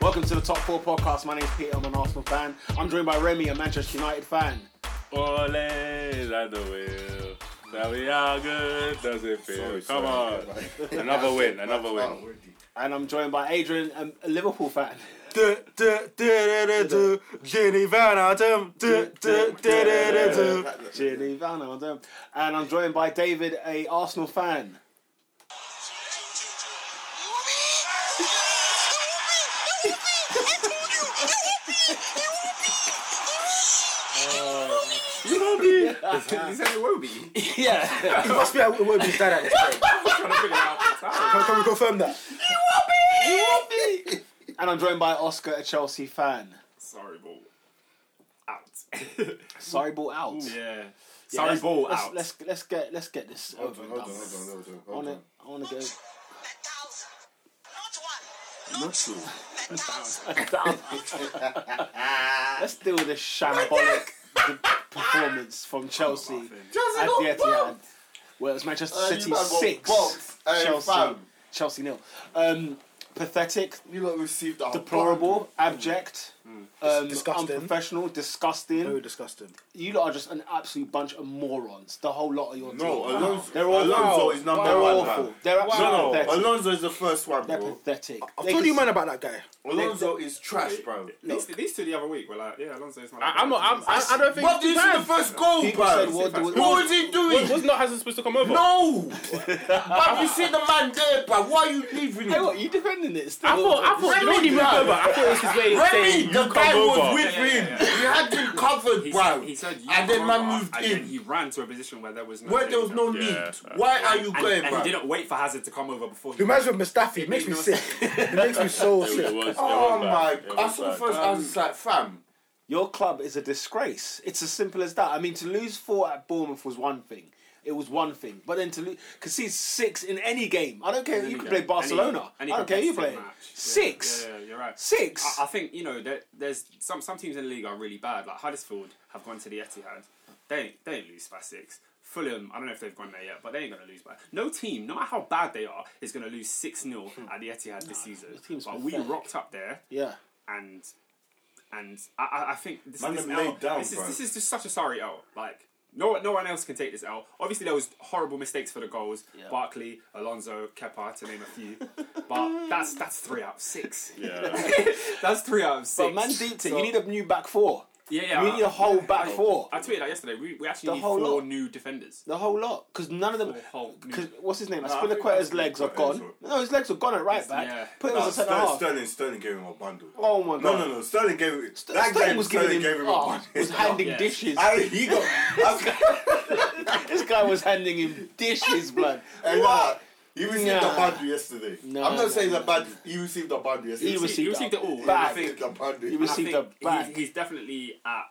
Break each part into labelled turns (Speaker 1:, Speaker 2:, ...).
Speaker 1: Welcome to the Top Four Podcast. My name is Peter. I'm an Arsenal fan. I'm joined by Remy, a Manchester United fan.
Speaker 2: Ole, that the will. That we are good, does it
Speaker 3: Sorry,
Speaker 2: feel? Come
Speaker 3: sorry.
Speaker 2: on. another win, another win.
Speaker 1: And I'm joined by Adrian, um, a Liverpool fan.
Speaker 4: Jenny Van Adam.
Speaker 1: Ginny Van Alden. And I'm joined by David, a Arsenal fan.
Speaker 3: Is that Iwobi?
Speaker 1: Yeah.
Speaker 4: He must be at Iwobi's dad at this point.
Speaker 3: trying to figure out the time.
Speaker 4: Can, can we confirm that?
Speaker 1: and I'm joined by Oscar, a Chelsea fan.
Speaker 3: Sorry, ball. Out.
Speaker 1: Sorry, ball out.
Speaker 3: yeah.
Speaker 1: Yeah,
Speaker 3: Sorry,
Speaker 1: let's-
Speaker 3: ball
Speaker 1: let's,
Speaker 3: out.
Speaker 1: Let's let's get let's get this over and done.
Speaker 3: hold on,
Speaker 1: I want to I want to go. Let's deal with this shambolic d- performance from Chelsea at the Etihad. Well, it's Manchester
Speaker 5: Uh, you
Speaker 1: City
Speaker 5: man got
Speaker 1: six,
Speaker 5: boxed. Hey,
Speaker 1: Chelsea
Speaker 5: fam.
Speaker 1: Chelsea nil. Um, pathetic,
Speaker 5: You lot received a Mm.
Speaker 1: deplorable, abject, um,
Speaker 4: Disgusting.
Speaker 1: unprofessional, disgusting.
Speaker 4: Very disgusting.
Speaker 1: You lot are just an absolute bunch of morons. The whole lot of your team.
Speaker 5: No, Alonso,
Speaker 1: They're all-
Speaker 5: Alonso is number
Speaker 1: They're
Speaker 5: one.
Speaker 1: awful.
Speaker 5: man.
Speaker 1: They're absolutely
Speaker 5: No, no,
Speaker 1: pathetic.
Speaker 5: Alonso is the first one,
Speaker 1: They're
Speaker 5: bro.
Speaker 1: pathetic.
Speaker 4: I've
Speaker 1: They
Speaker 4: told
Speaker 1: can-
Speaker 4: you, man, about that guy.
Speaker 5: Alonso is trash, bro.
Speaker 3: These, these two the other week were like, yeah, Alonso is my.
Speaker 2: I, I'm not, I'm, I, I don't think
Speaker 3: What
Speaker 2: it's
Speaker 3: did
Speaker 2: too
Speaker 3: you see the
Speaker 2: bad.
Speaker 3: first goal,
Speaker 1: People
Speaker 3: bro?
Speaker 1: said, what do we-
Speaker 3: what was he doing?
Speaker 2: Was, was not Hazard supposed to come over?
Speaker 3: no! Bruv, you see the man there, bro. Why are you leaving
Speaker 1: Hey,
Speaker 3: him?
Speaker 1: what? You defending it? Still?
Speaker 2: I thought, I thought, you know when he moved
Speaker 3: Remy,
Speaker 2: over, I thought it was his way of
Speaker 3: Remy,
Speaker 2: saying,
Speaker 3: the
Speaker 2: you
Speaker 3: guy
Speaker 2: come
Speaker 3: was
Speaker 2: over.
Speaker 3: with him. He had him covered,
Speaker 6: He
Speaker 3: bro.
Speaker 6: said, he said you
Speaker 3: and then
Speaker 6: come
Speaker 3: man
Speaker 6: over,
Speaker 3: moved
Speaker 6: and
Speaker 3: in.
Speaker 6: Then he ran to a position where there was no.
Speaker 3: Where there was no
Speaker 2: Yeah.
Speaker 3: need. Why are you
Speaker 6: and,
Speaker 3: going,
Speaker 6: and
Speaker 3: bro?
Speaker 6: he didn't wait for Hazard to come over before.
Speaker 4: He
Speaker 6: He
Speaker 4: reminds me of Mustafi. It makes me sick. It makes me so
Speaker 2: It
Speaker 4: sick.
Speaker 2: was- it
Speaker 3: Oh
Speaker 2: was bad.
Speaker 3: my!
Speaker 2: It was
Speaker 3: I saw the
Speaker 2: bad.
Speaker 3: first. I was just like, fam.
Speaker 1: Your club is a disgrace. It's as simple as that. I mean, to lose four at Bournemouth was one thing. It was one thing, but then to lose, concede six in any game. I don't care.
Speaker 6: any
Speaker 1: You can
Speaker 6: game.
Speaker 1: play
Speaker 6: Any-
Speaker 1: Barcelona.
Speaker 6: any
Speaker 1: I don't care. who You play
Speaker 6: competitive match. Yeah,
Speaker 1: six,
Speaker 6: Yeah, yeah, you're right.
Speaker 1: six.
Speaker 6: I, I think you know there, there's some some teams in the league are really bad. Like Huddersfield have gone to the Etihad. They they ain't lose by six. Fulham, I don't know if they've gone there yet, but they ain't gonna lose by. No team, no matter how bad they are, is gonna lose six 0
Speaker 3: Hmm.
Speaker 6: at the Etihad this season.
Speaker 1: the team's
Speaker 6: But we
Speaker 1: pathetic.
Speaker 6: rocked up there
Speaker 1: Yeah.
Speaker 6: and and I- I, I think this,
Speaker 3: Man,
Speaker 6: this,
Speaker 3: them
Speaker 6: L,
Speaker 3: laid down,
Speaker 6: this is
Speaker 3: bro.
Speaker 6: this is just such a sorry L. Like no no one else can take this L. Obviously there was horrible mistakes for the goals.
Speaker 1: Yeah.
Speaker 6: Barkley, Alonso, Kepa to name a few. but that's that's three out of six.
Speaker 2: Yeah.
Speaker 6: that's three out of six.
Speaker 1: But man, deep
Speaker 6: So-
Speaker 1: you need a new back four.
Speaker 6: yeah, yeah,
Speaker 1: you need a whole back four.
Speaker 6: I tweeted that yesterday. We, we actually
Speaker 1: The
Speaker 6: need
Speaker 1: whole
Speaker 6: four
Speaker 1: lot.
Speaker 6: new defenders.
Speaker 1: The whole lot, because none of them.
Speaker 6: The whole new-
Speaker 1: Cause, what's his name?
Speaker 3: I think
Speaker 1: Aspilicueta's
Speaker 3: that's
Speaker 1: legs are
Speaker 3: Aspilicueta,
Speaker 1: gone. No, his legs are gone at right back.
Speaker 6: yeah.
Speaker 1: Put him
Speaker 3: No,
Speaker 1: as a centre
Speaker 3: Sterling,
Speaker 1: half.
Speaker 3: Sterling, Sterling gave him a bundle.
Speaker 1: Oh my god.
Speaker 3: No, no, no. Sterling gave him.
Speaker 1: St-
Speaker 3: that
Speaker 1: Sterling
Speaker 3: game,
Speaker 1: was giving
Speaker 3: Sterling
Speaker 1: him.
Speaker 3: gave him a
Speaker 1: oh,
Speaker 3: bundle.
Speaker 1: was handing
Speaker 6: Yeah.
Speaker 1: dishes.
Speaker 3: I, he got. I,
Speaker 1: This guy was handing him dishes, blood.
Speaker 5: And uh, he received
Speaker 1: Nah.
Speaker 5: a bundle yesterday.
Speaker 1: Nah,
Speaker 5: I'm not
Speaker 1: nah,
Speaker 5: saying
Speaker 1: nah,
Speaker 5: the bundle. He received a bundle yesterday.
Speaker 1: He received,
Speaker 6: He received
Speaker 1: a
Speaker 6: it all.
Speaker 5: He
Speaker 1: bag.
Speaker 6: I think-
Speaker 5: received a bundle.
Speaker 1: He received
Speaker 6: I
Speaker 1: a bag.
Speaker 6: think he's, he's definitely at.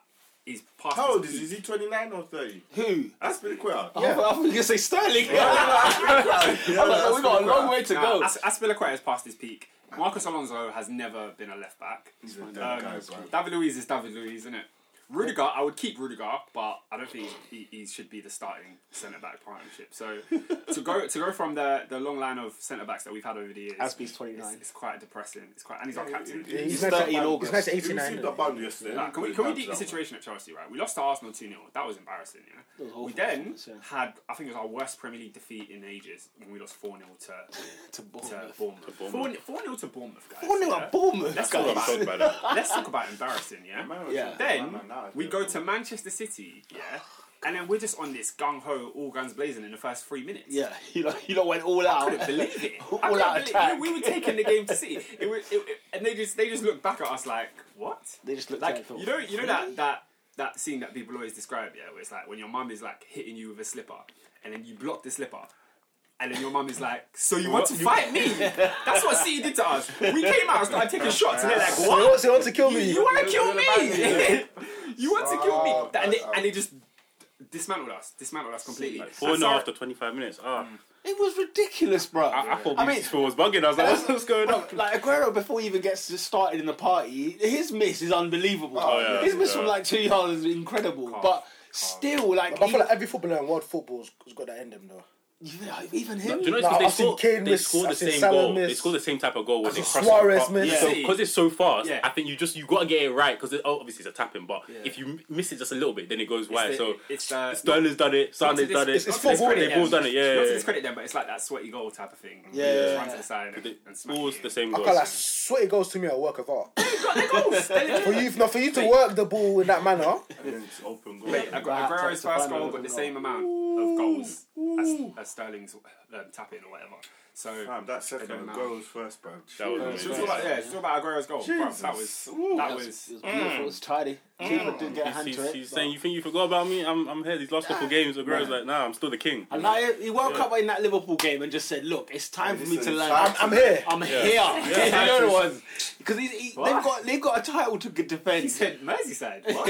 Speaker 6: He's past.
Speaker 5: How old
Speaker 6: his
Speaker 5: is he?
Speaker 6: peak.
Speaker 5: Is he 29 or 30?
Speaker 1: Who?
Speaker 5: That's pretty quick.
Speaker 3: Oh.
Speaker 1: I thought- I thought you were going to say Sterling. I'm like, no, we got a long way to go.
Speaker 6: Nah, As- Aspilicueta is past his peak. Marcus Alonso has never been a left back.
Speaker 3: He's a
Speaker 6: Um,
Speaker 3: dead guy, bro.
Speaker 6: David Luiz is David Luiz, isn't it? Rudiger, I would keep Rudiger, but I don't think he, he should be the starting centre back partnership. So to go to go from the, the long line of centre backs that we've had over the years,
Speaker 1: Aspie's 29.
Speaker 6: It's, it's quite depressing. It's quite, and he's our captain.
Speaker 3: Yeah,
Speaker 1: He's
Speaker 4: He's nice
Speaker 1: 30 in
Speaker 4: to-
Speaker 1: August.
Speaker 4: he's nice to
Speaker 3: He received a
Speaker 4: 89.
Speaker 3: bundle yesterday.
Speaker 6: Nah, can we can we deep the situation at Chelsea? Right, we lost to Arsenal two 0 That was embarrassing. Yeah,
Speaker 1: was awful
Speaker 6: we then
Speaker 1: performance, yeah.
Speaker 6: had I think it was our worst Premier League defeat in ages when we lost four 0 to
Speaker 1: to
Speaker 6: to
Speaker 1: Bournemouth.
Speaker 6: Bournemouth.
Speaker 2: Bournemouth.
Speaker 6: Four 0 to Bournemouth, guys.
Speaker 1: Four nil
Speaker 6: yeah?
Speaker 1: at Bournemouth.
Speaker 6: Let's
Speaker 2: That's what
Speaker 1: guys.
Speaker 2: I'm talking about.
Speaker 6: Let's talk about embarrassing, yeah.
Speaker 1: Yeah.
Speaker 6: Then we go to Manchester City, yeah, and then we're just on this gung ho, all guns blazing in the first three minutes.
Speaker 1: Yeah, you lot, you lot went all out.
Speaker 6: I couldn't believe it.
Speaker 1: All
Speaker 6: I couldn't
Speaker 1: out
Speaker 6: believe-
Speaker 1: attack.
Speaker 6: We, we were taking the game to City, it was, it, it- and they just they just looked back at us like, what?
Speaker 1: They just looked at
Speaker 6: like
Speaker 1: it and
Speaker 6: you
Speaker 1: thought,
Speaker 6: know you know that that that scene that people always describe yeah where it's like when your mum is like hitting you with a slipper and then you block the slipper and then your mum is like so you want to fight me that's what City did to us we came out and started taking shots and they're like
Speaker 4: He
Speaker 6: what
Speaker 4: wants, he wants to kill me.
Speaker 6: you want to kill
Speaker 5: Yeah.
Speaker 6: me you want to kill me
Speaker 5: Oh,
Speaker 6: and they,
Speaker 5: that's-
Speaker 6: and they just dismantled us dismantled us completely
Speaker 2: Like, four
Speaker 6: I'm
Speaker 2: and a
Speaker 6: sorry.
Speaker 2: half to 25 minutes. Ah,
Speaker 1: It was ridiculous, bro.
Speaker 2: I, I thought
Speaker 1: I
Speaker 2: I
Speaker 1: mean-
Speaker 2: was bugging. I was like, what's, what's going on?
Speaker 1: Bro, like Aguero, before he even gets just started in the party, his miss is unbelievable.
Speaker 5: Oh,
Speaker 2: yeah,
Speaker 1: his miss
Speaker 2: yeah.
Speaker 1: from like two yards is incredible, but still, like,
Speaker 4: But I
Speaker 1: he-
Speaker 4: feel like every footballer in world football has got that in them, though.
Speaker 1: Yeah, even
Speaker 2: Do
Speaker 1: him.
Speaker 2: you know it's
Speaker 4: Nah,
Speaker 2: 'cause they
Speaker 4: I've seen
Speaker 2: score,
Speaker 4: Kane
Speaker 2: they
Speaker 4: miss,
Speaker 2: score the
Speaker 4: I've seen
Speaker 2: same
Speaker 4: Salah
Speaker 2: goal.
Speaker 4: miss,
Speaker 2: They score the same type of goal when they
Speaker 4: seen
Speaker 2: cross
Speaker 4: Suarez
Speaker 2: it. But-
Speaker 4: miss.
Speaker 2: So
Speaker 6: Yeah.
Speaker 2: because it's so fast,
Speaker 6: Yeah.
Speaker 2: I think you just you got to get it right because oh, obviously it's a tapping, but
Speaker 6: Yeah.
Speaker 2: if you m- miss it just a little bit, then it goes wide.
Speaker 6: the-
Speaker 2: so
Speaker 6: it's uh,
Speaker 2: Sterling's done it,
Speaker 6: not to
Speaker 2: Sane's
Speaker 6: dis-
Speaker 2: done it.
Speaker 4: it's- it's
Speaker 6: not to
Speaker 4: football,
Speaker 6: discredit
Speaker 2: They've all done it. Yeah,
Speaker 6: Not
Speaker 2: yeah,
Speaker 6: to
Speaker 2: yeah.
Speaker 6: discredit them, but it's like that sweaty goal type of thing.
Speaker 1: Yeah, yeah,
Speaker 6: Just
Speaker 1: yeah.
Speaker 6: run to the side and, and smack
Speaker 2: All
Speaker 6: it in.
Speaker 2: the same
Speaker 4: I
Speaker 2: goal.
Speaker 4: can't like sweaty goes to me a work of art.
Speaker 6: They're goals. They're legit.
Speaker 4: For you, no, for you to work the ball in that manner,
Speaker 5: And then it's open goal.
Speaker 6: Mate, Ag-
Speaker 1: Right,
Speaker 6: Aguero's
Speaker 1: top to
Speaker 6: first
Speaker 1: final,
Speaker 6: goal got the
Speaker 1: isn't
Speaker 6: same amount of goals as, as Sterling's um, tap in or whatever. So
Speaker 5: Fam, that
Speaker 6: They don't
Speaker 5: second
Speaker 6: know.
Speaker 5: goal was first, bro.
Speaker 2: That was
Speaker 6: Should
Speaker 2: amazing.
Speaker 6: we talk about, yeah, should we talk about Aguero's goal. Bro, that was that
Speaker 1: It was,
Speaker 6: was
Speaker 1: it was beautiful. It was tidy. Keeper didn't get a hand
Speaker 2: He's,
Speaker 1: to
Speaker 2: he's,
Speaker 1: it.
Speaker 2: he's
Speaker 1: but-
Speaker 2: saying, "You think you forgot about me? I'm, I'm here. These last couple games, the girl's like, nah, I'm still the king."
Speaker 1: and now he, he woke up in that Liverpool game and just said, "Look, it's time for me to
Speaker 5: Listen,
Speaker 1: learn.
Speaker 5: I'm-
Speaker 1: I'm,
Speaker 4: I'm here.
Speaker 1: here."
Speaker 2: Yeah.
Speaker 1: you know what it was because he, they've
Speaker 6: What?
Speaker 1: got they've got a title to g-
Speaker 6: he
Speaker 1: defend.
Speaker 6: said Merseyside. What?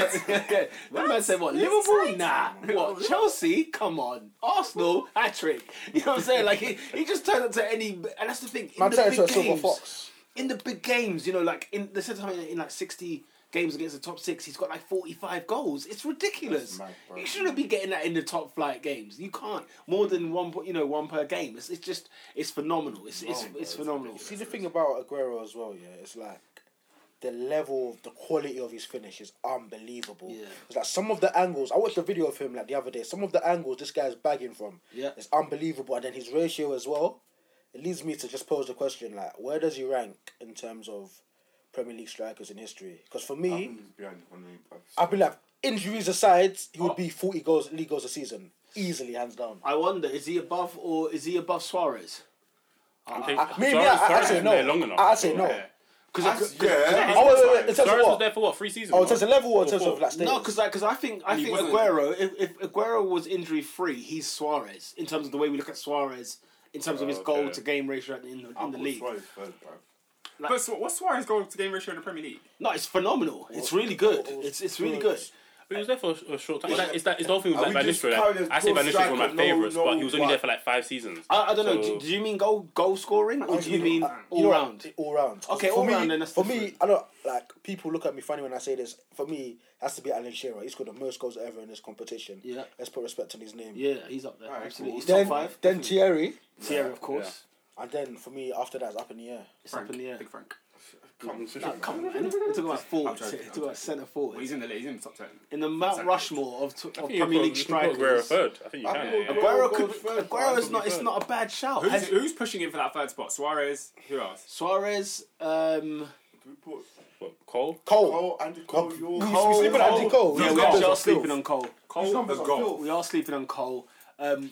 Speaker 1: that man said, "What Liverpool? Nah. What Chelsea? Come on. Arsenal hat trick. You know what I'm saying? Like he, he just turned up to any, and that's the thing. In
Speaker 4: man
Speaker 1: the
Speaker 4: turned
Speaker 1: big
Speaker 4: into a silver
Speaker 1: games-
Speaker 4: fox.
Speaker 1: in the big games, you know, like in they said something in like sixty games against the top six, he's got like forty five goals. It's ridiculous.
Speaker 5: That's mad, bro.
Speaker 1: you shouldn't be getting that in the top flight games. You can't more than one, po- you know, one per game. It's, it's just it's phenomenal. It's it's,
Speaker 5: Wrong, bro.
Speaker 1: it's phenomenal.
Speaker 4: See the thing about Aguero as well, yeah, it's like the level, the quality of his finish is unbelievable.
Speaker 1: Yeah.
Speaker 4: It's like some of the angles. I watched a video of him like the other day. Some of the angles this guy's bagging from,
Speaker 1: Yeah.
Speaker 4: it's unbelievable. And then his ratio as well. It leads me to just pose the question like, where does he rank in terms of Premier League strikers in history? Because for me,
Speaker 5: He's behind Henry, bro.
Speaker 4: I'd be like injuries aside, he would
Speaker 2: Oh.
Speaker 4: be forty goals, league goals a season, easily, hands down.
Speaker 1: I wonder is he above or is he above Suarez?
Speaker 2: I'm thinking,
Speaker 4: I, maybe
Speaker 2: Ah, Suarez-
Speaker 4: I, I, I
Speaker 2: Suarez
Speaker 4: say
Speaker 2: isn't
Speaker 4: no.
Speaker 2: there long enough.
Speaker 4: I, I say no.
Speaker 6: Yeah.
Speaker 1: Because
Speaker 5: Yeah.
Speaker 4: Oh wait, wait, wait. In terms of
Speaker 2: Suarez was
Speaker 4: what?
Speaker 2: there for what three seasons?
Speaker 4: Oh, in terms of level or in
Speaker 2: Or
Speaker 4: terms
Speaker 2: four.
Speaker 4: of like status?
Speaker 1: no, because because I think I
Speaker 6: he
Speaker 1: think
Speaker 6: wasn't.
Speaker 1: Aguero if, if Aguero was injury free, he's Suarez in terms of the way we look at Suarez in terms of his
Speaker 2: Okay.
Speaker 1: goal to game ratio in the, in the
Speaker 5: Apple
Speaker 1: league.
Speaker 5: Suarez first, bro.
Speaker 6: But so, what's Suarez goal to game ratio in the Premier League?
Speaker 1: No, it's phenomenal. It's really good.
Speaker 4: oh,
Speaker 1: It's it's really good.
Speaker 2: But he was there for a, a short time. It's like, it's, that, it's the whole thing with
Speaker 5: Are
Speaker 2: like Van
Speaker 5: we just
Speaker 2: Nistelrooy.
Speaker 5: counting
Speaker 2: Like, I say Van
Speaker 5: goal
Speaker 2: Nistelrooy one of my
Speaker 5: striker? No,
Speaker 2: favourites, but
Speaker 5: no,
Speaker 2: he was only
Speaker 5: why?
Speaker 2: there for like five seasons.
Speaker 1: I, I don't know.
Speaker 2: So-
Speaker 1: Do, do you mean goal goal scoring, or
Speaker 2: Oh,
Speaker 1: do you mean all
Speaker 4: know what?
Speaker 1: round?
Speaker 4: All round.
Speaker 1: Okay,
Speaker 4: For
Speaker 1: all
Speaker 4: me-
Speaker 1: round, then that's
Speaker 4: for me.
Speaker 1: different.
Speaker 4: I don't like people look at me funny when I say this. For me, it has to be Alan Shearer. He's got the most goals ever in this competition.
Speaker 1: Yeah.
Speaker 4: Let's put respect on his name.
Speaker 1: Yeah, he's up there. Absolutely, he's
Speaker 4: Then,
Speaker 1: top five.
Speaker 4: then Thierry,
Speaker 1: Thierry, of course.
Speaker 4: and then for me after that, it's up in the air.
Speaker 1: It's
Speaker 6: Frank,
Speaker 1: up in the air.
Speaker 6: Big Frank.
Speaker 1: No, come on, man. We're talking about forward. We're
Speaker 6: joking, I'm
Speaker 1: talking about centre
Speaker 6: Well,
Speaker 1: forward.
Speaker 6: he's in the he's in the top ten.
Speaker 1: In the Mount Rushmore of, t- of
Speaker 2: I think you
Speaker 1: Premier
Speaker 2: put-
Speaker 1: League
Speaker 2: you can put Aguero
Speaker 1: strikers,
Speaker 2: third. I think you can. yeah, yeah.
Speaker 1: Aguero
Speaker 5: Aguero
Speaker 1: could.
Speaker 5: goes first, bro.
Speaker 1: Aguero's not.
Speaker 5: Probably
Speaker 1: It's
Speaker 5: third.
Speaker 1: not a bad shout.
Speaker 6: Who's,
Speaker 1: Has-
Speaker 6: who's pushing in for that third spot? Suarez. Who else?
Speaker 1: Suarez, um,
Speaker 5: We put
Speaker 2: What, Cole.
Speaker 4: Cole.
Speaker 5: Cole and Cole York.
Speaker 4: We sleeping on Andy Cole.
Speaker 1: Yeah,
Speaker 6: He's
Speaker 1: we
Speaker 6: got-
Speaker 1: actually are
Speaker 6: he's
Speaker 1: sleeping on Cole.
Speaker 6: Cole.
Speaker 5: numbers
Speaker 6: the
Speaker 5: are
Speaker 6: goal.
Speaker 5: filth.
Speaker 1: We are sleeping on Cole. Um,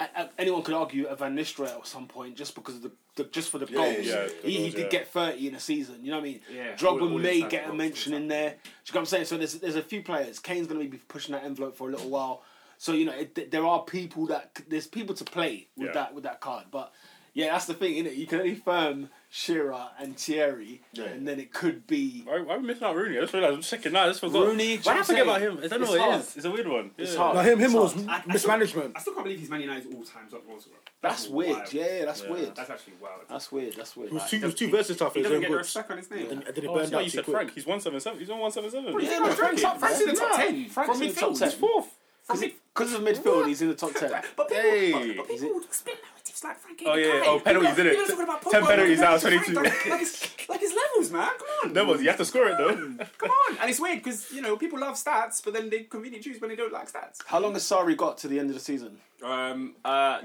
Speaker 1: a- a- anyone could argue a Van Nistelrooy at some point just because of the, the just for the
Speaker 5: Yeah,
Speaker 1: goals.
Speaker 5: yeah, yeah.
Speaker 1: he, he
Speaker 2: Goals, yeah.
Speaker 1: did get thirty in a season. You know what I mean?
Speaker 6: Yeah.
Speaker 1: Drogba
Speaker 6: All- all
Speaker 1: may
Speaker 6: inside
Speaker 1: get a
Speaker 6: goals,
Speaker 1: mention in there. Do you know what I'm saying? So there's there's a few players. Kane's going to be pushing that envelope for a little while. So you know it, th- there are people that c- there's people to play with
Speaker 2: Yeah.
Speaker 1: that with that card, but. Yeah, that's the thing, innit? You can only firm Shearer and Thierry,
Speaker 5: Yeah.
Speaker 1: and then it could be.
Speaker 2: Why, why are we missing out Rooney? I just realised I'm checking now. I just forgot. Why
Speaker 1: Rooney,
Speaker 2: did I
Speaker 1: Chelsea.
Speaker 2: forget about him? I don't know
Speaker 1: It's
Speaker 2: what it
Speaker 1: hard.
Speaker 2: is. It's a weird one.
Speaker 1: It's
Speaker 2: Yeah. Oh,
Speaker 1: hard.
Speaker 4: No, him, him
Speaker 1: It's
Speaker 4: was
Speaker 1: hard.
Speaker 6: I- I
Speaker 4: mismanagement.
Speaker 6: I still can't believe he's Man United's all time top goal scorer.
Speaker 1: That's weird.
Speaker 6: wild.
Speaker 1: Yeah, yeah, that's weird.
Speaker 6: That's actually wild.
Speaker 1: That's weird. That's weird.
Speaker 4: He was too, he was
Speaker 6: He-
Speaker 4: too versatile for
Speaker 6: he
Speaker 4: his
Speaker 6: doesn't
Speaker 4: own
Speaker 6: get the
Speaker 4: goods.
Speaker 6: respect on his name.
Speaker 4: And, and then he
Speaker 2: Oh,
Speaker 4: burned
Speaker 2: no,
Speaker 4: out
Speaker 2: you
Speaker 4: too
Speaker 2: said
Speaker 4: quick.
Speaker 2: Frank. He's 177. He's on 177.
Speaker 6: He's in the top ten. Frank's in the top ten. Frank's in the top ten.
Speaker 1: Fourth.
Speaker 6: From midfield.
Speaker 1: Because of midfield, he's in the top ten.
Speaker 6: But people,
Speaker 2: Hey.
Speaker 6: but people would spin narratives like Frankie.
Speaker 2: Oh,
Speaker 6: the
Speaker 2: yeah.
Speaker 6: guy.
Speaker 2: Oh, penalties,
Speaker 6: People-
Speaker 2: innit?
Speaker 6: people talking about Pogba,
Speaker 2: 10 penalties
Speaker 6: like,
Speaker 2: out of
Speaker 6: Frank,
Speaker 2: 22.
Speaker 6: Like, like his, like his levels, man. Come on.
Speaker 2: No, but you have to score it though.
Speaker 6: Come on. And it's weird because, you know, people love stats, but then they conveniently choose when they don't like stats.
Speaker 1: How long has Sari got to the end of the season?
Speaker 6: Um, uh,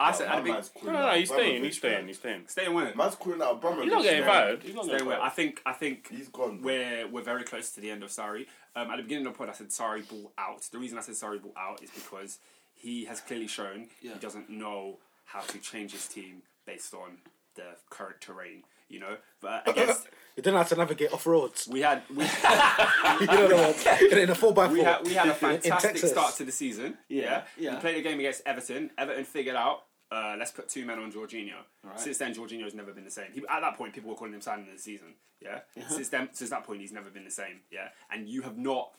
Speaker 6: I said, I
Speaker 5: Man,
Speaker 6: think,
Speaker 5: man's
Speaker 2: No,
Speaker 5: calling
Speaker 2: no,
Speaker 5: out
Speaker 2: he's staying.
Speaker 5: Abramovich,
Speaker 2: He's staying.
Speaker 5: man.
Speaker 2: He's staying.
Speaker 6: stay and win it.
Speaker 5: Man's calling out Abramovich.
Speaker 2: He's not getting
Speaker 5: man.
Speaker 2: fired. He's not
Speaker 6: Stay
Speaker 2: getting
Speaker 6: and win. I
Speaker 2: fired.
Speaker 6: think, I think
Speaker 5: He's gone. bro.
Speaker 6: we're we're very close to the end of Sari. Um, at the beginning of the pod, I said Sari ball out. The reason I said Sari ball out is because he has clearly shown
Speaker 1: Yeah.
Speaker 6: he doesn't know how to change his team based on the current terrain. You know, but uh, I guess
Speaker 4: He didn't have to navigate off roads.
Speaker 6: we had we,
Speaker 4: you know what? In a four by four.
Speaker 6: we had we had a fantastic
Speaker 4: Texas.
Speaker 6: start to the season. Yeah,
Speaker 1: yeah.
Speaker 6: We played a game against Everton. Everton figured out. Uh, let's put two men on Jorginho. Since then, Jorginho's never been the same. He, at that point, people were calling him signing of the season. Yeah.
Speaker 1: Uh-huh.
Speaker 6: Since then, since that point, he's never been the same. Yeah. And you have not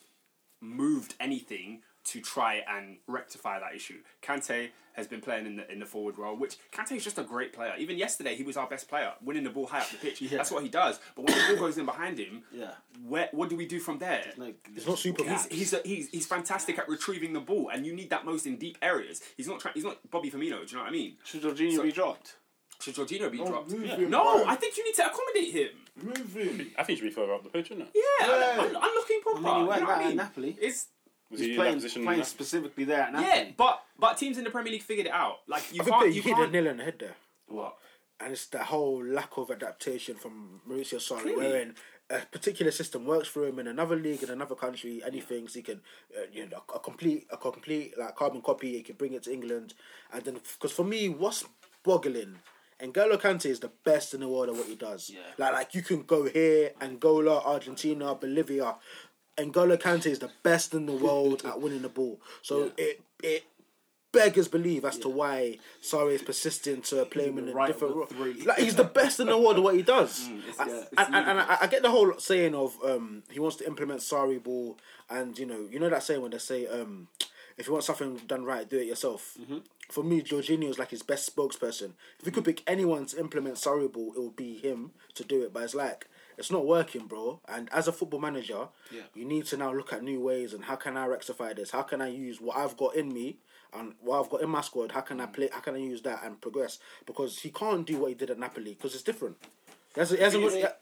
Speaker 6: moved anything to try and rectify that issue. Kante has been playing in the in the forward role, which Kante is just a great player. Even yesterday, he was our best player, winning the ball high up the pitch. That's what he does. But when the ball goes in behind him,
Speaker 1: Yeah.
Speaker 6: where what do we do from there?
Speaker 1: No,
Speaker 4: It's not super.
Speaker 6: He's he's, a, he's he's fantastic at retrieving the ball, and you need that most in deep areas. He's not trying. He's not Bobby Firmino. Do you know what I mean?
Speaker 1: should Jorginho be dropped?
Speaker 6: Should Jorginho be dropped?
Speaker 5: move
Speaker 1: Yeah.
Speaker 5: him,
Speaker 6: No,
Speaker 5: man.
Speaker 6: I think you need to accommodate him.
Speaker 5: Move him.
Speaker 2: I think he should be further up the pitch, isn't it?
Speaker 6: Yeah,
Speaker 1: Yeah.
Speaker 6: I'm, I'm looking proper.
Speaker 1: I mean, he weren't
Speaker 6: you know what
Speaker 1: that
Speaker 6: I
Speaker 1: at
Speaker 6: mean?
Speaker 1: Napoli.
Speaker 6: It's
Speaker 2: Was
Speaker 1: He's
Speaker 2: he in
Speaker 1: playing,
Speaker 2: that position?
Speaker 1: playing
Speaker 2: now?
Speaker 1: specifically there at Napoli.
Speaker 6: yeah, but but teams in the Premier League figured it out. Like you
Speaker 4: I think
Speaker 6: can't,
Speaker 4: they
Speaker 6: you
Speaker 4: hit a
Speaker 6: can't.
Speaker 4: nail on the head there.
Speaker 1: What?
Speaker 4: and it's the whole lack of adaptation from Mauricio Sarri,
Speaker 6: Clearly.
Speaker 4: wherein a particular system works for him in another league in another country, and he thinks he can, uh, you know, a complete, a complete like carbon copy. He can bring it to England, and then because for me, what's boggling. And Galo Kante is the best in the world at what he does.
Speaker 1: Yeah.
Speaker 4: Like, like you can go here, Angola, Argentina, Bolivia. N'Golo Kante is the best in the world at winning the ball. So it it beggars believe as to why Sarri is persisting to play him in a
Speaker 1: right
Speaker 4: different
Speaker 1: with
Speaker 4: role.
Speaker 1: three.
Speaker 4: Like he's the best in the world at what he does.
Speaker 6: it's-
Speaker 4: I-
Speaker 6: yeah,
Speaker 4: and
Speaker 6: it's
Speaker 4: and, and I, I get the whole saying of um, he wants to implement Sarri ball, and you know you know that saying when they say um, if you want something done right, do it yourself. For me, Jorginho is like his best spokesperson. If you could pick anyone to implement Sarri ball, it would be him to do it. But it's like it's not working, bro. And as a football manager,
Speaker 1: Yeah.
Speaker 4: you need to now look at new ways and how can I rectify this? How can I use what I've got in me and what I've got in my squad? How can I play? How can I use that and progress? Because he can't do what he did at Napoli because it's different. That's, that's
Speaker 6: Thing
Speaker 4: a,
Speaker 6: is,
Speaker 4: that,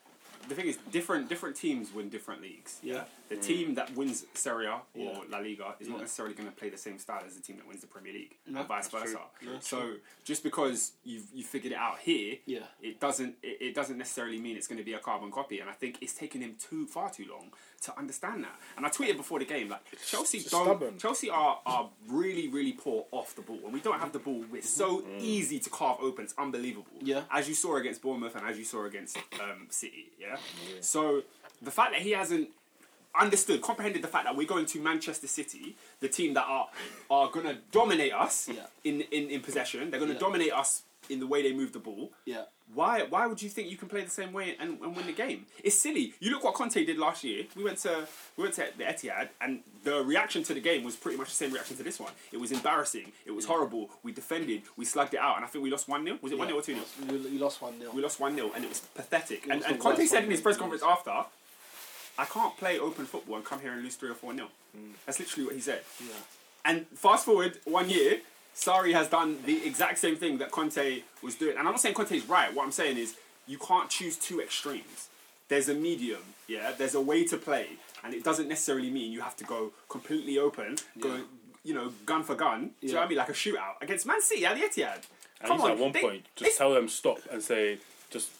Speaker 6: the thing is, different different teams win different leagues.
Speaker 1: Yeah.
Speaker 4: Mm.
Speaker 6: The team that wins Serie A or La Liga is not necessarily going to play the same style as the team that wins the Premier League, and vice versa. So just because you've you figured it out here,
Speaker 1: Yeah.
Speaker 6: it doesn't it, it doesn't necessarily mean it's going to be a carbon copy. And I think it's taken him too far too long to understand that. And I tweeted before the game like Chelsea
Speaker 4: just
Speaker 6: don't
Speaker 4: stubborn.
Speaker 6: Chelsea are are really really poor off the ball. When we don't have the ball, we're so easy to carve open. It's unbelievable.
Speaker 1: Mm. Yeah.
Speaker 6: As you saw against Bournemouth and as you saw against um, City. Yeah? So the fact that he hasn't understood, comprehended the fact that we're going to Manchester City, the team that are are going to dominate us
Speaker 1: Yeah.
Speaker 6: in, in in possession. They're going to
Speaker 1: Yeah.
Speaker 6: dominate us in the way they move the ball.
Speaker 1: Yeah.
Speaker 6: Why, why would you think you can play the same way and, and win the game? It's silly. You look what Conte did last year. We went to we went to the Etihad, and the reaction to the game was pretty much the same reaction to this one. It was embarrassing. It was horrible. We defended. We slugged it out, and I think we lost one 0 Was it one 0 or two 0
Speaker 1: You, you lost 1 0.
Speaker 6: We lost one 0 and it was pathetic. and
Speaker 1: was
Speaker 6: and
Speaker 1: the
Speaker 6: Conte
Speaker 1: worst
Speaker 6: said in his
Speaker 1: 1-0.
Speaker 6: press conference after, "I can't play open football and come here and lose three or four 0
Speaker 1: Mm.
Speaker 6: That's literally what he said.
Speaker 1: Yeah.
Speaker 6: And fast forward one year, Sari has done the exact same thing that Conte was doing. And I'm not saying Conte is right. What I'm saying is you can't choose two extremes. There's a medium, yeah. There's a way to play, and it doesn't necessarily mean you have to go completely open, go, you know, gun for gun. Do you know what I
Speaker 1: Yeah.
Speaker 6: mean? Like a shootout against Man City at the Etihad.
Speaker 2: At least at one
Speaker 6: they-
Speaker 2: point,
Speaker 6: it's-
Speaker 2: just tell them stop and say, just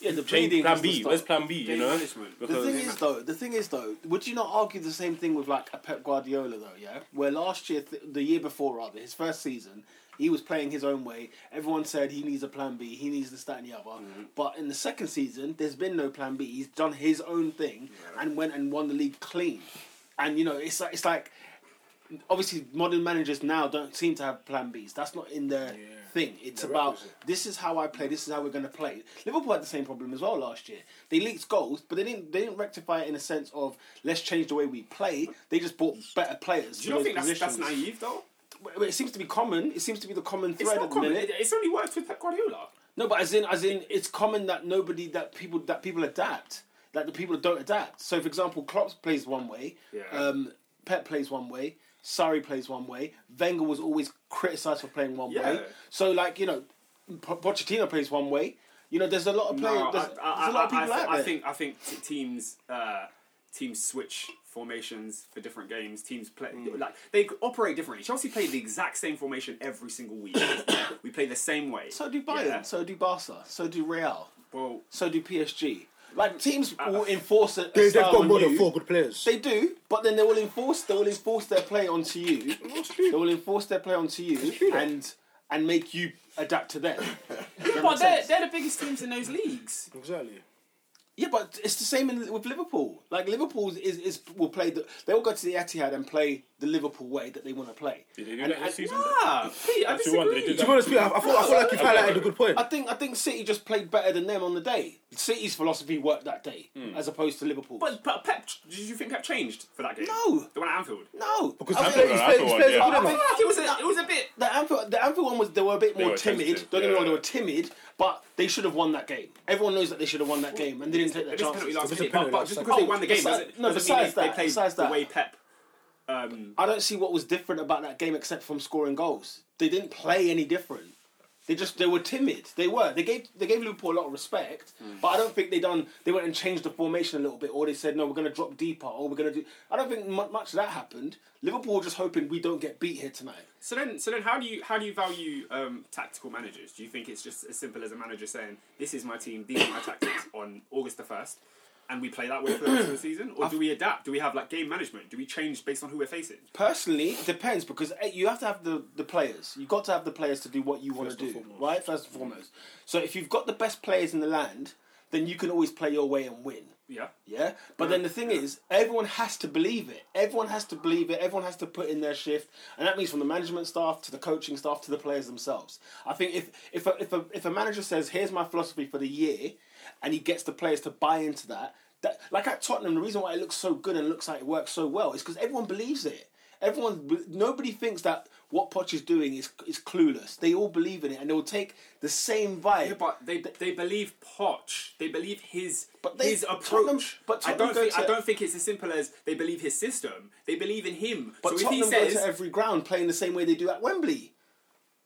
Speaker 1: Yeah, the
Speaker 2: change
Speaker 1: bleeding
Speaker 2: plan
Speaker 1: was the
Speaker 2: B.
Speaker 1: start.
Speaker 2: Where's plan B? You
Speaker 6: Game
Speaker 2: know,
Speaker 6: management. The
Speaker 1: The
Speaker 2: Because-
Speaker 1: thing is, though, the thing is, though, would you not argue the same thing with like a Pep Guardiola, though? Yeah, where last year, th- the year before, rather, his first season, he was playing his own way. Everyone said he needs a plan B, he needs this, that, and the other. But in the second season, there's been no plan B. He's done his own thing and went and won the league clean. And you know, it's like it's like obviously modern managers now don't seem to have plan Bs. That's not in their thing. It's about this is how I play. This is how we're going to play. Liverpool had the same problem as well last year. They leaked goals, but they didn't. They didn't rectify it in a sense of let's change the way we play. They just bought better players.
Speaker 6: Do you not
Speaker 1: for
Speaker 6: think
Speaker 1: those
Speaker 6: that's, that's
Speaker 1: positions.
Speaker 6: naive though?
Speaker 1: Well, It seems to be common. It seems to be the common
Speaker 6: It's
Speaker 1: thread
Speaker 6: not
Speaker 1: at the
Speaker 6: common.
Speaker 1: minute.
Speaker 6: It- It's only worked with Pep Guardiola.
Speaker 1: No, but as in, as in, it's common that nobody, that people, that people adapt. That the people don't adapt. So, for example, Klopp plays one way.
Speaker 6: Yeah.
Speaker 1: Um, Pep plays one way. Sarri plays one way. Wenger was always criticised for playing one way.
Speaker 6: Yeah.
Speaker 1: So, like you know, Po- Pochettino plays one way. You know, there's a lot of players.
Speaker 6: No,
Speaker 1: there's, there's a lot of people
Speaker 6: I,
Speaker 1: out
Speaker 6: I
Speaker 1: there.
Speaker 6: think I think t- teams uh, teams switch formations for different games. Teams play
Speaker 1: Hmm.
Speaker 6: like they operate differently. Chelsea play the exact same formation every single week. we play the same way.
Speaker 1: so do Bayern.
Speaker 6: Yeah.
Speaker 1: So do Barca. So do Real.
Speaker 6: well,
Speaker 1: So do PSG. Like teams will enforce a, a
Speaker 4: they, have
Speaker 1: style
Speaker 4: got
Speaker 1: on
Speaker 4: more than
Speaker 1: you.
Speaker 4: four good players.
Speaker 1: They do, but then they will enforce they will enforce their play onto you. They will enforce their play onto you and and make you adapt to them.
Speaker 6: but they're, they're the biggest teams in those leagues.
Speaker 4: exactly.
Speaker 1: Yeah, but it's the same in, with Liverpool. Like Liverpool is, is will play the they will go to the Etihad and play the Liverpool way that they want to play.
Speaker 2: Did they do
Speaker 1: And-
Speaker 2: that this
Speaker 1: and-
Speaker 2: season?
Speaker 6: Ah, Pete, I
Speaker 2: That's the one they
Speaker 6: disagree.
Speaker 2: did
Speaker 4: To be honest, Pete, I, I, feel, I feel like you've highlighted a good point.
Speaker 1: I think I think City just played better than them on the day. City's philosophy worked that day
Speaker 2: Hmm.
Speaker 1: as opposed to Liverpool.
Speaker 6: But, but Pep, did you think Pep changed for that game?
Speaker 1: No.
Speaker 6: The one at Anfield.
Speaker 1: no,
Speaker 4: Because
Speaker 1: I
Speaker 4: his
Speaker 1: think-
Speaker 4: players- his
Speaker 2: that's the
Speaker 4: players- his
Speaker 2: one,
Speaker 4: players
Speaker 2: yeah.
Speaker 4: are good
Speaker 6: I
Speaker 4: enough.
Speaker 6: feel like it was a, it was a bit.
Speaker 1: The Anfield, the Anfield one was they were a bit more
Speaker 2: were
Speaker 1: timid.
Speaker 2: tentative,
Speaker 1: Don't get me wrong,
Speaker 2: yeah.
Speaker 1: they were timid, but they should have won that game. Everyone knows that they should have won that game, and they didn't take
Speaker 6: It
Speaker 1: their
Speaker 6: is a penalty
Speaker 1: chances.
Speaker 6: last
Speaker 4: It's a
Speaker 6: minute, but,
Speaker 4: penalty
Speaker 6: but
Speaker 4: last
Speaker 6: just
Speaker 4: second.
Speaker 6: because they won the game
Speaker 1: Besides-
Speaker 6: doesn't,
Speaker 1: no,
Speaker 6: doesn't mean
Speaker 1: besides
Speaker 6: they,
Speaker 1: that,
Speaker 6: they played
Speaker 1: besides
Speaker 6: the
Speaker 1: that.
Speaker 6: way Pep. Um,
Speaker 1: I don't see what was different about that game except from scoring goals. They didn't play any different. They just they were timid. They were. They gave they gave Liverpool a lot of respect, but I don't think they done. They went and changed the formation a little bit, or they said no, we're going to drop deeper, or we're going to do. I don't think mu- much of that happened. Liverpool were just hoping we don't get beat here tonight.
Speaker 6: so then, so then, how do you how do you value um, tactical managers? Do you think it's just as simple as a manager saying, "This is my team, these are my tactics" on August the first, and we play that way for the rest of the season, or do we adapt? Do we have like game management? Do we change based on who we're facing?
Speaker 1: Personally, it depends because eh, you have to have the, the players. You've got to have the players to do what you want to do, right? First and foremost. So if you've got the best players in the land, then you can always play your way and win.
Speaker 6: Yeah.
Speaker 1: Yeah, but then the thing is, everyone has to believe it. Everyone has to believe it. Everyone has to put in their shift, and that means from the management staff to the coaching staff to the players themselves. I think if if a, if a, if a manager says, "Here's my philosophy for the year," and he gets the players to buy into that, that like at Tottenham, the reason why it looks so good and looks like it works so well is because everyone believes it. Everyone, nobody thinks that what Poch is doing is is clueless. They all believe in it, and they will take the same vibe.
Speaker 6: Yeah, but they they believe Poch. They believe his
Speaker 1: But they-
Speaker 6: his approach.
Speaker 1: Tottenham- but
Speaker 6: I
Speaker 1: Tottenham
Speaker 6: don't think
Speaker 1: go
Speaker 6: I
Speaker 1: to-
Speaker 6: don't think it's as simple as they believe his system. They believe in him.
Speaker 1: But
Speaker 6: so if he
Speaker 1: Tottenham
Speaker 6: says
Speaker 1: go to every ground playing the same way they do at Wembley.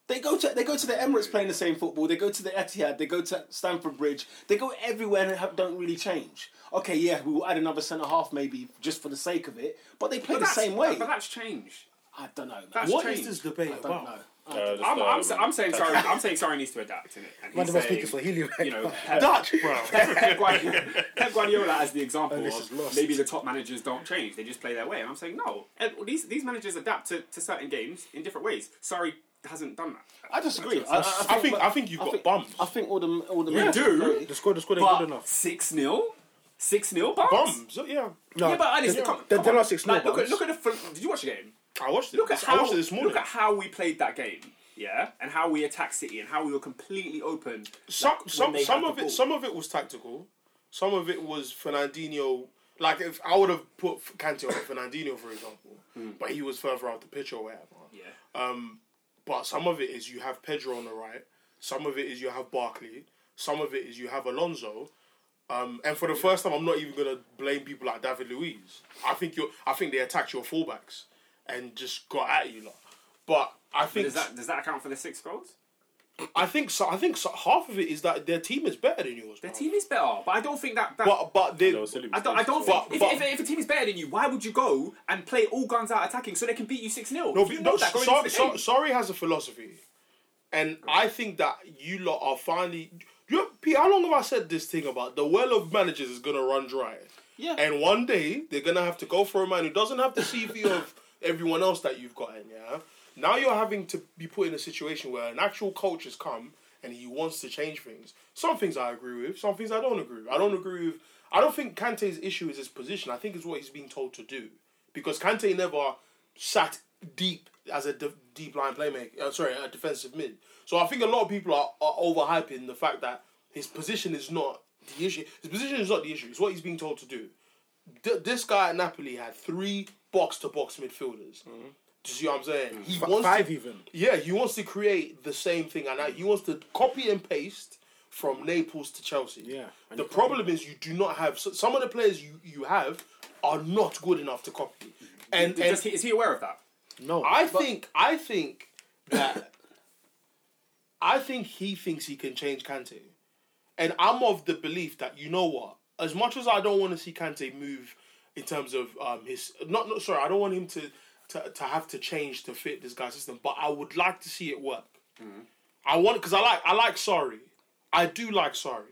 Speaker 1: They go to they go to the Emirates playing the same football. They go to the Etihad. They go to Stamford Bridge. They go everywhere and have, don't really change. Okay, yeah, we will add another centre half maybe just for the sake of it, but they play
Speaker 6: but
Speaker 1: the
Speaker 6: that's-
Speaker 1: same way.
Speaker 6: but that's change.
Speaker 1: I don't know. Man.
Speaker 6: That's
Speaker 4: What
Speaker 6: change.
Speaker 4: is this debate
Speaker 1: I don't
Speaker 4: about?
Speaker 1: know.
Speaker 2: Uh, just,
Speaker 6: I'm, I'm,
Speaker 2: um,
Speaker 6: sa- I'm saying sorry. I'm saying sorry needs to adapt innit? And
Speaker 4: One of
Speaker 6: he's
Speaker 4: my
Speaker 6: saying,
Speaker 4: speakers for helium.
Speaker 6: you know,
Speaker 1: Dutch.
Speaker 6: Pep Guardiola, Pep Guardiola as the example
Speaker 4: Oh, this is
Speaker 6: of
Speaker 4: lost.
Speaker 6: maybe the top managers don't change; they just play their way. And I'm saying no. And These these managers adapt to, to certain games in different ways. Sorry hasn't done that.
Speaker 1: I disagree. I,
Speaker 2: I think I think you've got
Speaker 1: think-
Speaker 2: bumps.
Speaker 1: I think all the all the
Speaker 6: We do.
Speaker 4: The squad, the squad ain't
Speaker 6: But
Speaker 4: good enough.
Speaker 6: Six 0 six 0
Speaker 2: Bums. Yeah.
Speaker 4: No,
Speaker 6: Yeah, but Alice,
Speaker 4: they-
Speaker 6: come,
Speaker 4: they-
Speaker 6: come
Speaker 4: there
Speaker 6: on.
Speaker 4: are six
Speaker 6: Like,
Speaker 4: no
Speaker 6: look at
Speaker 4: buttons.
Speaker 6: look at the. fl- Did you watch the game?
Speaker 2: I watched it.
Speaker 6: Look at
Speaker 2: I
Speaker 6: how
Speaker 2: watched it this morning.
Speaker 6: look at how we played that game. Yeah, and how we attacked City and how we were completely open.
Speaker 7: some
Speaker 6: when
Speaker 7: some
Speaker 6: they
Speaker 7: some
Speaker 6: had
Speaker 7: of
Speaker 6: the
Speaker 7: it
Speaker 6: ball.
Speaker 7: some of it was tactical, some of it was Fernandinho. Like if I would have put Kante over Fernandinho, for example, but he was further out the pitch or whatever.
Speaker 6: Hmm. Yeah,
Speaker 7: But some of it is you have Pedro on the right, some of it is you have Barkley, some of it is you have Alonso. Um, and for the first time, I'm not even gonna blame people like David Luiz. I think you I think they attacked your fullbacks and just got at you lot. But I
Speaker 6: but
Speaker 7: think
Speaker 6: does that does that account for the six goals?
Speaker 7: I think so, I think so, half of it is that their team is better than yours.
Speaker 6: Their
Speaker 7: bro.
Speaker 6: team is better, but I don't think that. that
Speaker 7: But but they,
Speaker 2: That was silly
Speaker 6: I don't. I
Speaker 2: mistakes.
Speaker 6: don't
Speaker 7: But-
Speaker 6: think
Speaker 7: but-
Speaker 6: if, if, if a team is better than you, why would you go and play all guns out attacking so they can beat you six 0
Speaker 7: No, but- no so, so, sorry has a philosophy, and I think that you lot are finally. You know, Pete, how long have I said this thing about the well of managers is gonna run dry?
Speaker 1: Yeah.
Speaker 7: And one day they're gonna have to go for a man who doesn't have the CV of everyone else that you've gotten. Yeah. Now you're having to be put in a situation where an actual coach has come and he wants to change things. Some things I agree with. Some things I don't agree with. I don't agree with. I don't think Kante's issue is his position. I think it's what he's being told to do because Kante never sat deep as a de- deep line playmaker. Uh, sorry, a defensive mid. So I think a lot of people are, are overhyping the fact that his position is not the issue. His position is not the issue. It's what he's being told to do. Th- this guy at Napoli had three box to box midfielders. Do you see what I'm saying? He
Speaker 4: F-
Speaker 7: wants
Speaker 4: Mm-hmm. Five
Speaker 7: to,
Speaker 4: even.
Speaker 7: yeah, he wants to create the same thing, and that- he wants to copy and paste from Naples to Chelsea.
Speaker 4: Yeah, and
Speaker 7: The
Speaker 4: you
Speaker 7: problem is you do not have so, some of the players you, you have are not good enough to copy. And, and
Speaker 6: Does he, is he aware of that?
Speaker 4: No.
Speaker 7: I think I think that I think he thinks he can change Kante. And I'm of the belief that you know what, as much as I don't want to see Kante move in terms of um, his not not sorry, I don't want him to, to to have to change to fit this guy's system, but I would like to see it work. I want because I like I like sorry. I do like sorry.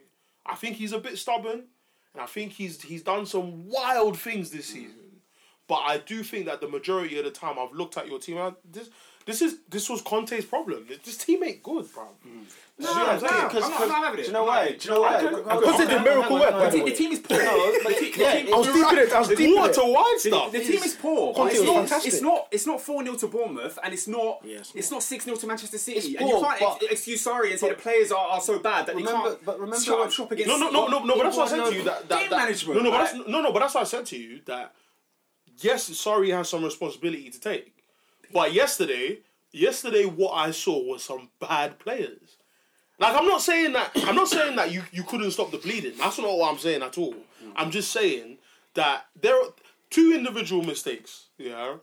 Speaker 7: I think he's a bit stubborn, and I think he's he's done some wild things this season. But I do think that the majority of the time I've looked at your team, and I, this this is this was Conte's problem. This, this team ain't good, bro.
Speaker 1: No, no, because
Speaker 6: I'm not- I'm not having it.
Speaker 1: do you know why? Do you know
Speaker 6: I
Speaker 1: why?
Speaker 6: don't-
Speaker 1: Hold
Speaker 4: Because
Speaker 1: on,
Speaker 4: they did
Speaker 1: hold on,
Speaker 4: miracle
Speaker 1: hold
Speaker 4: work,
Speaker 1: on,
Speaker 4: by
Speaker 1: hold
Speaker 4: the
Speaker 1: on.
Speaker 6: The team is poor.
Speaker 1: No, but the- yeah,
Speaker 6: yeah,
Speaker 7: oh,
Speaker 6: team,
Speaker 4: I was deep in it. I was deep in
Speaker 7: Water
Speaker 4: it.
Speaker 7: to wine
Speaker 6: the,
Speaker 7: stuff.
Speaker 6: the team is poor.
Speaker 4: Conte
Speaker 6: It's
Speaker 4: was
Speaker 6: not,
Speaker 4: fantastic.
Speaker 6: it's not. It's not four 0 to Bournemouth, and it's not.
Speaker 4: Yeah,
Speaker 6: it's,
Speaker 4: it's
Speaker 6: not.
Speaker 4: not.
Speaker 6: six 0 to Manchester City.
Speaker 1: It's
Speaker 6: and you
Speaker 1: poor,
Speaker 6: can't
Speaker 1: but-
Speaker 6: ex- excuse sorry and say the players are, are so bad that
Speaker 1: Remember-
Speaker 6: they can't.
Speaker 1: but remember
Speaker 6: shut up
Speaker 1: what-
Speaker 6: shop against.
Speaker 7: No, no, no, no, no. But that's what I said
Speaker 1: Well,
Speaker 7: to you. That, that,
Speaker 6: game
Speaker 7: that-
Speaker 6: management,
Speaker 7: No, no, but
Speaker 6: right?
Speaker 7: that's, no, no. But that's what I said to you. That yes, sorry, has some responsibility to take. But yesterday, yesterday, what I saw was some bad players. Like I'm not saying that I'm not saying that you, you couldn't stop the bleeding. That's not what I'm saying at all. I'm just saying that there are two individual mistakes. Yeah.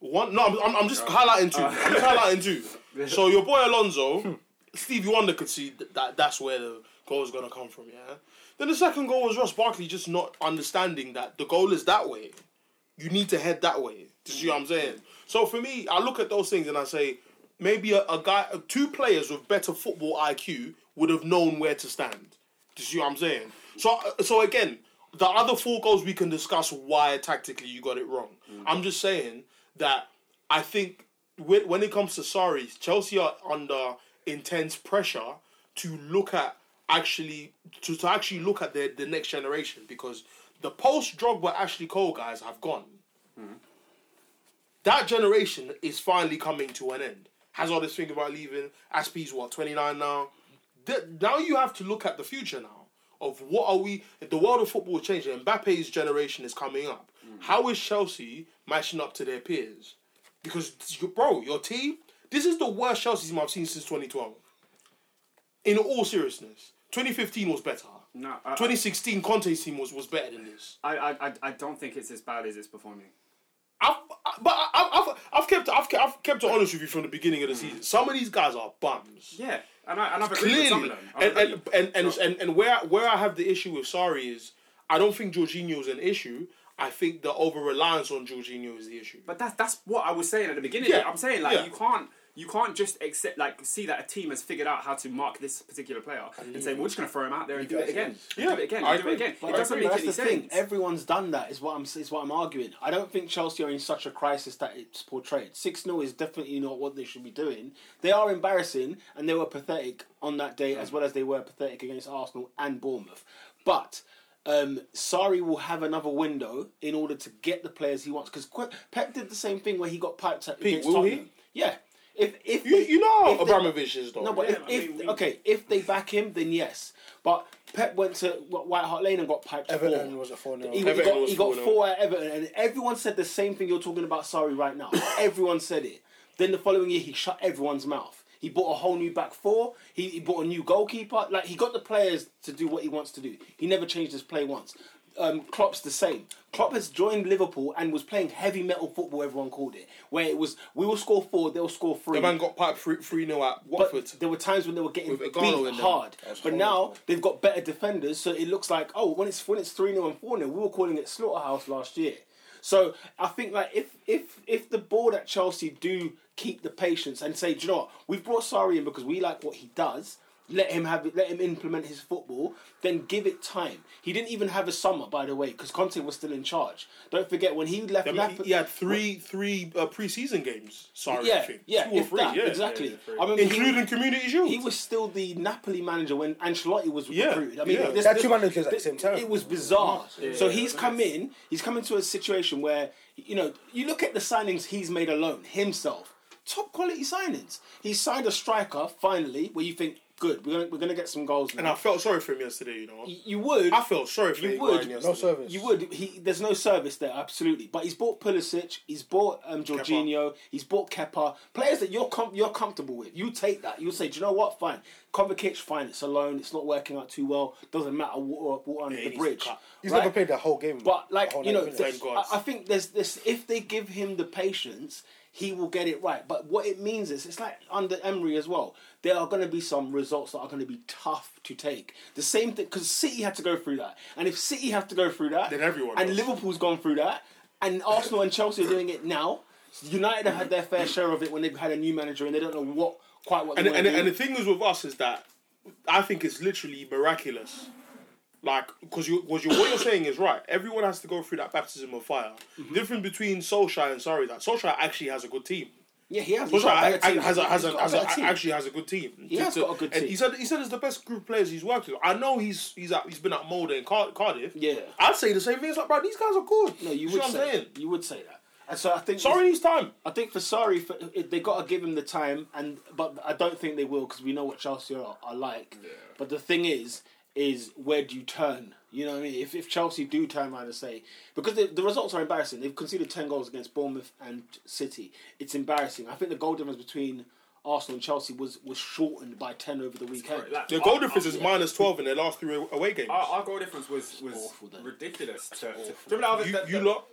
Speaker 7: One no, I'm, I'm, I'm just highlighting two. I'm just highlighting two. So your boy Alonso, Stevie Wonder could see that, that that's where the goal is gonna come from. Yeah. Then the second goal was Ross Barkley just not understanding that the goal is that way you need to head that way. Do you see what I'm saying? So for me, I look at those things and I say, maybe a, a guy, two players with better football IQ would have known where to stand. Do you see what I'm saying? So, so again, the other four goals we can discuss why tactically you got it wrong. I'm just saying that I think when, when it comes to sorries, Chelsea are under intense pressure to look at actually to, to actually look at the, the next generation because the post Drogba Ashley Cole guys have gone. That generation is finally coming to an end. Hazard is thinking about leaving. Aspie's what twenty nine now. Th- now you have to look at the future now of what are we? The world of football is changing. Mbappe's generation is coming up. How is Chelsea matching up to their peers? Because bro, your team. This is the worst Chelsea team I've seen since twenty twelve. In all seriousness, twenty fifteen was better.
Speaker 6: No, I-
Speaker 7: 2016 Conte's team was, was better than this.
Speaker 6: I, I, I, I don't think it's as bad as it's performing.
Speaker 7: I've, I, but I, I've, I've kept I've, kept- I've kept it honest with you from the beginning of the season. Some of these guys are bums.
Speaker 6: Yeah, and I, and I've agreed with some of
Speaker 7: Clearly,
Speaker 6: them. I've
Speaker 7: and and
Speaker 6: agreed.
Speaker 7: and, and, and and where where I have the issue with Sari is I don't think Jorginho's an issue. I think the over reliance on Jorginho is the issue.
Speaker 6: But that's that's what I was saying at the beginning.
Speaker 7: Yeah,
Speaker 6: I'm saying like
Speaker 7: yeah.
Speaker 6: you can't you can't just accept like see that a team has figured out how to mark this particular player and
Speaker 1: Mm.
Speaker 6: say we're just going to throw him out there and do it again, and
Speaker 7: Yeah,
Speaker 6: do it again,
Speaker 7: I
Speaker 6: and do it
Speaker 7: agree.
Speaker 6: again.
Speaker 7: I
Speaker 6: It doesn't
Speaker 7: agree.
Speaker 6: make
Speaker 1: That's
Speaker 6: any
Speaker 1: the thing.
Speaker 6: sense.
Speaker 1: Everyone's done that. Is what I'm is what I'm arguing. I don't think Chelsea are in such a crisis that it's portrayed. Six 0 is definitely not what they should be doing. They are embarrassing and they were pathetic on that day
Speaker 7: Mm.
Speaker 1: as well as they were pathetic against Arsenal and Bournemouth. But um, Sari will have another window in order to get the players he wants because Pep did the same thing where he got piped at against
Speaker 7: will he?
Speaker 1: Tottenham. Yeah. If if
Speaker 7: You, you know how
Speaker 1: if they-
Speaker 7: Abramovich is though.
Speaker 1: no, but
Speaker 6: Yeah, I
Speaker 1: if,
Speaker 6: mean,
Speaker 1: if
Speaker 6: we-
Speaker 1: okay, if they back him, then yes. But Pep went to Wh- White Hart Lane and got piped
Speaker 4: Everton
Speaker 1: four.
Speaker 4: was at 4-0.
Speaker 1: He, he
Speaker 7: Everton
Speaker 1: got,
Speaker 7: was
Speaker 1: he got
Speaker 7: 4-0.
Speaker 1: four at Everton, and everyone said the same thing you're talking about. Sorry, right now, everyone said it. Then the following year, he shut everyone's mouth. He bought a whole new back four. He, he bought a new goalkeeper. Like he got the players to do what he wants to do. He never changed his play once. Um, Klopp's the same. Klopp has joined Liverpool and was playing heavy metal football. Everyone called it, where it was we will score four, they'll score three.
Speaker 7: the man got piped three 0 at
Speaker 1: But
Speaker 7: Watford.
Speaker 1: there were times when they were getting
Speaker 7: With
Speaker 1: beat
Speaker 7: Igalo in them.
Speaker 1: hard.
Speaker 5: That's
Speaker 1: But
Speaker 5: horrible.
Speaker 1: now they've got better defenders, so it looks like oh, when it's when it's three 0 and four 0 we were calling it slaughterhouse last year. So I think like if if if the board at Chelsea do keep the patience and say, do you know what, we've brought Sari in because we like what he does. Let him have it. Let him implement his football. Then give it time. He didn't even have a summer, by the way, because Conte was still in charge. Don't forget when he left.
Speaker 7: I mean,
Speaker 1: Napoli-
Speaker 7: he had three three uh, preseason games. Sorry, I
Speaker 1: Yeah,
Speaker 7: think.
Speaker 1: yeah,
Speaker 7: two or
Speaker 1: if
Speaker 7: three.
Speaker 1: that,
Speaker 7: yeah,
Speaker 1: exactly.
Speaker 7: Yeah, yeah,
Speaker 1: I remember he-
Speaker 7: including Community Shield.
Speaker 1: He was still the Napoli manager when Ancelotti was
Speaker 7: Yeah,
Speaker 1: recruited. I mean,
Speaker 7: yeah.
Speaker 1: this-
Speaker 4: They had two
Speaker 1: this-
Speaker 4: managers at the same time.
Speaker 1: It was bizarre. so
Speaker 6: Yeah,
Speaker 1: he's
Speaker 6: nice.
Speaker 1: come in. He's come into a situation where you know you look at the signings he's made alone himself. Top quality signings. He signed a striker finally, where you think good. We're gonna, we're gonna get some goals. Now.
Speaker 7: and I felt sorry for him yesterday. You know,
Speaker 1: Y- you would.
Speaker 7: I felt sorry for
Speaker 1: You
Speaker 7: him
Speaker 1: would.
Speaker 7: yesterday.
Speaker 4: No service.
Speaker 1: You would. He there's no service there, absolutely. But he's bought Pulisic, he's bought um, Jorginho, he's bought Kepa, players that you're com- you're comfortable with. You take that. You'll say, do you know what? Fine, Kovacic, fine. It's alone. It's not working out too well. Doesn't matter. Water, water under
Speaker 7: he
Speaker 1: the
Speaker 7: needs to
Speaker 1: bridge.
Speaker 7: cut.
Speaker 4: He's
Speaker 1: right?
Speaker 4: never played the whole game.
Speaker 1: But like
Speaker 4: the
Speaker 7: Oh,
Speaker 4: whole
Speaker 1: you know,
Speaker 4: 90
Speaker 1: th-
Speaker 4: minutes.
Speaker 7: Thank God.
Speaker 1: I, I think there's this. If they give him the patience, he will get it right. But what it means is, it's like under Emery as well. There are going to be some results that are going to be tough to take. The same thing because City had to go through that, and if City have to go through that,
Speaker 7: Then everyone
Speaker 1: and
Speaker 7: does.
Speaker 1: Liverpool's gone through that, and Arsenal and Chelsea are doing it now. United have had their fair share of it when they've had a new manager, and they don't know what quite what.
Speaker 7: and
Speaker 1: they
Speaker 7: and,
Speaker 1: wanna
Speaker 7: and the
Speaker 1: do.
Speaker 7: thing is with us is that I think it's literally miraculous Like, because you, cause you, what you're saying is right. Everyone has to go through that baptism of fire.
Speaker 1: Mm-hmm.
Speaker 7: Different between Solskjaer and Sorry, that Solskjaer actually has a good team.
Speaker 1: Yeah, he has. he's
Speaker 7: Solskjaer
Speaker 1: got a
Speaker 7: a-
Speaker 1: better team.
Speaker 7: has, a, has,
Speaker 1: He's
Speaker 7: a,
Speaker 1: got
Speaker 7: has
Speaker 1: better
Speaker 7: a,
Speaker 1: team.
Speaker 7: actually has a good team.
Speaker 1: He has got a good
Speaker 7: and
Speaker 1: team.
Speaker 7: He said he said it's the best group of players he's worked with. I know he's he's at, he's been at Molde and Car- Cardiff.
Speaker 1: Yeah.
Speaker 7: I'd say the same thing. It's like, bro, these guys are good.
Speaker 1: No, you
Speaker 7: See
Speaker 1: would
Speaker 7: what I'm
Speaker 1: say
Speaker 7: saying?
Speaker 1: you would say that. And so I think
Speaker 7: Sorry, needs time.
Speaker 1: I think for sorry, for, they got to give him the time, and but I don't think they will because we know what Chelsea are, are like. But the thing is, is where do you turn? You know what I mean? If, if Chelsea do turn around and say because the, the results are embarrassing, they've conceded ten goals against Bournemouth and City. It's embarrassing. I think the goal difference between Arsenal and Chelsea was was shortened by ten over the weekend.
Speaker 6: Like,
Speaker 7: The
Speaker 6: our-
Speaker 7: goal difference is
Speaker 6: our-
Speaker 7: minus twelve in their last three away games.
Speaker 6: Our, our goal difference was was
Speaker 1: awful, though.
Speaker 6: ridiculous. To, to, remember that,
Speaker 7: you
Speaker 6: that,
Speaker 7: you
Speaker 6: that-
Speaker 7: lot,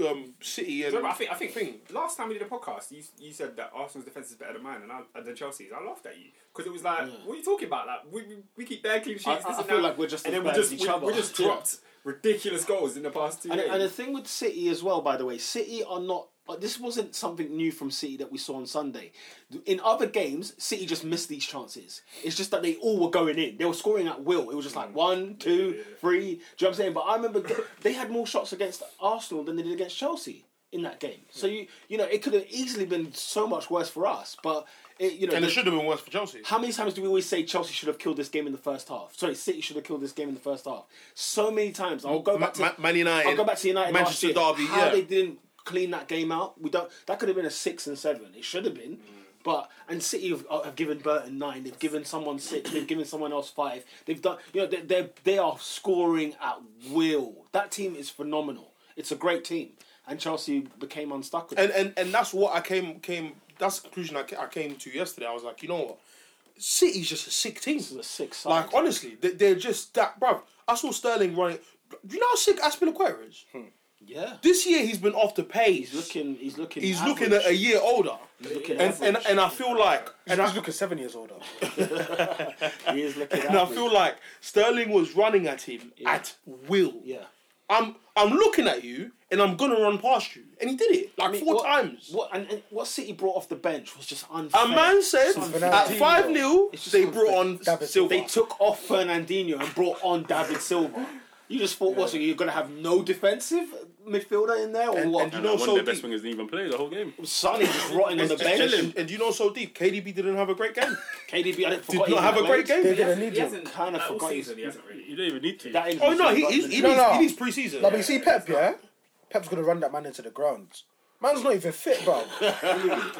Speaker 7: um, City and
Speaker 6: remember, I think I think last time we did a podcast, you you said that Arsenal's defense is better than mine and I, than Chelsea's. I laughed at you because it was like, what are you talking about? Like we, we, we keep bare clean sheets.
Speaker 1: I-
Speaker 6: this
Speaker 1: I- I
Speaker 6: and
Speaker 1: feel
Speaker 6: that,
Speaker 1: like we're just
Speaker 6: and
Speaker 1: as
Speaker 6: then we
Speaker 1: bad as
Speaker 6: just
Speaker 1: each
Speaker 6: we,
Speaker 1: other.
Speaker 6: we just
Speaker 1: Yeah.
Speaker 6: dropped ridiculous goals in the past two
Speaker 1: And,
Speaker 6: games.
Speaker 1: and the thing with City as well, by the way, City are not. Like, this wasn't something new from City that we saw on Sunday. In other games, City just missed these chances. It's just that they all were going in. They were scoring at will. It was just like one, two, three. Do you know what I'm saying? But I remember ge- they had more shots against Arsenal than they did against Chelsea in that game. So you you know it could have easily been so much worse for us. But it, you know
Speaker 7: and it
Speaker 1: the-
Speaker 7: should have been worse for Chelsea.
Speaker 1: how many times do we always say Chelsea should have killed this game in the first half? Sorry, City should have killed this game in the first half. So many times. I'll go
Speaker 7: Ma-
Speaker 1: back to
Speaker 7: Ma- Man United,
Speaker 1: I'll go back to United
Speaker 7: Manchester
Speaker 1: last year.
Speaker 7: Derby.
Speaker 1: How
Speaker 7: yeah,
Speaker 1: they didn't clean that game out? We don't. That could have been a six and seven. It should have been. But and City have, uh, have given Burton nine. They've given someone six. They've given someone else five. They've done. You know they they they are scoring at will. That team is phenomenal. It's a great team, and Chelsea became unstuck. With
Speaker 7: and
Speaker 1: it.
Speaker 7: and and that's what I came came. That's the conclusion I, ca- I came to yesterday. I was like, you know what, City's just a sick team.
Speaker 1: This is a six. side.
Speaker 7: Like honestly, they, they're just that, bruv. I saw Sterling running. Do you know how sick Aspilicueta is?
Speaker 1: yeah,
Speaker 7: This year he's been off the pace.
Speaker 1: he's looking. He's looking.
Speaker 7: He's
Speaker 1: average.
Speaker 7: looking a, a year older,
Speaker 1: looking
Speaker 7: and, and
Speaker 1: average.
Speaker 7: and I feel like and I,
Speaker 4: He's looking seven years older.
Speaker 1: He is looking.
Speaker 7: and I
Speaker 1: average.
Speaker 7: feel like Sterling was running at him at will.
Speaker 1: yeah.
Speaker 7: I'm I'm looking at you and I'm gonna run past you, and he did it like
Speaker 1: I mean,
Speaker 7: four
Speaker 1: what-
Speaker 7: times.
Speaker 1: What and, and what City brought off the bench was just unfair.
Speaker 7: A man said at
Speaker 4: Fernandinho.
Speaker 7: five 0
Speaker 1: It's just
Speaker 7: they
Speaker 1: unfair.
Speaker 7: brought on
Speaker 4: David
Speaker 7: Silva.
Speaker 1: They took off Fernandinho and brought on David Silva. You just thought, what? So you're gonna have no defensive midfielder in there, or what?
Speaker 7: and you
Speaker 2: And
Speaker 7: know
Speaker 2: like, one
Speaker 7: so
Speaker 2: of their best
Speaker 7: deep.
Speaker 2: wingers didn't even play the whole game.
Speaker 1: Sonny just rotting on the
Speaker 7: And,
Speaker 1: bench.
Speaker 7: and, and you know so deep. KDB didn't have a great game.
Speaker 1: KDB, I forgot
Speaker 7: Did
Speaker 1: he
Speaker 7: not have a
Speaker 1: played.
Speaker 7: great
Speaker 4: They're
Speaker 7: game.
Speaker 4: gonna
Speaker 6: hasn't-
Speaker 4: need
Speaker 6: he
Speaker 4: him.
Speaker 6: hasn't-
Speaker 1: Kinda
Speaker 6: like, all
Speaker 1: forgot he's-
Speaker 6: season he hasn't really.
Speaker 2: You don't even need to.
Speaker 1: That is
Speaker 7: Oh no, he, he's, he,
Speaker 4: No,
Speaker 7: needs,
Speaker 4: no.
Speaker 7: he needs preseason.
Speaker 4: Like, but you see Pep, yeah? Pep's gonna run that man into the ground. Man's not even fit, bro.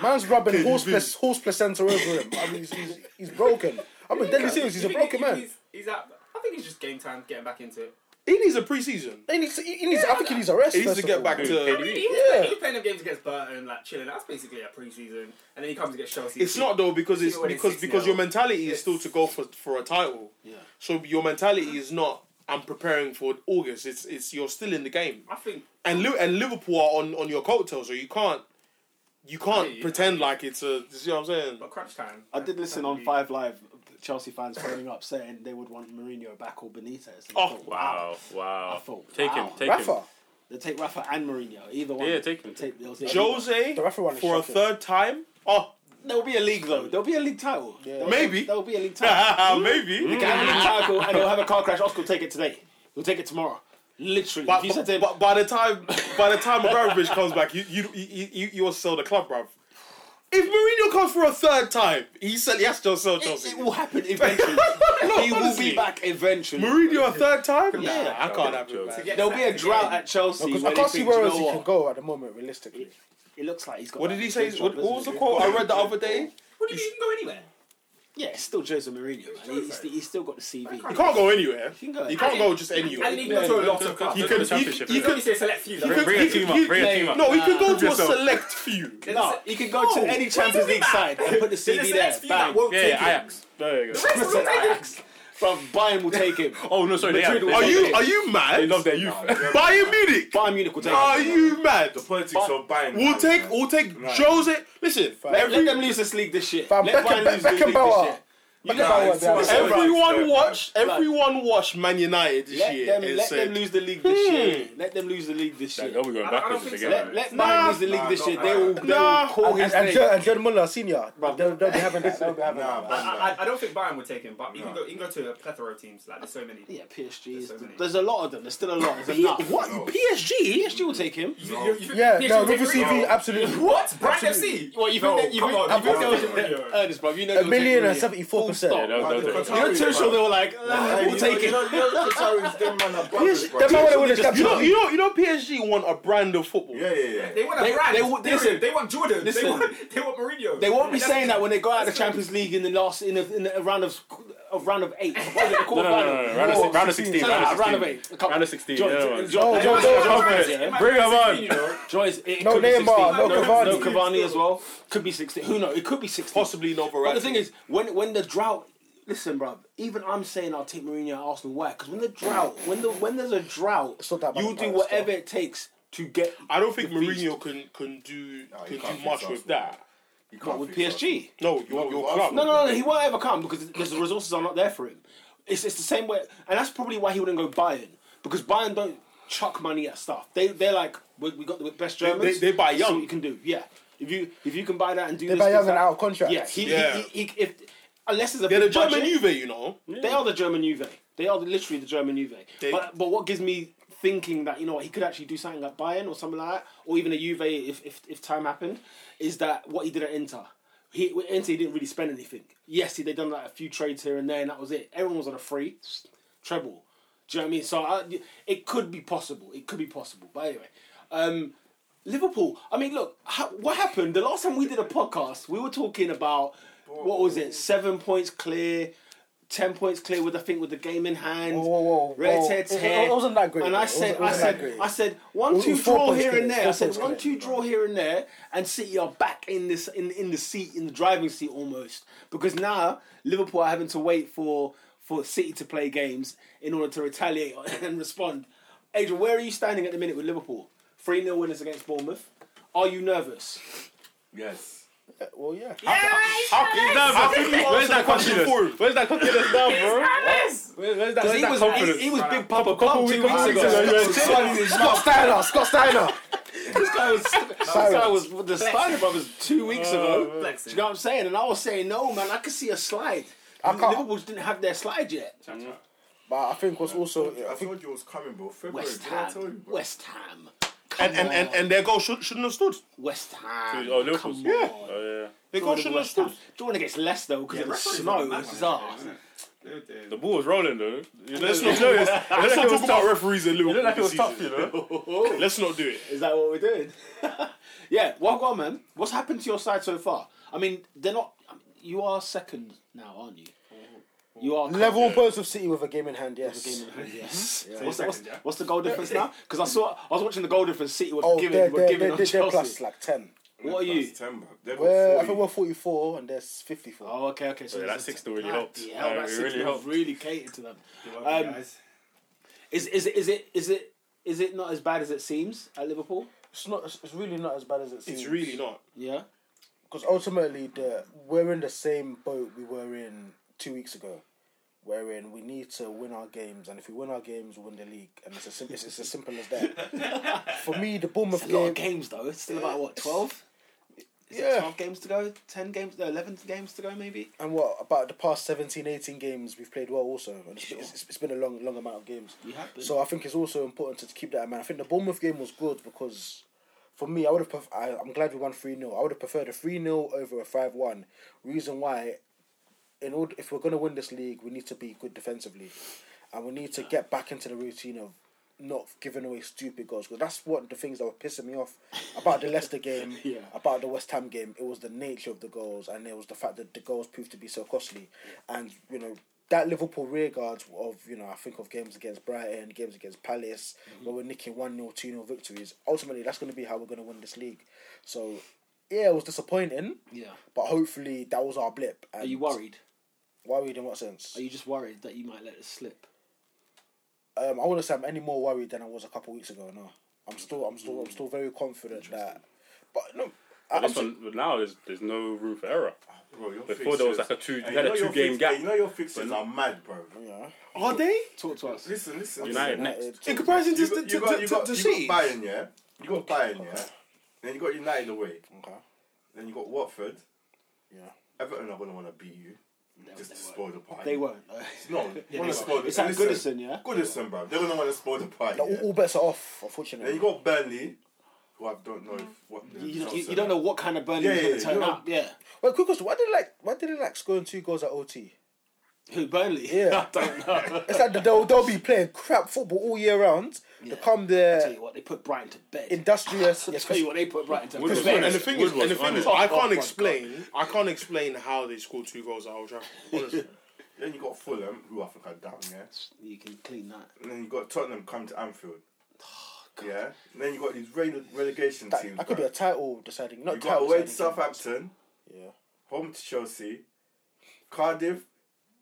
Speaker 4: Man's rubbing horse, pla- horse placenta over him. I mean, he's, he's, he's broken. I'm mean, deadly serious. He's a
Speaker 6: You think
Speaker 4: broken
Speaker 6: he-
Speaker 4: man.
Speaker 6: He's, he's at, I think it's just game time getting back into it.
Speaker 7: He needs a preseason.
Speaker 4: He needs, to, he needs, I think he needs a rest.
Speaker 7: Oh, He needs
Speaker 4: first
Speaker 7: to
Speaker 4: of
Speaker 7: get
Speaker 4: all.
Speaker 7: back to.
Speaker 6: He,
Speaker 2: KDB.
Speaker 6: he's,
Speaker 4: Yeah.
Speaker 6: he's playing the games against Burton, like chilling. That's basically a preseason, and then he comes against Chelsea.
Speaker 7: It's not though because it's
Speaker 6: See what it
Speaker 7: because
Speaker 6: is
Speaker 7: because
Speaker 6: now.
Speaker 7: your mentality is
Speaker 6: Yes.
Speaker 7: still to go for for a title.
Speaker 1: Yeah.
Speaker 7: So your mentality is not. I'm preparing for August. It's it's you're still in the game.
Speaker 6: I think
Speaker 7: and Liv- and Liverpool are on, on your coattails, so you can't you can't
Speaker 6: Yeah.
Speaker 7: pretend like it's a. You see what I'm saying?
Speaker 6: but crunch time.
Speaker 1: I did listen on
Speaker 6: That'd be-
Speaker 1: Five Live. Chelsea fans phoning up saying they would want Mourinho back or Benitez.
Speaker 7: Oh,
Speaker 2: Wow, wow.
Speaker 1: I thought,
Speaker 2: Take him,
Speaker 1: wow.
Speaker 2: take him.
Speaker 4: Rafa.
Speaker 1: They take Rafa and Mourinho, either one.
Speaker 2: Yeah, take him.
Speaker 1: they'll take
Speaker 7: Jose
Speaker 4: The referee one is
Speaker 7: for a
Speaker 4: shocking.
Speaker 7: third time. Oh,
Speaker 1: There'll be a league though. There'll be a league title. There'll-
Speaker 7: Maybe.
Speaker 1: There'll be a league title.
Speaker 7: maybe.
Speaker 1: They can have a league title and they'll have a car crash. Oscar will take it today. He'll take it tomorrow. Literally.
Speaker 7: But,
Speaker 1: if you said to him,
Speaker 7: but by the time by the time Abramovich comes back, you you you you, you will sell the club, bruv. If Mourinho comes for a third time, he said he has to sell Chelsea.
Speaker 1: it will happen eventually. he will
Speaker 7: honestly.
Speaker 1: be back eventually.
Speaker 7: Mourinho a third time?
Speaker 1: Yeah.
Speaker 7: Nah, I can't have it.
Speaker 2: To
Speaker 7: Man.
Speaker 2: get-
Speaker 1: There'll be a drought at Chelsea.
Speaker 4: Because
Speaker 1: where
Speaker 4: I
Speaker 1: they
Speaker 4: can't see
Speaker 1: think,
Speaker 4: where
Speaker 1: "Do you
Speaker 4: else
Speaker 1: know
Speaker 4: he
Speaker 1: what?
Speaker 4: can go at the moment, realistically.
Speaker 1: It looks like he's got.
Speaker 7: What
Speaker 1: that
Speaker 7: did he say?
Speaker 1: job,
Speaker 7: What, what
Speaker 1: doesn't
Speaker 7: was the
Speaker 1: it?
Speaker 7: quote I read the other day?
Speaker 6: What do you mean you can go anywhere?
Speaker 1: Yeah, it's still Jose Mourinho. Man. He's, he's still got the CV.
Speaker 7: You can't go anywhere.
Speaker 1: can go.
Speaker 7: You can't go just
Speaker 6: I didn't
Speaker 7: anywhere.
Speaker 6: even go to a lot of clubs.
Speaker 7: You
Speaker 2: Look at
Speaker 7: can,
Speaker 2: the
Speaker 7: you,
Speaker 2: championship,
Speaker 7: you
Speaker 2: innit?
Speaker 6: Let me
Speaker 7: can
Speaker 6: say select few.
Speaker 7: You
Speaker 6: though.
Speaker 7: could-
Speaker 2: Bring a
Speaker 7: he-
Speaker 2: team
Speaker 7: he-
Speaker 2: up. Bring a
Speaker 1: he-
Speaker 2: team up.
Speaker 7: No, he could go to a
Speaker 2: Yourself.
Speaker 7: select few.
Speaker 1: No, you could go to any Champions League side and put the
Speaker 6: Then
Speaker 1: CV
Speaker 6: the
Speaker 1: there.
Speaker 6: next few
Speaker 1: Bang.
Speaker 6: that won't
Speaker 2: Yeah,
Speaker 6: take it.
Speaker 2: Ajax. There you go.
Speaker 6: The rest will take it.
Speaker 1: From Bayern will take him.
Speaker 2: Oh no, sorry. They have,
Speaker 1: Madrid
Speaker 2: they
Speaker 1: will
Speaker 7: Are
Speaker 2: love
Speaker 1: take
Speaker 7: you
Speaker 2: their-
Speaker 1: him.
Speaker 7: are you mad?
Speaker 2: They love their youth.
Speaker 7: Bayern Munich.
Speaker 1: Bayern Munich will take
Speaker 7: Are
Speaker 1: him.
Speaker 7: you mad?
Speaker 5: The politics of buying.
Speaker 7: We'll take we'll take Jose. Listen,
Speaker 1: Let,
Speaker 7: every
Speaker 1: let them lose this league this year.
Speaker 4: Fam,
Speaker 1: let
Speaker 4: Beckham-
Speaker 1: Bayern lose this league this
Speaker 4: Beckenbauer.
Speaker 1: year.
Speaker 5: You
Speaker 3: know how
Speaker 5: guys,
Speaker 3: it works.
Speaker 5: it's-
Speaker 7: Everyone
Speaker 5: it's-
Speaker 7: watched. Everyone watched Man United this
Speaker 1: Let,
Speaker 7: year
Speaker 1: them,
Speaker 7: and
Speaker 1: let
Speaker 7: said,
Speaker 1: them lose the league this
Speaker 7: Hmm.
Speaker 1: year. Let them lose the league this
Speaker 2: Like,
Speaker 1: year.
Speaker 2: oh, we're going
Speaker 6: I- I
Speaker 2: backwards
Speaker 6: don't think
Speaker 2: again.
Speaker 6: so.
Speaker 1: Let,
Speaker 2: man.
Speaker 1: let Man
Speaker 7: Nah.
Speaker 1: lose the league
Speaker 5: Nah,
Speaker 1: this
Speaker 5: not
Speaker 1: year. They will, they
Speaker 7: Nah.
Speaker 1: will call his
Speaker 4: And, and,
Speaker 1: name.
Speaker 4: Jed, and Jed Muller, senior. They'll, they'll be having that. They'll be having
Speaker 5: Nah,
Speaker 4: that.
Speaker 5: but-
Speaker 6: I, I, I don't think Bayern would take him, but you,
Speaker 5: No.
Speaker 6: can go, you can go to a plethora of teams. Like there's so many.
Speaker 1: Yeah, PSG.
Speaker 6: There's so many.
Speaker 1: There's a lot of them. There's still a lot. There's enough.
Speaker 4: what?
Speaker 5: No.
Speaker 1: PSG? PSG will take him.
Speaker 6: You- you- you-
Speaker 4: Yeah,
Speaker 6: PSG
Speaker 4: no,
Speaker 6: would take
Speaker 4: River
Speaker 6: Rio.
Speaker 4: CV, absolutely.
Speaker 6: What? Brand FC?
Speaker 1: What you
Speaker 6: No,
Speaker 1: think? that- you
Speaker 6: come
Speaker 1: think,
Speaker 6: on,
Speaker 1: you uh, think
Speaker 6: come
Speaker 1: they'll
Speaker 6: on.
Speaker 1: take
Speaker 6: Yeah.
Speaker 1: Ernest, bro? You know
Speaker 4: A
Speaker 1: they'll
Speaker 4: million
Speaker 1: take
Speaker 4: and seventy-four percent.
Speaker 2: Yeah, that
Speaker 4: Them
Speaker 2: was- that was-
Speaker 1: You know Tuchel, they were like, "Ah, we'll take
Speaker 5: You
Speaker 1: it.
Speaker 5: know, you know, the Qataris, them man are brothers, bro.
Speaker 4: man wanna win the
Speaker 7: You know,
Speaker 4: championship.
Speaker 7: you know, you know. PSG want a brand of football.
Speaker 5: Yeah, yeah,
Speaker 6: They
Speaker 5: yeah.
Speaker 6: want a
Speaker 1: They-
Speaker 6: brand.
Speaker 1: they would-
Speaker 6: period.
Speaker 1: listen.
Speaker 6: they want Jordan. They
Speaker 1: Listen.
Speaker 6: want they want Mourinho.
Speaker 1: They won't be
Speaker 6: That's-
Speaker 1: saying that when they go out of the
Speaker 6: that's like-
Speaker 1: Champions League in the last in a, in a round of a round of eight. What is it, the
Speaker 2: No, no, no, no,
Speaker 1: quarterfinal?
Speaker 2: no. Round, of, round of 16.
Speaker 1: No,
Speaker 2: Round
Speaker 1: no,
Speaker 2: of 16.
Speaker 1: round of eight.
Speaker 2: Round of 16.
Speaker 1: Joy,
Speaker 2: yeah,
Speaker 1: Joy,
Speaker 2: man.
Speaker 1: Joy-
Speaker 4: Oh,
Speaker 1: Joy-
Speaker 4: Joe- Joe-
Speaker 2: Joy-
Speaker 1: Joy- Joy-
Speaker 2: Joy-
Speaker 1: Joy-
Speaker 2: Bring him on.
Speaker 6: You know,
Speaker 1: Joy's it
Speaker 4: No
Speaker 1: could be
Speaker 4: Neymar,
Speaker 1: 16.
Speaker 4: no
Speaker 1: no
Speaker 4: Cavani.
Speaker 1: Cavani as well. Could be sixteen. Who knows? It could be sixteen.
Speaker 7: Possibly no
Speaker 1: But the
Speaker 7: variety.
Speaker 1: thing is, when when the drought, listen, bruv. Even I'm saying I'll take Mourinho at Arsenal. Why? Because when the drought, when the when there's a drought,
Speaker 4: not that bad
Speaker 1: you
Speaker 4: of a
Speaker 1: do
Speaker 4: drought,
Speaker 1: whatever it takes to get.
Speaker 7: I don't think Mourinho can can do
Speaker 5: No, he can't
Speaker 7: can do
Speaker 5: fix
Speaker 7: much
Speaker 5: Arsenal.
Speaker 7: with that.
Speaker 5: You
Speaker 1: But
Speaker 5: can't
Speaker 1: with
Speaker 5: fix us.
Speaker 1: PSG,
Speaker 7: No, you want
Speaker 5: with
Speaker 7: your
Speaker 5: Arsenal.
Speaker 7: club.
Speaker 1: No, no, no, he won't ever come because there's the resources are not there for him. It's, it's the same way, and that's probably why he wouldn't go Bayern because Bayern don't chuck money at stuff. They they're like we, we got the best Germans.
Speaker 7: they buy
Speaker 1: this is
Speaker 7: young.
Speaker 1: what you can do. Yeah, if you if you can buy that and do
Speaker 4: They
Speaker 1: this,
Speaker 4: buy
Speaker 1: this,
Speaker 4: young and
Speaker 1: that-
Speaker 4: out of contract.
Speaker 1: Yeah, he,
Speaker 7: Yeah.
Speaker 1: He, he, he- if unless it's a
Speaker 7: They're the
Speaker 1: big
Speaker 7: German
Speaker 1: budget,
Speaker 7: Juve, you know.
Speaker 1: They are the German Juve. They are literally the German Juve.
Speaker 7: They-
Speaker 1: but but what gives me thinking that you know what, he could actually do something at Bayern or something like that, or even a Juve if if, if time happened, is that what he did at Inter. He with Inter he didn't really spend anything. Yes, he they done like a few trades here and there, and that was it. Everyone was on a free treble. Do you know what I mean? So I, it could be possible. It could be possible. But anyway, um, Liverpool. I mean, look, ha- what happened? The last time we did a podcast, we were talking about what was it? Seven points clear, ten points clear with I think with the game in hand.
Speaker 4: Whoa, whoa, whoa, whoa.
Speaker 1: Rat-tat-tat.
Speaker 4: Oh, It wasn't that great,
Speaker 1: And I
Speaker 4: it wasn't-
Speaker 1: said,
Speaker 4: it wasn't
Speaker 1: I
Speaker 4: that
Speaker 1: said,
Speaker 4: great.
Speaker 1: I said
Speaker 4: It
Speaker 1: one
Speaker 4: was
Speaker 1: two
Speaker 4: four
Speaker 1: draw
Speaker 4: points
Speaker 1: here
Speaker 4: clear,
Speaker 1: and there.
Speaker 4: four
Speaker 1: I said
Speaker 4: points
Speaker 1: one
Speaker 4: clear.
Speaker 1: two draw here and there, and City are back in this in in the seat in the driving seat almost because now Liverpool are having to wait for for City to play games in order to retaliate and respond. Adrian, where are you standing at the minute with Liverpool? Three 0 winners against Bournemouth. Are you nervous?
Speaker 5: Yes.
Speaker 4: Well, yeah.
Speaker 7: How can how can you
Speaker 2: Where's that
Speaker 7: answer that question
Speaker 2: confidence?
Speaker 7: for him?
Speaker 2: Where's that confidence now, bro?
Speaker 6: Yes!
Speaker 2: Where- Where's that,
Speaker 1: Because
Speaker 2: where's
Speaker 1: he
Speaker 2: that
Speaker 1: was
Speaker 2: confidence?
Speaker 1: he, he was big papa Plum two
Speaker 2: weeks
Speaker 1: weeks
Speaker 2: ago.
Speaker 1: ago.
Speaker 2: Yeah,
Speaker 1: This
Speaker 4: Scott Steiner, Scott Steiner.
Speaker 1: guy was this guy was with the Spider Brothers two weeks
Speaker 4: Uh,
Speaker 1: ago. Do
Speaker 6: Flexing.
Speaker 1: you know what I'm saying? And I was saying, no, man, I could see a slide.
Speaker 4: I can't-
Speaker 1: Liverpool just didn't have their slide yet.
Speaker 4: But I think what's also
Speaker 5: I
Speaker 4: I think
Speaker 5: told you it was coming, bro. February.
Speaker 1: West
Speaker 5: did I
Speaker 1: Ham.
Speaker 5: tell you, bro?
Speaker 1: West Ham.
Speaker 7: And and, and and their goal should, shouldn't have stood.
Speaker 1: West Ham.
Speaker 2: Oh, Liverpool's.
Speaker 1: Come on.
Speaker 7: Yeah.
Speaker 2: Oh,
Speaker 7: Their goal
Speaker 1: Drawing against
Speaker 7: shouldn't have
Speaker 1: West
Speaker 7: stood.
Speaker 1: Ham. Drawing against Leicester because it was
Speaker 6: referee's
Speaker 1: snow.
Speaker 6: not
Speaker 1: It
Speaker 6: mad,
Speaker 1: was
Speaker 6: man.
Speaker 1: bizarre.
Speaker 2: yeah. The ball was rolling, though. You know,
Speaker 7: Let's
Speaker 2: you
Speaker 7: not
Speaker 2: know,
Speaker 7: talk
Speaker 2: it's-
Speaker 7: about, let's not talk about referees in
Speaker 2: You look
Speaker 7: Liverpool
Speaker 2: like it was
Speaker 7: this
Speaker 2: tough,
Speaker 7: season.
Speaker 2: you know.
Speaker 7: Let's not do it.
Speaker 1: Is that what we're doing? yeah, well gone, man. What's happened to your side so far? I mean, they're not. I mean, you are second now, aren't you? You are
Speaker 4: level on points of City with a game in hand. Yes.
Speaker 1: Yes. What's,
Speaker 6: So
Speaker 1: the,
Speaker 6: you're
Speaker 1: what's,
Speaker 6: second, yeah?
Speaker 1: what's the goal difference now? Because I saw I was watching the goal difference. City were
Speaker 4: Oh,
Speaker 1: giving,
Speaker 4: they're,
Speaker 1: were
Speaker 4: they're,
Speaker 1: giving
Speaker 4: they're,
Speaker 1: on
Speaker 4: they're,
Speaker 1: Chelsea.
Speaker 4: they're plus like 10.
Speaker 1: what are you?
Speaker 5: September. They were
Speaker 4: We're, I
Speaker 5: 40.
Speaker 4: think we're 44 and they're 54.
Speaker 1: Oh, okay, okay. So
Speaker 2: Yeah,
Speaker 1: there's
Speaker 2: that
Speaker 1: a-
Speaker 2: six still really
Speaker 1: Bloody
Speaker 2: helped.
Speaker 1: hell,
Speaker 2: Yeah,
Speaker 1: that
Speaker 2: it
Speaker 1: six
Speaker 2: really
Speaker 1: really
Speaker 2: helped.
Speaker 1: Really catered to them.
Speaker 6: You're
Speaker 1: Um,
Speaker 6: welcome, guys.
Speaker 1: Is is it is it is it is it not as bad as it seems at Liverpool?
Speaker 4: It's not. It's really not as bad as it seems.
Speaker 7: It's really not.
Speaker 1: Yeah.
Speaker 4: because ultimately the we're in the same boat we were in two weeks ago, wherein we need to win our games, and if we win our games, we win the league, and it's as simple. It's, it's as simple as that. For me, the Bournemouth
Speaker 1: It's a lot
Speaker 4: game,
Speaker 1: of games though. It's still about what twelve. Is it
Speaker 4: Yeah.
Speaker 1: twelve games to go? Ten games? No, eleven games to go maybe.
Speaker 4: and what about the past 17, 18 games we've played well also, and it's, it's, it's- it's been a long, long amount of games.
Speaker 1: You have been.
Speaker 4: So I think it's also important to keep that in mind. I think the Bournemouth game was good because for me, I would have. Pref- I, I'm glad we won three 0 I would have preferred a three 0 over a five one. Reason why, in order if we're going to win this league, we need to be good defensively, and we need to get back into the routine of not giving away stupid goals because that's one of the things that were pissing me off about the Leicester game,
Speaker 1: Yeah.
Speaker 4: about the West Ham game. It was the nature of the goals, and it was the fact that the goals proved to be so costly, and you know. That Liverpool rearguards of you know I think of games against Brighton, games against Palace,
Speaker 1: Mm-hmm.
Speaker 4: where we're nicking one 0 two 0 victories. Ultimately, that's going to be how we're going to win this league. So, yeah, it was disappointing,
Speaker 1: Yeah.
Speaker 4: but hopefully that was our blip. And
Speaker 1: Are you worried?
Speaker 4: Worried in what sense?
Speaker 1: Are you just worried that you might let it slip?
Speaker 4: Um, I wouldn't say I'm any more worried than I was a couple weeks ago. No, I'm still, I'm still, I'm still very confident that. But no, I-
Speaker 2: But
Speaker 4: I'm
Speaker 2: this
Speaker 4: still,
Speaker 2: one, but now there's, there's no room for error.
Speaker 5: Bro, your
Speaker 2: Before there was like a
Speaker 5: fixtures-
Speaker 2: two,
Speaker 5: Hey,
Speaker 2: you had
Speaker 5: you know
Speaker 2: a two
Speaker 5: your
Speaker 2: game
Speaker 5: fix-
Speaker 2: gap.
Speaker 5: hey, You know your fixtures are mad, bro.
Speaker 1: Oh, Are they? Talk to us.
Speaker 5: Listen, listen.
Speaker 2: United
Speaker 5: listen.
Speaker 2: next.
Speaker 1: In comparison to
Speaker 5: You
Speaker 1: to
Speaker 5: got, you
Speaker 1: to,
Speaker 5: got,
Speaker 1: to,
Speaker 5: you got,
Speaker 1: to
Speaker 5: you
Speaker 1: City.
Speaker 5: got Bayern, yeah. You got Bayern, yeah. Then you got United away. Okay. Then you got Watford.
Speaker 4: Yeah.
Speaker 5: Everton are gonna want to beat you just to spoil the party.
Speaker 1: They weren't.
Speaker 5: No, want to spoil the.
Speaker 1: It's at
Speaker 5: listen,
Speaker 1: Goodison, yeah.
Speaker 5: Goodison, bro. They're gonna want to spoil the party.
Speaker 4: Like,
Speaker 5: yeah?
Speaker 4: all, all bets are off,
Speaker 5: Then you
Speaker 4: unfortunately.
Speaker 5: got Burnley, who I don't know if what. the
Speaker 1: You, you,
Speaker 5: results
Speaker 1: you
Speaker 5: are.
Speaker 1: don't know what kind of Burnley
Speaker 5: Yeah,
Speaker 1: is
Speaker 5: yeah,
Speaker 1: going to turn
Speaker 5: yeah.
Speaker 1: up. Yeah.
Speaker 4: Well, quick question: Why did they like? Why did they like scoring two goals at OT?
Speaker 1: Who Burnley?
Speaker 4: Yeah,
Speaker 1: I don't know.
Speaker 4: it's like they'll, they'll be playing crap football all year round. They come
Speaker 1: tell
Speaker 4: there
Speaker 1: you what, they put Brighton to bed.
Speaker 4: industrious.
Speaker 1: I
Speaker 4: yes,
Speaker 1: tell you what, they put Brighton to
Speaker 2: Woodward.
Speaker 1: bed.
Speaker 7: And the thing
Speaker 2: Wood
Speaker 7: is,
Speaker 2: was
Speaker 7: and the thing
Speaker 2: honest.
Speaker 7: is, I can't explain. I can't explain how they scored two goals at Old Trafford. Honestly,
Speaker 5: Then you got Fulham, who I think are down, yeah.
Speaker 1: You can clean that.
Speaker 5: And then you got Tottenham come to Anfield. yeah. And then you got these rele- relegation
Speaker 4: that,
Speaker 5: teams.
Speaker 4: that could be
Speaker 5: bro.
Speaker 4: a title deciding. Not
Speaker 5: you got
Speaker 4: title
Speaker 5: away to
Speaker 4: deciding.
Speaker 5: Southampton,
Speaker 4: Yeah.
Speaker 5: home to Chelsea, Cardiff,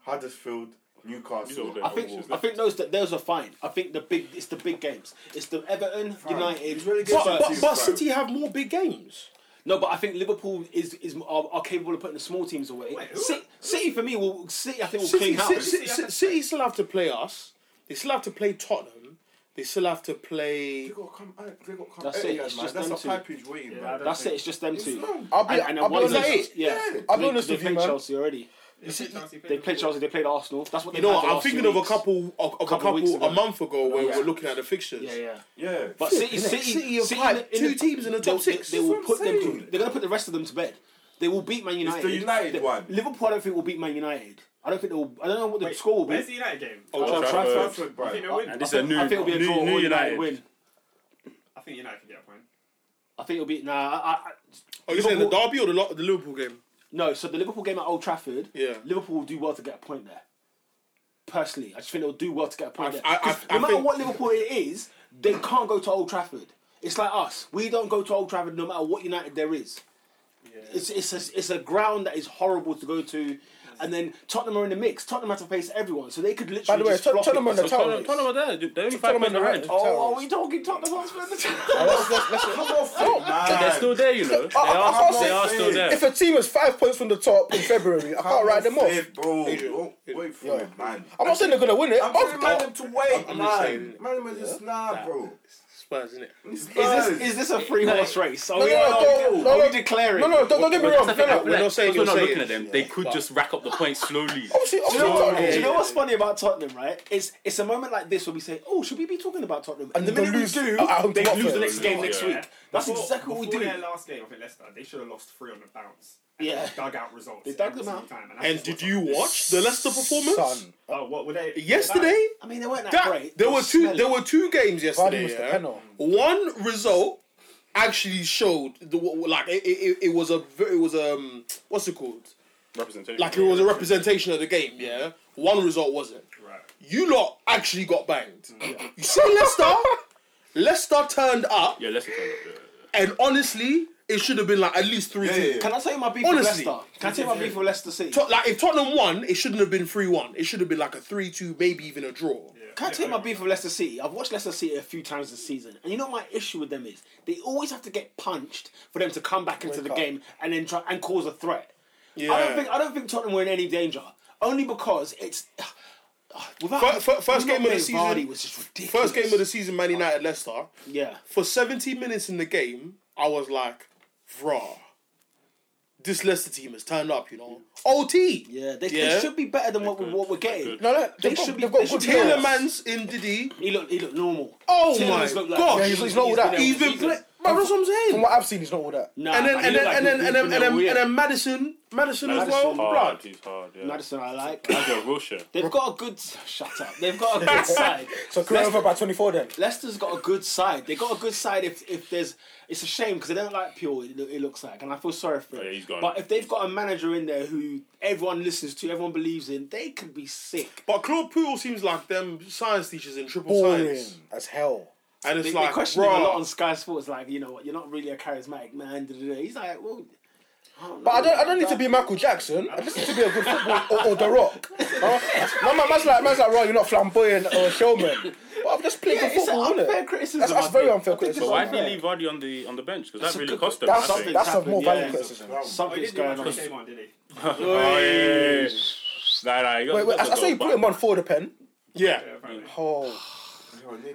Speaker 5: Huddersfield, Newcastle.
Speaker 2: These are all
Speaker 5: and
Speaker 1: I think
Speaker 5: Wolves.
Speaker 1: I think those that those are fine. I think the big it's the big games. It's the Everton, United.
Speaker 5: It's really good
Speaker 1: Spurs.
Speaker 5: for
Speaker 7: but, but,
Speaker 5: bro.
Speaker 7: but City have more big games.
Speaker 1: No, but I think Liverpool is is are, are capable of putting the small teams away.
Speaker 6: who-
Speaker 1: City, City for me will City. I think will
Speaker 7: City,
Speaker 1: clean house.
Speaker 7: City, City, City, still have to play us. They still have to play Tottenham. They still have to play.
Speaker 5: They got to come. eh, They got to come.
Speaker 1: That's
Speaker 5: early,
Speaker 1: it, it's
Speaker 5: man.
Speaker 1: just
Speaker 5: That's
Speaker 1: them
Speaker 5: a
Speaker 1: two.
Speaker 5: package waiting,
Speaker 6: Yeah, I
Speaker 5: man.
Speaker 6: don't
Speaker 1: That's it.
Speaker 6: think-
Speaker 1: It's just them two.
Speaker 5: long.
Speaker 4: I'll be.
Speaker 1: And- and
Speaker 4: I'll be
Speaker 1: one of
Speaker 4: honest.
Speaker 1: those- Yeah.
Speaker 4: I'll be
Speaker 1: They,
Speaker 4: honest
Speaker 1: they
Speaker 4: with you,
Speaker 1: played
Speaker 4: man.
Speaker 1: Chelsea already.
Speaker 6: They played Chelsea,
Speaker 1: They played Chelsea. They played Arsenal. That's what they
Speaker 7: You know,
Speaker 1: had
Speaker 7: what,
Speaker 1: the
Speaker 7: I'm
Speaker 1: last
Speaker 7: thinking
Speaker 1: few
Speaker 7: of a
Speaker 1: weeks.
Speaker 7: couple, of, of a
Speaker 1: Couple
Speaker 7: couple,
Speaker 1: weeks ago.
Speaker 7: a month ago when
Speaker 1: yeah.
Speaker 7: we were looking at the fixtures.
Speaker 1: Yeah, yeah.
Speaker 5: Yeah.
Speaker 1: But City,
Speaker 4: innit?
Speaker 1: City,
Speaker 7: City have
Speaker 1: in
Speaker 7: had
Speaker 1: the- in
Speaker 7: two
Speaker 1: the-
Speaker 7: teams in the top
Speaker 1: they'll- they-
Speaker 7: six.
Speaker 1: They,
Speaker 7: That's
Speaker 1: will
Speaker 7: what I'm
Speaker 1: put them. To,
Speaker 7: saying.
Speaker 1: they're going to put the rest of them to bed. They will beat Man United.
Speaker 5: United
Speaker 1: They-
Speaker 5: one.
Speaker 1: Liverpool, I don't think will beat Man United. I don't think they will. I don't know what the score Oh, will be.
Speaker 6: Where's the United game?
Speaker 7: Oh,
Speaker 2: Old
Speaker 1: Old
Speaker 2: Trafford.
Speaker 1: Trafford.
Speaker 5: Trafford,
Speaker 6: I
Speaker 5: bro.
Speaker 6: think they'll win.
Speaker 2: And this is a new,
Speaker 1: I think it'll be a draw
Speaker 2: new,
Speaker 1: or
Speaker 2: new United.
Speaker 1: win.
Speaker 6: I think United can get a point.
Speaker 1: I think it'll be nah. I, I,
Speaker 7: Are you saying the derby or the, lo- the Liverpool game?
Speaker 1: no, so the Liverpool game at Old Trafford,
Speaker 7: Yeah.
Speaker 1: Liverpool will do well to get a point there. Personally, I just think they'll do well to get a point there.
Speaker 7: I- I-
Speaker 1: 'Cause
Speaker 7: I
Speaker 1: no matter
Speaker 7: think-
Speaker 1: what Liverpool it is, they can't go to Old Trafford. It's like us. We don't go to Old Trafford no matter what United there is. It's it's a, it's a ground that is horrible to go to, and then Tottenham are in the mix. Tottenham have to face everyone, so they could literally.
Speaker 4: By the way,
Speaker 1: just
Speaker 4: Tot-
Speaker 1: flop it.
Speaker 4: Tottenham on the
Speaker 2: So
Speaker 4: towel.
Speaker 2: Tottenham, Tottenham are there. They're only five
Speaker 4: Tottenham
Speaker 2: points
Speaker 4: are
Speaker 2: behind.
Speaker 4: there.
Speaker 1: Oh, are we talking Tottenham Hotspur?
Speaker 2: But They're still there, you know. They
Speaker 4: I- I
Speaker 2: are,
Speaker 4: can't
Speaker 2: they
Speaker 4: say-
Speaker 2: are still
Speaker 4: If
Speaker 2: there.
Speaker 4: a team is five points from the top in February, I can't write them off.
Speaker 5: Hey, bro.
Speaker 7: Adrian.
Speaker 5: Don't Wait for
Speaker 4: Yeah.
Speaker 5: it, man.
Speaker 4: I'm not saying they're gonna win it.
Speaker 5: I'm
Speaker 4: Oh,
Speaker 5: telling man them to wait,
Speaker 7: I'm just saying
Speaker 5: man.
Speaker 7: it.
Speaker 5: Man, man, just nah, bro.
Speaker 7: Spurs, isn't it?
Speaker 5: Is
Speaker 1: Is this is this a free horse race? Are
Speaker 4: No,
Speaker 1: we,
Speaker 4: no,
Speaker 1: are,
Speaker 4: no,
Speaker 1: we-
Speaker 4: no,
Speaker 1: are
Speaker 4: no.
Speaker 1: we declaring?
Speaker 4: No, no, don't, don't get me wrong.
Speaker 2: That's the thing,
Speaker 4: No, no.
Speaker 2: I feel
Speaker 7: we're
Speaker 2: like
Speaker 7: not saying
Speaker 2: because we're not
Speaker 7: you'll say
Speaker 2: looking
Speaker 7: it.
Speaker 2: at them. They could just rack up the points slowly.
Speaker 4: Obviously,
Speaker 1: Do you,
Speaker 4: obviously,
Speaker 1: know, what-
Speaker 4: Tottenham.
Speaker 1: do you know what's funny about Tottenham, right? It's it's a moment like this where we say, "Oh, should we be talking about Tottenham?" And,
Speaker 4: And
Speaker 1: the
Speaker 4: they
Speaker 1: minute we
Speaker 4: lose
Speaker 1: do,
Speaker 4: at home to
Speaker 1: they lose the
Speaker 4: Watford.
Speaker 1: next game next
Speaker 2: Yeah.
Speaker 1: week. That's
Speaker 6: Before-
Speaker 1: exactly what we
Speaker 6: before
Speaker 1: do.
Speaker 6: Their last game, I think Leicester, they should have lost three on the bounce. And
Speaker 1: Yeah.
Speaker 6: they dug out results.
Speaker 1: They dug
Speaker 6: every
Speaker 1: them out.
Speaker 6: single Time, that's
Speaker 7: And
Speaker 6: just
Speaker 7: did
Speaker 6: what's
Speaker 7: you
Speaker 6: happened.
Speaker 7: watch the Leicester performance
Speaker 4: Son,
Speaker 6: Oh, what were they?
Speaker 7: yesterday?
Speaker 1: I mean, they weren't that,
Speaker 7: That,
Speaker 1: great.
Speaker 7: there
Speaker 1: They
Speaker 7: were two.
Speaker 1: smelly.
Speaker 7: There were two games
Speaker 4: Vardy
Speaker 7: yesterday.
Speaker 4: missed the
Speaker 7: yeah?
Speaker 4: penalty.
Speaker 7: One result actually showed the like it, it, it was a ver- it was um what's it called
Speaker 2: Representation.
Speaker 7: like it was a representation of the game. Yeah, one result wasn't.
Speaker 6: Right. Oh,
Speaker 7: You lot actually got banged.
Speaker 1: Mm.
Speaker 7: You see Leicester. Leicester turned up,
Speaker 2: Yeah, let's look at it.
Speaker 7: and honestly, it should have been like at least three.
Speaker 5: Yeah, yeah, yeah.
Speaker 1: Can I tell you my beef
Speaker 7: Honestly.
Speaker 1: with Leicester? Can I tell you my beef with Leicester City?
Speaker 7: Like if Tottenham won, it shouldn't have been three one. It should have been like a three two, maybe even a draw.
Speaker 1: Can I tell you my beef with Leicester City? I've watched Leicester City a few times this season, and you know what my issue with them is they always have to get punched for them to come back into the game and then try and cause a threat. I don't
Speaker 7: Yeah.
Speaker 1: think I don't think Tottenham were in any danger, only because it's. Without,
Speaker 7: Fir- fir- first
Speaker 1: not
Speaker 7: game of the
Speaker 1: playing Vardy
Speaker 7: season-
Speaker 1: was just ridiculous.
Speaker 7: First game of the season, Man United, Leicester.
Speaker 1: yeah.
Speaker 7: for 70 minutes in the game, I was like, "Vrah, this Leicester team has turned up, you know. OT!
Speaker 1: Yeah, they, they
Speaker 7: Yeah.
Speaker 1: should be better than what, we, what we're getting.
Speaker 4: No, no,
Speaker 1: They
Speaker 4: they've got-
Speaker 1: should be.
Speaker 4: they've got
Speaker 1: they should
Speaker 4: good
Speaker 1: be better.
Speaker 7: Tielemans in Didi.
Speaker 1: He looked. He looked normal.
Speaker 7: Oh
Speaker 1: Tielemans
Speaker 7: my
Speaker 1: looked like-
Speaker 7: gosh!
Speaker 1: Yeah,
Speaker 4: he's- he's not all that.
Speaker 1: been there
Speaker 7: He's
Speaker 1: all
Speaker 7: been
Speaker 1: season.
Speaker 7: playing. That's what I'm
Speaker 4: from
Speaker 7: saying.
Speaker 4: what I've seen, he's not all that.
Speaker 1: Nah,
Speaker 7: And then,
Speaker 1: but he
Speaker 7: and then,
Speaker 1: looked
Speaker 7: and
Speaker 1: like
Speaker 7: then,
Speaker 1: he's
Speaker 7: and
Speaker 1: been
Speaker 7: then,
Speaker 1: there
Speaker 7: and
Speaker 1: all
Speaker 7: then,
Speaker 1: year.
Speaker 7: and then Madison, Madison as
Speaker 1: Maddison.
Speaker 7: well.
Speaker 1: Hard,
Speaker 7: Blood.
Speaker 2: He's hard, yeah.
Speaker 1: Madison, I like.
Speaker 2: He's a real shit.
Speaker 1: They've got a good. Shut up. They've got a good side.
Speaker 4: So career over by 24 then.
Speaker 1: Leicester's got a good side. They got a good side. If if there's, it's a shame because they don't like Pure. It, loo- it looks like, and I feel sorry for it.
Speaker 2: yeah, he's gone.
Speaker 1: But if they've got a manager in there who everyone listens to, everyone believes in, they could be sick.
Speaker 7: But Claude Puel seems like them science teachers in triple
Speaker 4: Boring
Speaker 7: science.
Speaker 4: as hell.
Speaker 7: And it's
Speaker 1: They, they
Speaker 7: like,
Speaker 1: question him a lot on
Speaker 7: bruh.
Speaker 1: Sky Sports, like you know what, you're not really a charismatic man. da, da, da. He's like, well,
Speaker 4: But I don't, I don't need to be Michael Jackson. I just need to be a good football or, or The Rock. Huh? No, man, man's like, man's like, right, you're not flamboyant or a showman. But I've just played
Speaker 1: Yeah,
Speaker 4: for
Speaker 1: it's
Speaker 4: football,
Speaker 1: an
Speaker 4: isn't
Speaker 1: unfair
Speaker 4: it?
Speaker 1: criticism.
Speaker 4: That's,
Speaker 1: I
Speaker 4: that's very
Speaker 1: think.
Speaker 4: unfair criticism.
Speaker 2: But why did he leave Vardy on the on the bench? Because that really cost him.
Speaker 4: That's,
Speaker 2: I think.
Speaker 4: that's a
Speaker 1: happened,
Speaker 4: more valid
Speaker 1: yeah.
Speaker 4: criticism.
Speaker 6: Oh,
Speaker 1: Something's going on.
Speaker 6: Day one, did he?
Speaker 2: Oh, yeah. Nah, nah, he got-
Speaker 4: Wait, wait,
Speaker 2: got
Speaker 4: I,
Speaker 2: the
Speaker 4: I saw you
Speaker 2: goal
Speaker 4: put him
Speaker 2: back.
Speaker 4: on for the pen.
Speaker 7: Yeah.
Speaker 4: Oh,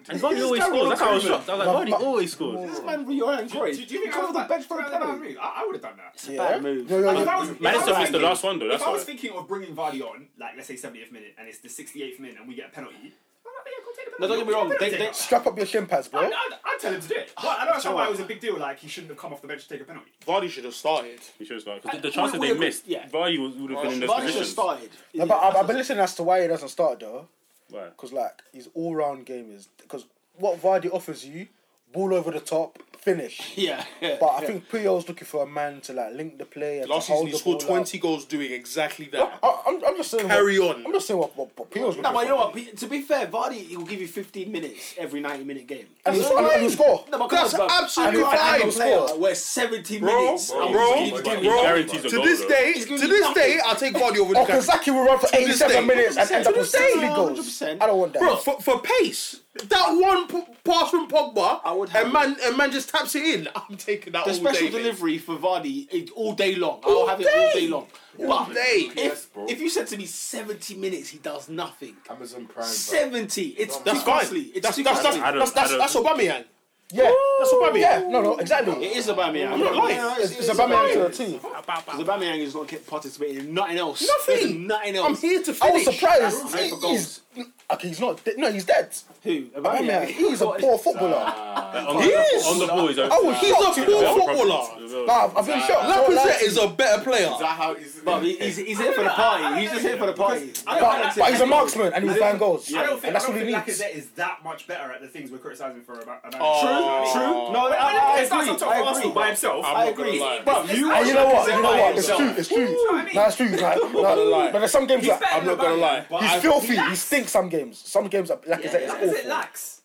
Speaker 2: And Vardy always scores. That's how I was shocked. I was like, Vardy always scores.
Speaker 1: This man, you're Ryan Gray.
Speaker 6: Do, do you think
Speaker 1: come
Speaker 6: I
Speaker 1: off
Speaker 6: was
Speaker 1: the
Speaker 6: like,
Speaker 1: bench for a penalty?
Speaker 6: I, I would have done that.
Speaker 4: yeah.
Speaker 1: Bad move.
Speaker 4: No, no,
Speaker 6: Like,
Speaker 4: no.
Speaker 6: if I was, if I was
Speaker 2: Madison missed the
Speaker 6: thinking-
Speaker 2: last one though. That's
Speaker 6: If I was
Speaker 2: all.
Speaker 6: thinking of bringing Vardy on, like let's say 70th minute, and it's the 68th minute, and we get a penalty. I'm like, yeah, go take the penalty.
Speaker 1: No, don't get me wrong,
Speaker 6: Penalty
Speaker 1: they-
Speaker 6: taker.
Speaker 1: they-
Speaker 4: Strap up your shin pads,
Speaker 6: I-
Speaker 4: bro.
Speaker 6: I'd, I'd tell him to do it. Well, I don't understand why it was a big deal. Like he shouldn't have come off the bench to take a penalty.
Speaker 7: Vardy should have started.
Speaker 2: He should have started. 'Cause
Speaker 1: I-
Speaker 2: the chances
Speaker 1: we- we
Speaker 2: they
Speaker 1: agree,
Speaker 2: missed,
Speaker 1: yeah.
Speaker 2: Vardy would, would have been in those
Speaker 1: Vardy should have
Speaker 2: positions.
Speaker 1: started.
Speaker 4: No, but I've, I've been listening as to why he doesn't start though,
Speaker 2: Right.
Speaker 4: because like his all-round game is because what Vardy offers you, ball over the top, finish.
Speaker 1: Yeah. yeah.
Speaker 4: But I think Puyol's looking for a man to like link the play and
Speaker 7: Last
Speaker 4: to
Speaker 7: season
Speaker 4: hold
Speaker 7: he
Speaker 4: the
Speaker 7: scored
Speaker 4: ball out.
Speaker 7: 20 goals doing exactly
Speaker 4: No,
Speaker 7: that.
Speaker 4: I, I'm, I'm just saying.
Speaker 7: Carry
Speaker 4: what,
Speaker 7: on.
Speaker 4: I'm just saying what, what, what Puyol's looking
Speaker 1: No, but
Speaker 4: for.
Speaker 1: you know what? P- To be fair, Vardy he will give you 15 minutes every 90 minute game.
Speaker 4: and he'll, and he'll score.
Speaker 1: No, but come
Speaker 7: That's
Speaker 1: on, bro. I'm
Speaker 7: absolutely
Speaker 1: a
Speaker 7: fine.
Speaker 1: Brighton player.
Speaker 4: Score.
Speaker 1: We're 70
Speaker 7: Bro,
Speaker 1: minutes.
Speaker 7: bro,
Speaker 1: I'm
Speaker 7: bro,
Speaker 1: just giving
Speaker 2: He
Speaker 1: you-
Speaker 2: guarantees a
Speaker 7: To
Speaker 2: goal.
Speaker 7: this
Speaker 2: though.
Speaker 7: day,
Speaker 1: He's
Speaker 7: to
Speaker 1: gonna
Speaker 7: this
Speaker 1: be
Speaker 7: day,
Speaker 1: nothing.
Speaker 7: I take Vardy over
Speaker 4: Oh,
Speaker 7: Lukaku.
Speaker 4: Kazaki will run for
Speaker 7: this day.
Speaker 4: 87 minutes and end up
Speaker 1: To
Speaker 4: with
Speaker 1: this day,
Speaker 4: 60 goals.
Speaker 1: 100%.
Speaker 4: I don't want that.
Speaker 7: Bro, for, for pace, that one p- pass from Pogba,
Speaker 1: I would have
Speaker 7: and man, and man just taps it in. I'm taking that
Speaker 1: The
Speaker 7: all
Speaker 1: special
Speaker 7: day, mate.
Speaker 1: delivery for Vardy it, all day long. I'll have it all day long. but
Speaker 7: day.
Speaker 1: If,
Speaker 5: Yes, bro.
Speaker 1: if you said to me 70 minutes, he does nothing.
Speaker 5: Amazon Prime. bro.
Speaker 1: 70. It's too
Speaker 7: That's fine.
Speaker 1: costly. It's
Speaker 7: that's,
Speaker 1: too
Speaker 7: that's, that's,
Speaker 1: costly.
Speaker 2: I don't-
Speaker 7: that's, that's,
Speaker 2: I
Speaker 7: that's Aubameyang.
Speaker 4: Yeah,
Speaker 7: That's Aubameyang.
Speaker 4: yeah, no, no, exactly.
Speaker 1: It is Aubameyang. I'm
Speaker 7: not lying.
Speaker 4: It's, it's Aubameyang to the team.
Speaker 1: Because Aubameyang is not participating in nothing else.
Speaker 7: Nothing.
Speaker 1: There's nothing
Speaker 7: I'm
Speaker 1: else.
Speaker 7: here to
Speaker 4: I
Speaker 7: finish.
Speaker 4: was surprised.
Speaker 1: Ready for
Speaker 4: He's,
Speaker 1: goals.
Speaker 4: okay, he's not. Dead. No, he's dead.
Speaker 1: Who?
Speaker 4: Aubameyang. He's a poor footballer.
Speaker 2: on the,
Speaker 7: Yes!
Speaker 2: on the ball, he's a,
Speaker 4: I was shocked.
Speaker 7: He's a poor
Speaker 4: Nah,
Speaker 7: footballer.
Speaker 4: I've I've been shocked.
Speaker 7: Lacazette is a better player.
Speaker 5: Is that how it is?
Speaker 1: But he- he's, he's here for the party. He's just here for the party.
Speaker 4: But, but he's a marksman and he'll find goals.
Speaker 6: I don't think,
Speaker 4: and that's
Speaker 6: I don't
Speaker 4: what he
Speaker 6: think
Speaker 4: needs.
Speaker 6: Lacazette is that much better at the things we're criticising for about. about
Speaker 1: True, true. No, I, I
Speaker 6: It's not
Speaker 1: agree.
Speaker 6: something
Speaker 1: I
Speaker 6: Arsenal
Speaker 1: agree.
Speaker 6: by himself.
Speaker 1: I agree.
Speaker 6: lie.
Speaker 1: Bro, you
Speaker 4: And you know what?
Speaker 1: Lacazette
Speaker 4: You know
Speaker 1: by
Speaker 4: what? It's
Speaker 1: himself.
Speaker 4: true. It's true.
Speaker 6: what I mean?
Speaker 4: Nah, it's true. Like, nah, but there's some games
Speaker 6: He's
Speaker 4: like
Speaker 6: better
Speaker 4: I'm
Speaker 6: than
Speaker 4: not gonna
Speaker 6: Aubameyang.
Speaker 4: lie. He's filthy. He stinks some games. Some games are Lacazette
Speaker 6: Yeah,
Speaker 4: is
Speaker 6: Lacazette
Speaker 4: awful.
Speaker 6: lacks.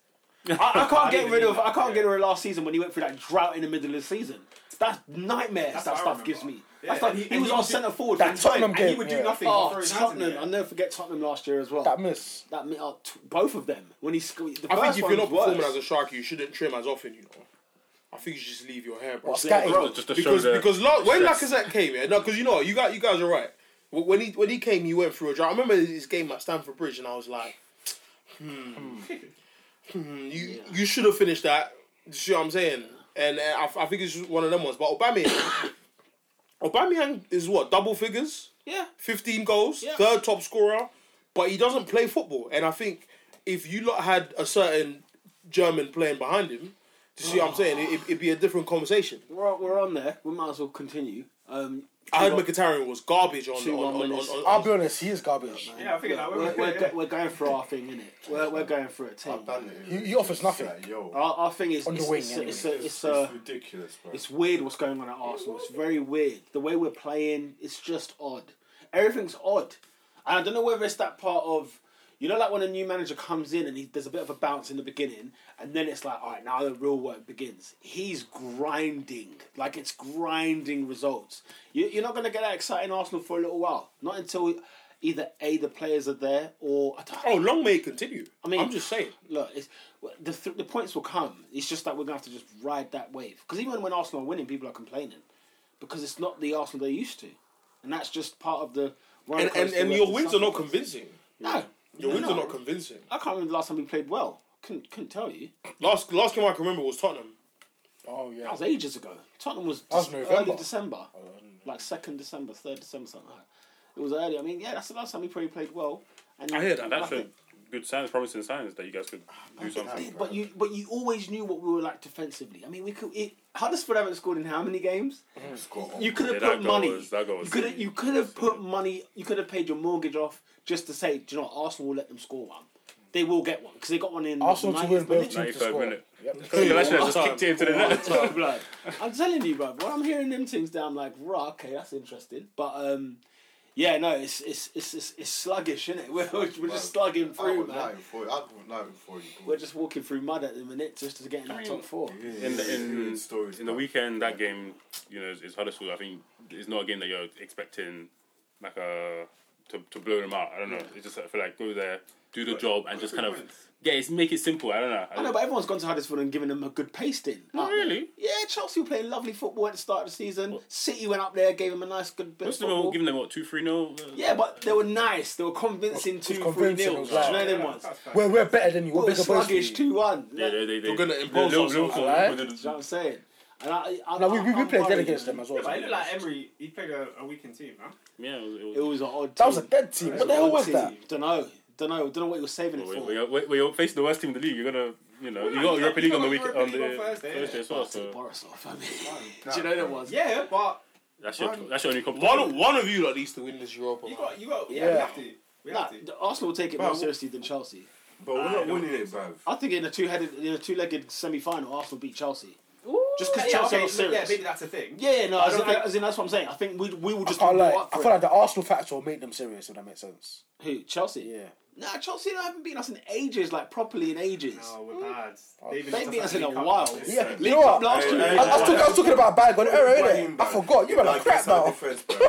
Speaker 1: I, I can't get rid of. I can't get rid of last season when he went through that drought in the middle of the season. That's nightmares
Speaker 6: That's
Speaker 1: that
Speaker 6: what I
Speaker 1: stuff
Speaker 6: remember.
Speaker 1: gives me.
Speaker 6: Yeah,
Speaker 1: That stuff,
Speaker 6: and
Speaker 1: he,
Speaker 6: he-
Speaker 1: was
Speaker 6: and
Speaker 1: on
Speaker 6: he-
Speaker 1: centre forward.
Speaker 4: That
Speaker 1: for the
Speaker 4: Tottenham
Speaker 1: time.
Speaker 6: And
Speaker 4: game.
Speaker 6: he would do
Speaker 4: yeah.
Speaker 6: nothing. but
Speaker 1: Oh,
Speaker 6: throw his hands in the
Speaker 1: Tottenham!
Speaker 6: air.
Speaker 1: I'll never forget Tottenham last year as well.
Speaker 4: That miss.
Speaker 1: That mi- uh, t- both of them when he sc- the
Speaker 7: I
Speaker 1: first
Speaker 7: think if you're
Speaker 1: one
Speaker 7: not
Speaker 1: was
Speaker 7: performing
Speaker 1: worse.
Speaker 7: as a striker, you shouldn't trim as often, you know. I think you should just leave your hair, bro.
Speaker 4: What, scatting?
Speaker 2: bro, just to
Speaker 7: because
Speaker 2: show the,
Speaker 7: because la- when
Speaker 2: stress.
Speaker 7: Lacazette came, yeah, no, because you know what, you got you guys are right. Wh- When he when he came, he went through a drought. I remember his game at Stamford Bridge, and I was like, hmm, hmm you you should have finished that. You see what I'm saying? And uh, I, f- I think it's just one of them ones. But Aubameyang, Aubameyang is what double figures,
Speaker 1: yeah,
Speaker 7: 15 goals,
Speaker 1: Yeah.
Speaker 7: third top scorer, but he doesn't play football. And I think if you lot had a certain German playing behind him. Do you see what I'm saying? It, it'd be a different conversation.
Speaker 1: we're on, we're on there. We might as well continue. Um,
Speaker 7: I heard Mkhitaryan was garbage on on,
Speaker 1: Two
Speaker 7: on,
Speaker 1: one
Speaker 7: on,
Speaker 1: minutes.
Speaker 7: on-
Speaker 4: I'll be honest. He is garbage.
Speaker 6: Yeah, I figured that.
Speaker 1: we're,
Speaker 6: We're,
Speaker 1: we're, go- we're going for our thing, innit? We're, we're going for a team.
Speaker 5: I've done it.
Speaker 4: He- he offers nothing.
Speaker 5: Like, yo,
Speaker 1: Our, our thing is
Speaker 4: On the
Speaker 1: it's,
Speaker 4: wing,
Speaker 1: it's,
Speaker 4: anyway.
Speaker 1: it's, uh, a, it's,
Speaker 5: it's,
Speaker 1: a,
Speaker 5: ridiculous, bro.
Speaker 1: It's weird what's going on at Arsenal. It's very weird. The way we're playing, it's just odd. Everything's odd. And I don't know whether it's that part of, you know, like when a new manager comes in and he, there's a bit of a bounce in the beginning, and then it's like, all right, now the real work begins. He's grinding. Like, it's grinding results. You, you're not going to get that exciting Arsenal for a little while. Not until either A, the players are there, or I don't
Speaker 7: Oh, long may it continue. I
Speaker 1: mean-
Speaker 7: mean, I'm just saying.
Speaker 1: look, it's the th- the points will come. It's just that we're gonna have to just ride that wave. Because even when Arsenal are winning, people are complaining because it's not the Arsenal they're used to, and that's just part of the.
Speaker 7: And and, and your wins are not convincing.
Speaker 1: No,
Speaker 7: Your
Speaker 1: No,
Speaker 7: wins
Speaker 1: no.
Speaker 7: are not convincing.
Speaker 1: I can't remember the last time we played well. Couldn't couldn't tell you.
Speaker 7: Last last game I can remember was Tottenham.
Speaker 4: Oh yeah.
Speaker 1: That was ages ago. Tottenham was,
Speaker 4: was
Speaker 1: just
Speaker 4: November.
Speaker 1: early December,
Speaker 7: Oh,
Speaker 1: like second December, third December, something like that. It was early. I mean, yeah, that's the last time we probably played well. And
Speaker 7: I hear that.
Speaker 2: That's
Speaker 1: nothing.
Speaker 2: a good signs, promising signs that you guys could do something.
Speaker 1: But you, but you always knew what we were like defensively. I mean, we could. It, Huddersfield haven't scored in how many games?
Speaker 2: Mm.
Speaker 1: You could
Speaker 2: Yeah,
Speaker 1: have
Speaker 2: that
Speaker 1: put
Speaker 2: goal
Speaker 1: money.
Speaker 2: was- that goal
Speaker 1: you
Speaker 2: was-
Speaker 1: could have, you could have put money. You could have paid your mortgage off just to say, do you know, what, Arsenal will let them score one. They will get one because they got one in
Speaker 4: Arsenal to win,
Speaker 1: 90th minute.
Speaker 4: both teams to
Speaker 2: 95
Speaker 4: score.
Speaker 2: minute.
Speaker 4: Yep.
Speaker 2: Galatasaray just kicked it into the net.
Speaker 1: Blood. I'm telling you, bro. When I'm hearing them things, down, I'm like, right, okay, that's interesting. But um, yeah, no, it's it's it's it's, it's sluggish, isn't it? We're, we're just slugging
Speaker 5: I
Speaker 1: through,
Speaker 5: would
Speaker 1: man.
Speaker 5: like it for you. I would like it for you. bro.
Speaker 1: We're just walking through mud at the minute just to get in that top four.
Speaker 5: Yeah,
Speaker 2: In
Speaker 5: yeah,
Speaker 2: the, in,
Speaker 5: yeah, stories,
Speaker 2: in the
Speaker 5: bro.
Speaker 2: weekend, that game, you know, is, is Huddersfield. I think it's not a game that uh, you're expecting like a to, to blow them out. I don't know. It's just I feel like go there, do the job, and just kind of yeah, it's make it simple. I don't know.
Speaker 1: I know, but everyone's gone to Huddersfield and given them a good pasting.
Speaker 2: Not
Speaker 1: out there.
Speaker 2: Oh, really.
Speaker 1: Yeah, Chelsea were playing lovely football at the start of the season. City went up there, gave them a nice good bit of
Speaker 2: Most of them
Speaker 1: football.
Speaker 2: were giving them what two three nil.
Speaker 1: yeah, but they were nice. They were convincing two three
Speaker 4: convincing, it
Speaker 1: nil.
Speaker 4: was
Speaker 1: Do you know
Speaker 4: like-
Speaker 1: them ones?
Speaker 4: We're, we're better than you. We're
Speaker 1: Or
Speaker 4: bigger boys. than
Speaker 1: sluggish
Speaker 4: you.
Speaker 1: two one.
Speaker 2: yeah, they they they
Speaker 7: We're gonna
Speaker 2: they-
Speaker 7: impose
Speaker 2: Liverpool-
Speaker 7: on someone,
Speaker 2: Liverpool
Speaker 4: right?
Speaker 2: did the
Speaker 1: You know what I'm saying? And I, I,
Speaker 4: No, we, we, we
Speaker 1: I'm
Speaker 4: played dead
Speaker 1: worried.
Speaker 4: against them as well.
Speaker 6: But it looked like Emery. He played a, a weekend team, man.
Speaker 2: Yeah, it was- it
Speaker 1: It
Speaker 2: was.
Speaker 1: was an odd.
Speaker 4: that was a dead team. What the hell was that?
Speaker 1: Don't know. Don't know. Don't know what you're saving it
Speaker 2: Well,
Speaker 1: for.
Speaker 2: we- we- we- We're facing the worst team in the league. You're gonna, you know, you
Speaker 6: no,
Speaker 2: got
Speaker 6: you
Speaker 2: Europa
Speaker 6: got-
Speaker 2: League
Speaker 6: you
Speaker 2: on the
Speaker 6: got
Speaker 2: week
Speaker 6: Europa
Speaker 2: on
Speaker 6: League on
Speaker 2: the
Speaker 6: Thursday, yeah.
Speaker 2: Thursday as well. So
Speaker 1: Borisov, I mean, do you know that was?
Speaker 6: Yeah, but
Speaker 2: that's your that's your only competition.
Speaker 7: One, one of you lot needs to win this Europa.
Speaker 6: you
Speaker 7: man.
Speaker 6: got, you got. Yeah,
Speaker 4: Yeah.
Speaker 6: we have to. We
Speaker 1: Nah,
Speaker 6: have to.
Speaker 1: the Arsenal will take it more seriously than Chelsea.
Speaker 5: But we're not winning it, bruv.
Speaker 1: I think in a two-headed, in a two-legged semi-final, Arsenal beat Chelsea. Just because
Speaker 6: yeah,
Speaker 1: Chelsea
Speaker 6: okay,
Speaker 1: are
Speaker 6: yeah,
Speaker 1: serious.
Speaker 6: maybe that's a thing.
Speaker 1: Yeah, yeah, no, as in,
Speaker 6: don't think-
Speaker 1: as in that's what I'm saying. I think we we will
Speaker 4: I
Speaker 1: just
Speaker 4: can't lie.
Speaker 1: go up
Speaker 4: I
Speaker 1: for
Speaker 4: feel
Speaker 1: it.
Speaker 4: like the Arsenal factor will make them serious, if that makes sense.
Speaker 1: Who Chelsea?
Speaker 4: Yeah.
Speaker 1: Nah, Chelsea don't- haven't beaten us in ages, like properly in ages.
Speaker 6: No, Oh, we're bad. They've
Speaker 1: They beat us
Speaker 6: us
Speaker 1: Oh, in a
Speaker 6: League Cup.
Speaker 1: while.
Speaker 4: Yeah, you
Speaker 1: League
Speaker 4: know
Speaker 1: Cup
Speaker 4: what?
Speaker 1: last year.
Speaker 4: I, I was talking, I was talking about bad one error, innit? I forgot. You were like crap now.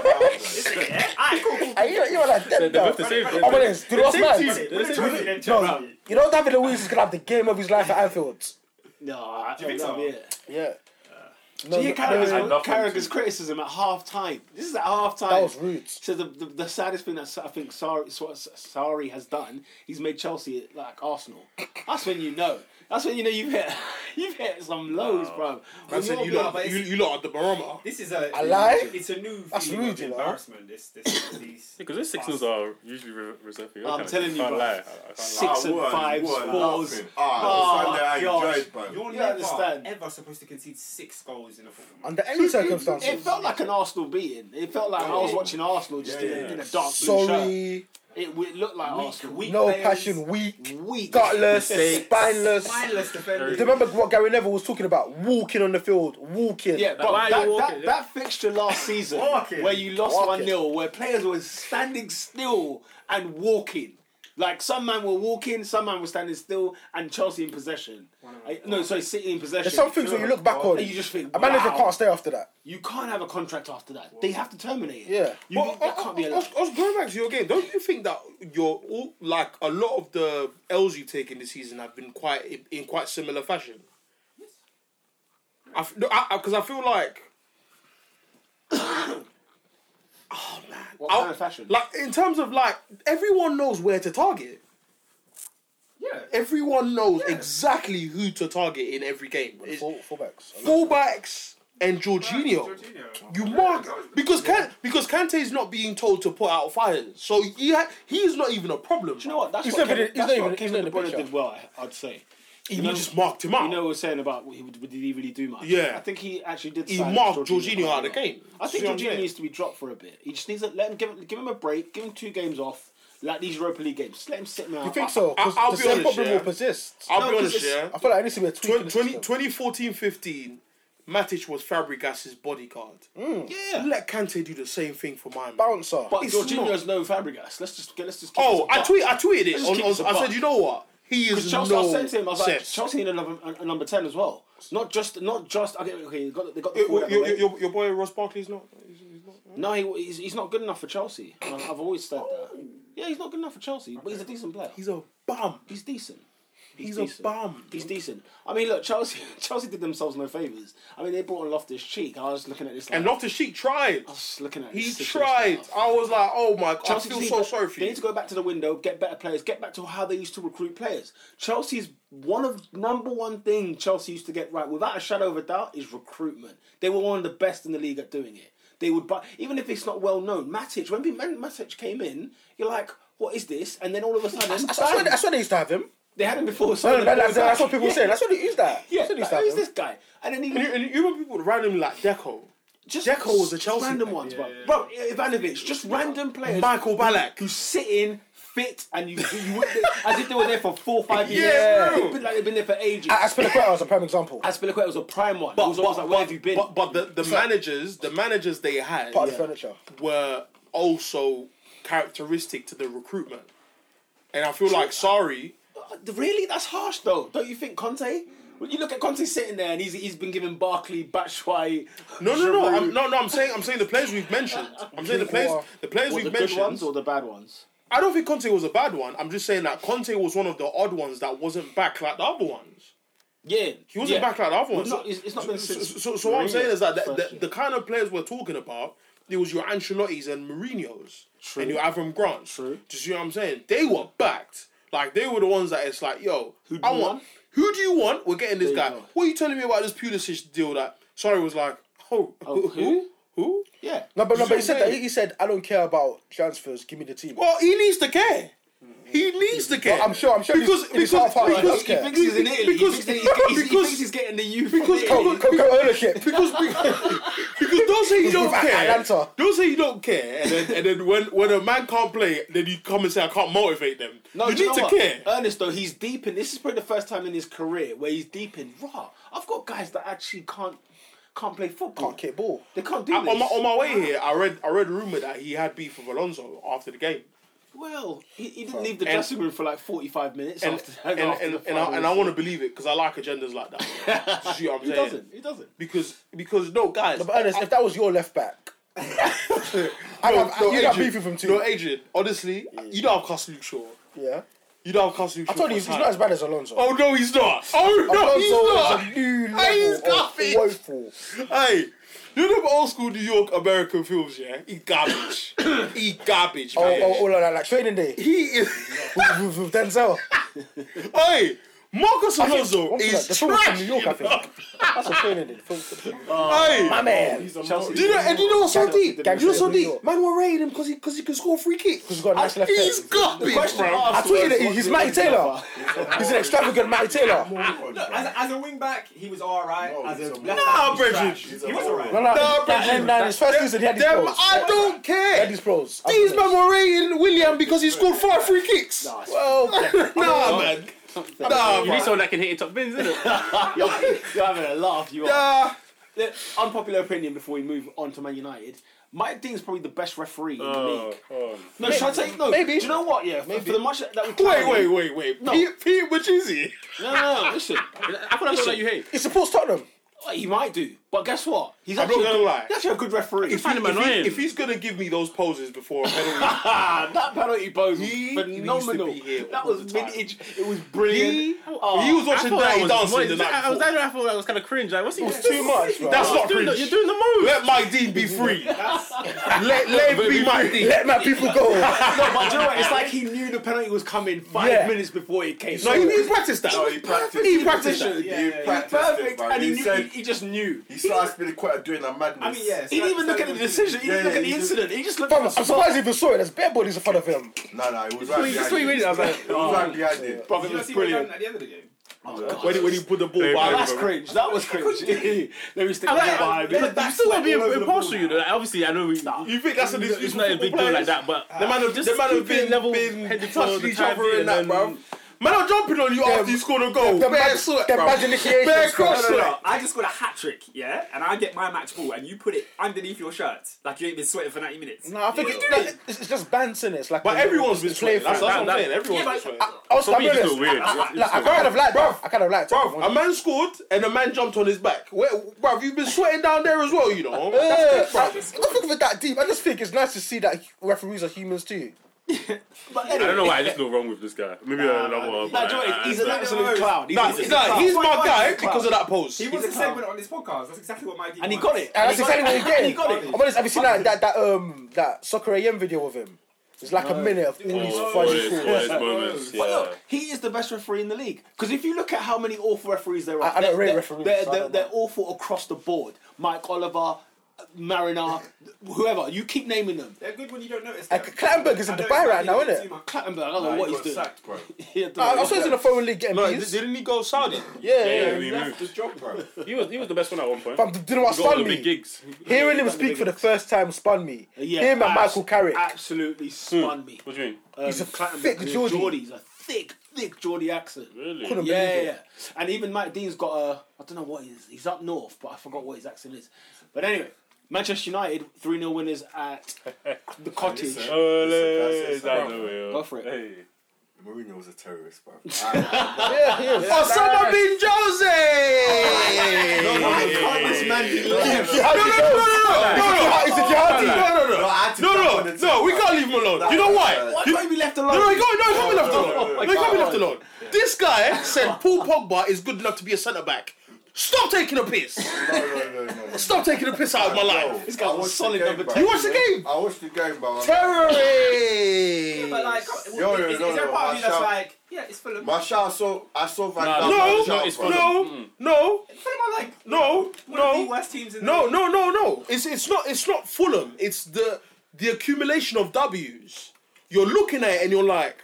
Speaker 6: Yeah, aye, cool, cool.
Speaker 4: Hey, You you were like
Speaker 2: They're
Speaker 4: dead now.
Speaker 2: both the same.
Speaker 4: I'm honest. The last
Speaker 6: Run
Speaker 4: man.
Speaker 6: it, run it, run it, then check
Speaker 4: No,
Speaker 6: out.
Speaker 4: you know David Luiz is gonna have the game of his life at Anfield.
Speaker 1: no, I
Speaker 6: you think
Speaker 1: no,
Speaker 6: so?
Speaker 1: Yeah.
Speaker 4: Yeah.
Speaker 1: Do
Speaker 4: No,
Speaker 1: you hear
Speaker 4: no,
Speaker 1: Carragher's,
Speaker 4: no,
Speaker 2: nothing
Speaker 1: Carragher's criticism at half time? This is at half time.
Speaker 4: that was rude.
Speaker 1: So the, the the saddest thing that I think Sari so- Sarri has done, he's made Chelsea like Arsenal. That's when you know. That's when you know you've hit you've hit some lows, bro.
Speaker 7: Man said you lot, you, you lot are the barometer.
Speaker 6: This is a
Speaker 4: A lie?
Speaker 6: It's a new
Speaker 4: That's
Speaker 6: feeling
Speaker 4: rude,
Speaker 6: of
Speaker 4: you know.
Speaker 6: embarrassment. This, this, these.
Speaker 2: Because those six nils are usually re- reserved for your kind
Speaker 1: I'm
Speaker 2: of-
Speaker 1: telling you,
Speaker 2: can't
Speaker 1: bro.
Speaker 2: lie. I- I can't lie.
Speaker 1: Six and fives, fours.
Speaker 5: Ah,
Speaker 1: Oh,
Speaker 5: Sunday I
Speaker 1: gosh.
Speaker 5: enjoyed, bruv.
Speaker 6: You're
Speaker 1: You
Speaker 6: never
Speaker 1: understand.
Speaker 6: ever supposed to concede six goals in a football match.
Speaker 4: Under any
Speaker 1: It
Speaker 4: circumstances.
Speaker 1: felt like an Arsenal beating. It felt like I was watching Arsenal just in,
Speaker 5: Yeah, yeah.
Speaker 1: in a dark blue shirt.
Speaker 4: Sorry,
Speaker 1: It, w- it looked like Arsenal.
Speaker 6: Weak
Speaker 4: no
Speaker 6: players,
Speaker 4: passion, weak,
Speaker 1: Weak.
Speaker 4: gutless, spineless.
Speaker 6: mindless
Speaker 4: Do
Speaker 6: defenders.
Speaker 4: you remember what Gary Neville was talking about? Walking on the field, walking.
Speaker 1: Yeah, bro,
Speaker 2: why
Speaker 1: that,
Speaker 2: are
Speaker 1: that,
Speaker 2: you
Speaker 1: that,
Speaker 2: walking?
Speaker 1: fixture last season
Speaker 6: Walking.
Speaker 1: where you lost
Speaker 4: Walking.
Speaker 1: 1 0, where players were standing still and walking. Like some man were walking, some man was standing still, and Chelsea in possession. I- no, sorry, City in possession.
Speaker 4: There's some things when you look back on,
Speaker 1: And you just think,
Speaker 4: a manager
Speaker 1: wow.
Speaker 4: can't stay after that.
Speaker 1: You can't have a contract after that. They have to terminate it.
Speaker 4: Yeah. oh,
Speaker 1: You, that can't be
Speaker 7: I,
Speaker 1: allowed.
Speaker 7: was, I was going back to your game. Don't you think that your all, like a lot of the L's you've taken this season have been quite in, in quite similar fashion? Because I, because I feel like
Speaker 1: What
Speaker 4: oh,
Speaker 7: I'll-
Speaker 1: kind of fashion?
Speaker 7: like in terms of like everyone knows where to target.
Speaker 6: Yeah.
Speaker 7: Everyone knows exactly who to target in every game. It's
Speaker 4: Full, fullbacks.
Speaker 7: fullbacks and Jorginho.
Speaker 6: Jorginho.
Speaker 7: You mark because Kan, because Kante's not being told to put out fires, so he ha- he is not even a problem.
Speaker 1: Do you know what? That's
Speaker 4: He's
Speaker 1: what
Speaker 4: not
Speaker 1: Kevin,
Speaker 4: even- he's
Speaker 1: that's
Speaker 4: not
Speaker 1: what
Speaker 4: even- he's
Speaker 1: Kevin De
Speaker 4: not in the
Speaker 1: Bruyne
Speaker 4: picture.
Speaker 1: did well, I- I'd say.
Speaker 7: He
Speaker 1: You know-
Speaker 7: just marked him out.
Speaker 1: You know, we were saying about he, did he really do much?
Speaker 7: Yeah.
Speaker 1: I think he actually did.
Speaker 7: he
Speaker 1: sign
Speaker 7: marked Jorginho out of the
Speaker 1: quite well.
Speaker 7: game.
Speaker 1: I think
Speaker 7: See what I'm
Speaker 1: Jorginho
Speaker 7: saying?
Speaker 1: needs to be dropped for a bit. He just needs to let him give, him- give him a break, give him two games off, like these Europa League games. Just let him sit now.
Speaker 4: You think so?
Speaker 7: I-
Speaker 4: 'Cause
Speaker 7: I'll
Speaker 4: the
Speaker 7: be
Speaker 4: same
Speaker 7: honest,
Speaker 4: problem
Speaker 7: yeah.
Speaker 4: will persist.
Speaker 7: I'll
Speaker 1: No,
Speaker 7: be
Speaker 1: 'cause
Speaker 7: honest,
Speaker 1: it's-
Speaker 7: yeah.
Speaker 4: I feel like there needs to be a tweak. in
Speaker 7: 20,
Speaker 4: the
Speaker 7: 20,
Speaker 4: system.
Speaker 7: 2014-15, Matic was Fabregas's bodyguard.
Speaker 1: Yeah.
Speaker 7: Let Kante do the same thing for my man.
Speaker 4: bouncer.
Speaker 1: But
Speaker 7: It's
Speaker 1: Jorginho's no Fabregas. Let's just get. Let's just. keep
Speaker 7: Oh,
Speaker 1: it as a
Speaker 7: I
Speaker 1: buck.
Speaker 7: tweet, I tweeted it.
Speaker 1: Let's
Speaker 7: On,
Speaker 1: keep
Speaker 7: on-
Speaker 1: it as a
Speaker 7: I
Speaker 1: buck.
Speaker 7: said, you know what? He is
Speaker 1: Chelsea,
Speaker 7: no
Speaker 1: I said to him, I was like,
Speaker 7: Seps.
Speaker 1: Chelsea need a number, a, a number ten as well. Not just, not just. Okay, okay, they got, the- they got the.
Speaker 7: Your-
Speaker 1: forward out the
Speaker 7: your,
Speaker 1: way.
Speaker 7: your, your boy Ross Barkley's not. He's, he's not
Speaker 1: No, he, he's, he's not good enough for Chelsea. And I've I've always said that. Yeah, he's not good enough for Chelsea, but he's a decent player. He's,
Speaker 7: he's a bum.
Speaker 1: decent.
Speaker 7: He's,
Speaker 1: decent.
Speaker 7: a bum.
Speaker 1: He's decent. I mean, look, Chelsea. Chelsea did themselves no favors. I mean, they brought on Loftus Cheek. I was looking at this. Like,
Speaker 7: And Loftus Cheek tried.
Speaker 1: I was looking at
Speaker 7: He
Speaker 1: Oh, this situation
Speaker 7: tried.
Speaker 1: now.
Speaker 7: I was like, oh my god, I feel
Speaker 1: need
Speaker 7: so
Speaker 1: to-
Speaker 7: sorry for
Speaker 1: They
Speaker 7: you.
Speaker 1: need to go back to the window, get better players, get back to how they used to recruit players. Chelsea's one of number one thing Chelsea used to get right, without a shadow of a doubt, is recruitment. They were one of the best in the league at doing it. They would, but even if it's not well known, Matic. When people- when Matic came in, you're like, what is this? And then all of a sudden,
Speaker 4: That's- that's- that's why-
Speaker 1: bang,
Speaker 4: that's why they used to have him.
Speaker 1: they had him before. so
Speaker 4: No, no,
Speaker 1: they
Speaker 4: that-
Speaker 1: brought
Speaker 4: that's,
Speaker 1: him back.
Speaker 4: that's what people
Speaker 1: yeah.
Speaker 4: say. That's what they used that.
Speaker 1: Yeah,
Speaker 4: that's what
Speaker 1: like,
Speaker 4: they used to have
Speaker 1: who's
Speaker 4: him.
Speaker 1: this guy? And then he
Speaker 7: And you, and you remember people randomly like Deco,
Speaker 1: just
Speaker 7: Dzeko was a Chelsea
Speaker 1: random
Speaker 7: player.
Speaker 1: ones, bro. Bro, Ivanovic, just random players
Speaker 7: Michael Ballack.
Speaker 1: who sit in fit and you, you would- as if they were there for four or five years.
Speaker 7: Yeah, bro.
Speaker 1: They've been, like they've been there for ages.
Speaker 4: As Aspilicueta was a prime example.
Speaker 1: Aspilicueta was a prime one. But, it was always like, where have you been?
Speaker 7: But, but the, the managers, the managers they had
Speaker 4: Part of the furniture.
Speaker 7: were also characteristic to the recruitment. And I feel like sorry,
Speaker 1: really, that's harsh though. Don't you think, Conte? When you look at Conte sitting there and he's he's been given Barkley, Batshuayi.
Speaker 7: no, no, no,
Speaker 1: Giroud.
Speaker 7: I'm, no, no. I'm saying, I'm saying the players we've mentioned. I'm saying the players, the players
Speaker 1: What,
Speaker 7: we've
Speaker 1: the good
Speaker 7: mentioned.
Speaker 1: ones or the bad ones?
Speaker 7: I don't think Conte was a bad one. I'm just saying that Conte was one of the odd ones that wasn't back like the other ones.
Speaker 1: Yeah,
Speaker 7: He wasn't back like the other ones.
Speaker 1: It's not, it's, it's not been
Speaker 7: So,
Speaker 1: since.
Speaker 7: so, so what I'm
Speaker 1: Mourinho
Speaker 7: saying is that
Speaker 1: first
Speaker 7: the,
Speaker 1: year.
Speaker 7: the, the kind of players we're talking about, it was your Ancelotti's and Mourinho's and your Avram Grant.
Speaker 1: True.
Speaker 7: Do you see what I'm saying? They were backed. Like they were the ones that it's like, yo, who
Speaker 1: do
Speaker 7: I
Speaker 1: you
Speaker 7: want?
Speaker 1: want?
Speaker 7: Who do you want? We're getting this
Speaker 1: There you
Speaker 7: guy.
Speaker 1: go.
Speaker 7: What are you telling me about this Pulisic deal? That sorry was like, oh,
Speaker 1: Oh,
Speaker 7: who?
Speaker 1: who?
Speaker 7: Who?
Speaker 1: yeah,
Speaker 4: No, but, no, but he
Speaker 7: So
Speaker 4: said that. He said, "I don't care about transfers. Give me the team."
Speaker 7: Well, he needs to care. He needs to care.
Speaker 4: I'm sure- I'm sure
Speaker 7: because
Speaker 4: he's- he's
Speaker 7: because because,
Speaker 4: half-hearted, he
Speaker 7: because,
Speaker 4: does care.
Speaker 1: thinks he's in Italy.
Speaker 7: Because-
Speaker 1: he, thinks that he's, he
Speaker 7: because-
Speaker 1: thinks he's getting the youth.
Speaker 7: because-
Speaker 1: from
Speaker 4: Co-
Speaker 1: Italy.
Speaker 4: co- co- ownership.
Speaker 7: because because don't say you don't
Speaker 4: Because
Speaker 7: care.
Speaker 4: Atlanta.
Speaker 7: Don't say you don't care, and then and then when when a man can't play, then you come and say I can't motivate them.
Speaker 1: No,
Speaker 7: you
Speaker 1: do
Speaker 7: need to
Speaker 1: know what?
Speaker 7: care.
Speaker 1: Ernest though, he's deep in. This is probably the first time in his career where he's deep in. Raw, I've got guys that actually can't can't play football.
Speaker 4: Can't kick ball.
Speaker 1: They can't do
Speaker 7: I- on,
Speaker 1: this.
Speaker 7: my, on my way here, I read I read rumor that he had beef with Alonso after the game,
Speaker 1: Well, he, he didn't leave the
Speaker 7: And-
Speaker 1: dressing room for like forty five minutes
Speaker 7: and
Speaker 1: after,
Speaker 7: and,
Speaker 1: after
Speaker 7: and,
Speaker 1: the
Speaker 7: and I,
Speaker 1: final
Speaker 7: and I want to
Speaker 1: whistle.
Speaker 7: believe it because I like agendas like that. Do you see what
Speaker 1: He
Speaker 7: I'm saying?
Speaker 1: doesn't. He doesn't.
Speaker 7: Because because no guys,
Speaker 4: No, but Ernest, if that was your left back, I'd
Speaker 7: no,
Speaker 4: have,
Speaker 7: no,
Speaker 4: you'd have
Speaker 7: Adrian,
Speaker 4: beef with him too.
Speaker 7: No, Adrian. Honestly, you don't have Cost Luke Shaw.
Speaker 4: yeah,
Speaker 7: You don't have Cost Luke Shaw.
Speaker 4: I told you he's,
Speaker 7: for
Speaker 4: he's
Speaker 7: time.
Speaker 4: not as bad as Alonso.
Speaker 7: Oh no, he's not. Oh no,
Speaker 4: Alonso
Speaker 7: he's
Speaker 4: is a new
Speaker 7: not. Hey, he's
Speaker 4: level of
Speaker 7: garbage.
Speaker 4: woeful. Oh,
Speaker 7: Hey, you know the old school New York American films, yeah? He garbage. he garbage,
Speaker 4: Oh,
Speaker 7: man.
Speaker 4: oh, oh, like, like training day
Speaker 7: He is.
Speaker 4: with, with, with Denzel.
Speaker 7: hey, Marcus Alonso
Speaker 4: What's
Speaker 7: is
Speaker 4: that? The film was
Speaker 7: trash.
Speaker 4: from New York, I think. That's a training day. The film was-
Speaker 7: Hey,
Speaker 4: My man,
Speaker 1: Chelsea.
Speaker 7: do you know? And do you know what's so deep? Do you know what's so
Speaker 4: New
Speaker 7: deep?
Speaker 4: York.
Speaker 7: Man, we're raiding him because he because he can score free kicks.
Speaker 4: he's got a nice left hand.
Speaker 7: He's garbage, bro.
Speaker 4: I tweeted it. He's Matty Taylor. He's an extravagant Matty Taylor.
Speaker 5: Look,
Speaker 8: As, as a wing back, he was alright.
Speaker 5: No,
Speaker 8: as a
Speaker 5: he's a
Speaker 8: left
Speaker 5: wing-
Speaker 8: back,
Speaker 7: Nah,
Speaker 8: he was
Speaker 7: Bridget.
Speaker 8: trash.
Speaker 5: He's a
Speaker 8: He was
Speaker 5: wrong.
Speaker 8: alright.
Speaker 4: No, no, that
Speaker 7: Nah, Bridget.
Speaker 4: end nine, his first season, he had his
Speaker 7: Them,
Speaker 4: pros.
Speaker 7: I don't
Speaker 4: He had
Speaker 7: care.
Speaker 4: his pros.
Speaker 7: These men were raiding William because he scored five free kicks. Well, nah, man. Nah,
Speaker 2: You need
Speaker 7: man.
Speaker 2: someone that can hit in top bins, isn't it?
Speaker 1: You're, you're having a laugh. You are.
Speaker 7: Nah.
Speaker 1: Look, Unpopular opinion before we move on to Man United. Mike Dean's probably the best referee in the
Speaker 7: Oh.
Speaker 1: league.
Speaker 2: Oh,
Speaker 1: No, should I say no?
Speaker 4: Maybe.
Speaker 1: Do you know what? Yeah, maybe. for the much that we
Speaker 7: Wait, wait, wait, wait.
Speaker 1: No.
Speaker 7: Pete, Pete Bajizzi.
Speaker 1: No, no, no. Listen,
Speaker 2: I thought I thought that you hate.
Speaker 4: He supports Tottenham.
Speaker 1: he might do, but guess what? He's
Speaker 7: I'm
Speaker 1: actually
Speaker 7: not
Speaker 1: a
Speaker 7: gonna
Speaker 1: good,
Speaker 7: lie.
Speaker 1: He's actually a good referee.
Speaker 2: You find him
Speaker 7: If, he,
Speaker 2: annoying.
Speaker 7: if he's gonna give me those poses before a penalty,
Speaker 1: Ah, that penalty pose was
Speaker 7: He
Speaker 1: phenomenal.
Speaker 7: used to be here
Speaker 1: That
Speaker 7: all
Speaker 1: was
Speaker 7: the time.
Speaker 1: vintage. It was brilliant.
Speaker 2: He-
Speaker 1: Oh,
Speaker 7: he was
Speaker 2: I
Speaker 7: watching
Speaker 2: thought that
Speaker 7: Dirty
Speaker 2: was
Speaker 7: Dancing
Speaker 2: annoying.
Speaker 7: the night
Speaker 2: I was
Speaker 7: before.
Speaker 2: there. I thought that was kind of cringe. Like, what's he doing?
Speaker 4: Too much, bro.
Speaker 7: That's not
Speaker 2: Doing the-
Speaker 7: cringe.
Speaker 2: You're doing the move.
Speaker 7: Let my Dean be free. let let him be my Dean.
Speaker 4: Let my people go.
Speaker 1: No, but do you know what? It's like he knew the penalty was coming five
Speaker 4: Yeah.
Speaker 1: minutes before it came.
Speaker 7: No, he, he practiced that.
Speaker 5: No, he practiced.
Speaker 7: He
Speaker 5: He
Speaker 7: practiced that.
Speaker 5: Yeah, yeah, practiced
Speaker 1: perfect,
Speaker 5: it, man.
Speaker 1: and he,
Speaker 5: He
Speaker 1: knew,
Speaker 5: said-
Speaker 1: he, he just knew.
Speaker 5: He started spinning quite doing a madness.
Speaker 8: I mean, yeah,
Speaker 1: He didn't even look at the decision. He didn't look at the incident. He just looked
Speaker 4: Fam,
Speaker 1: at
Speaker 4: I'm
Speaker 1: the
Speaker 4: surprised he even saw it. There's bare bodies in front of him.
Speaker 5: No, no, he was right
Speaker 2: That's
Speaker 5: behind
Speaker 2: what you
Speaker 5: it.
Speaker 2: mean. I was like,
Speaker 5: He was right behind it.
Speaker 1: Bro,
Speaker 8: Did
Speaker 1: it
Speaker 8: you not
Speaker 1: was
Speaker 8: see what happened
Speaker 1: brilliant.
Speaker 8: at the end of the game?
Speaker 7: When he, when he put the ball
Speaker 1: Oh,
Speaker 7: by
Speaker 1: that's
Speaker 7: him.
Speaker 1: cringe. That was cringe. Let me stick
Speaker 2: I'm
Speaker 1: that
Speaker 2: like,
Speaker 1: behind
Speaker 2: but
Speaker 1: it.
Speaker 2: you still gotta be impartial, you know. Like, obviously, I know we.
Speaker 7: You think that's an
Speaker 2: It's,
Speaker 7: excuse for
Speaker 2: not a big
Speaker 7: football
Speaker 2: deal like
Speaker 7: players?
Speaker 2: that, but
Speaker 7: The man have
Speaker 2: just
Speaker 7: the man
Speaker 2: keep
Speaker 7: have
Speaker 2: it
Speaker 7: been
Speaker 2: level
Speaker 7: been
Speaker 2: headed for
Speaker 7: touching
Speaker 2: the
Speaker 7: each
Speaker 2: time
Speaker 7: other
Speaker 2: being
Speaker 7: in that,
Speaker 2: and-
Speaker 7: bro. Man are jumping on you after you scored a goal.
Speaker 4: The
Speaker 7: Oh, Bare
Speaker 4: mag-
Speaker 7: sweat,
Speaker 4: the
Speaker 7: bro.
Speaker 4: magic initiations,
Speaker 7: Bare
Speaker 4: bro.
Speaker 7: cross sweat.
Speaker 8: I just got a hat trick, yeah, and I get my match ball, and you put it underneath your shirt like you ain't been sweating for ninety minutes.
Speaker 4: No, I think it, no, it's, it's just banter. It's like
Speaker 7: But
Speaker 4: a-
Speaker 7: everyone's been
Speaker 4: it's play
Speaker 7: playing. That's, that's what I'm
Speaker 2: That-
Speaker 7: saying.
Speaker 2: that-
Speaker 7: Everyone's
Speaker 8: Yeah,
Speaker 7: been
Speaker 8: but-
Speaker 7: playing.
Speaker 1: uh,
Speaker 4: I was
Speaker 2: For me,
Speaker 4: I'm
Speaker 2: it's
Speaker 4: honest,
Speaker 2: still weird.
Speaker 4: I, I, like, I kind of like that. I kind of like
Speaker 7: Bruv, a
Speaker 4: that.
Speaker 7: man scored and a man jumped on his back. Where, bruv, you've been sweating down there as well, you
Speaker 2: Uh,
Speaker 7: know.
Speaker 4: Yeah,
Speaker 7: That's
Speaker 4: I
Speaker 7: good,
Speaker 4: don't
Speaker 7: bruv.
Speaker 4: think of it that deep. I just think it's nice to see that referees are humans too.
Speaker 2: I don't know why I just know wrong with this guy. Maybe another one.
Speaker 1: Nah,
Speaker 2: but
Speaker 1: do you
Speaker 2: I- Oh,
Speaker 1: know what?
Speaker 2: I-
Speaker 1: He's an
Speaker 2: I-
Speaker 1: absolute clown. He's,
Speaker 7: Nah,
Speaker 1: he's a
Speaker 7: nah,
Speaker 1: clown.
Speaker 7: he's
Speaker 1: Why-
Speaker 7: my
Speaker 1: why
Speaker 7: guy
Speaker 1: is he a
Speaker 7: because of
Speaker 1: clown?
Speaker 7: that post.
Speaker 8: He was a
Speaker 1: He's a clown.
Speaker 8: segment on this podcast. That's exactly what Mikey.
Speaker 1: And he
Speaker 8: wants.
Speaker 1: got it.
Speaker 4: And that's
Speaker 1: he got
Speaker 4: exactly what
Speaker 1: it.
Speaker 4: he did.
Speaker 1: And he got it.
Speaker 4: I'm honest, have you seen that that, that um that Soccer AM video of him? It's like a minute of all these
Speaker 2: Oh,
Speaker 4: fuzzy
Speaker 2: it's- oh,
Speaker 4: calls.
Speaker 2: it's moments,
Speaker 1: But
Speaker 2: yeah.
Speaker 1: look, he is the best referee in the league. Because if you look at how many awful referees there are,
Speaker 4: I- I don't
Speaker 1: they're-
Speaker 4: rate
Speaker 1: they're,
Speaker 4: referees,
Speaker 1: They're,
Speaker 4: so I
Speaker 1: they're,
Speaker 4: don't
Speaker 1: they're
Speaker 4: know.
Speaker 1: awful across the board. Mike Oliver, Mariner, whoever. You keep naming them.
Speaker 8: They're good when you don't notice.
Speaker 4: Like,
Speaker 8: them.
Speaker 4: Clattenburg is in
Speaker 8: I know
Speaker 4: Dubai right
Speaker 8: exactly
Speaker 4: now,
Speaker 8: what
Speaker 4: isn't
Speaker 8: you
Speaker 4: it?
Speaker 8: mean.
Speaker 1: Clattenburg, I don't know
Speaker 5: He
Speaker 1: what he's
Speaker 5: got
Speaker 1: doing.
Speaker 5: sacked, bro.
Speaker 1: He had the-
Speaker 4: I, I saw he's in the foreign league getting
Speaker 7: No,
Speaker 4: bees.
Speaker 7: didn't he go Saudi?
Speaker 4: Yeah,
Speaker 2: Yeah,
Speaker 4: yeah.
Speaker 2: yeah, he
Speaker 5: Left
Speaker 2: moved.
Speaker 5: the job, bro.
Speaker 2: He was he was the best one at one point.
Speaker 4: Fam, do you know what
Speaker 2: Got all
Speaker 4: spun
Speaker 2: the
Speaker 4: me?
Speaker 2: big gigs.
Speaker 4: Hearing him speak for the first time spun me.
Speaker 1: Yeah, Ah,
Speaker 4: Him and
Speaker 1: abs-
Speaker 4: Michael Carrick. Hmm.
Speaker 1: Absolutely spun me.
Speaker 2: What do you mean?
Speaker 1: Um,
Speaker 4: He's a
Speaker 1: Clattenburg,
Speaker 4: thick
Speaker 1: he's a
Speaker 4: Geordie.
Speaker 1: He's a thick, thick Geordie accent.
Speaker 2: Really?
Speaker 4: Couldn't
Speaker 1: Yeah, yeah,
Speaker 4: believe
Speaker 1: yeah.
Speaker 4: it.
Speaker 1: And even Mike Dean's got a, I don't know what he is. He's up north, but I forgot what his accent is. But anyway, Manchester United, 3 0 winners at the cottage.
Speaker 2: Oh, Ole, is that the way?
Speaker 1: Go for it.
Speaker 2: Hey.
Speaker 5: Mourinho was a terrorist, bro. I-
Speaker 4: Yeah, he is.
Speaker 7: Osama bin Jose!
Speaker 1: Why can't this man be left?
Speaker 4: Jihadi, bro.
Speaker 7: No, no, no, no, no, no, no,
Speaker 4: He's a jihadi.
Speaker 7: no, no, no.
Speaker 5: No, I had to
Speaker 7: No,
Speaker 5: jump
Speaker 7: no,
Speaker 5: on the
Speaker 7: no,
Speaker 5: team.
Speaker 7: we can't leave him alone.
Speaker 5: No,
Speaker 7: you know
Speaker 5: no,
Speaker 7: why?
Speaker 5: no.
Speaker 1: Why
Speaker 7: You-
Speaker 1: can't he be left alone?
Speaker 7: no, no, he can't, no, he can't be left alone.
Speaker 5: no,
Speaker 7: no,
Speaker 5: no,
Speaker 7: he can't be
Speaker 5: no.
Speaker 7: left alone. This guy said Paul Pogba is good enough to be a centre back. Stop taking a piss.
Speaker 5: No, no, no, no.
Speaker 7: Stop taking a piss out of my life.
Speaker 1: This guy was solid number
Speaker 5: bro.
Speaker 1: two.
Speaker 7: You watched the game?
Speaker 5: I watched the game, but I'm-
Speaker 7: Terrorist.
Speaker 6: But like,
Speaker 5: Yo, yo,
Speaker 6: is, is
Speaker 5: no,
Speaker 6: there
Speaker 5: no,
Speaker 6: part of you
Speaker 5: Martial.
Speaker 6: that's like, yeah, it's Fulham.
Speaker 5: Martial, I saw, I saw Van
Speaker 2: No,
Speaker 5: Dijk.
Speaker 7: No,
Speaker 5: Martial,
Speaker 2: it's
Speaker 5: bro.
Speaker 2: Fulham.
Speaker 7: no, no,
Speaker 6: Fulham are like
Speaker 7: no,
Speaker 6: one of the
Speaker 7: no,
Speaker 6: worst teams in the
Speaker 7: no, no, no, no. It's it's not it's not Fulham. It's the the accumulation of W's. You're looking at it and you're like,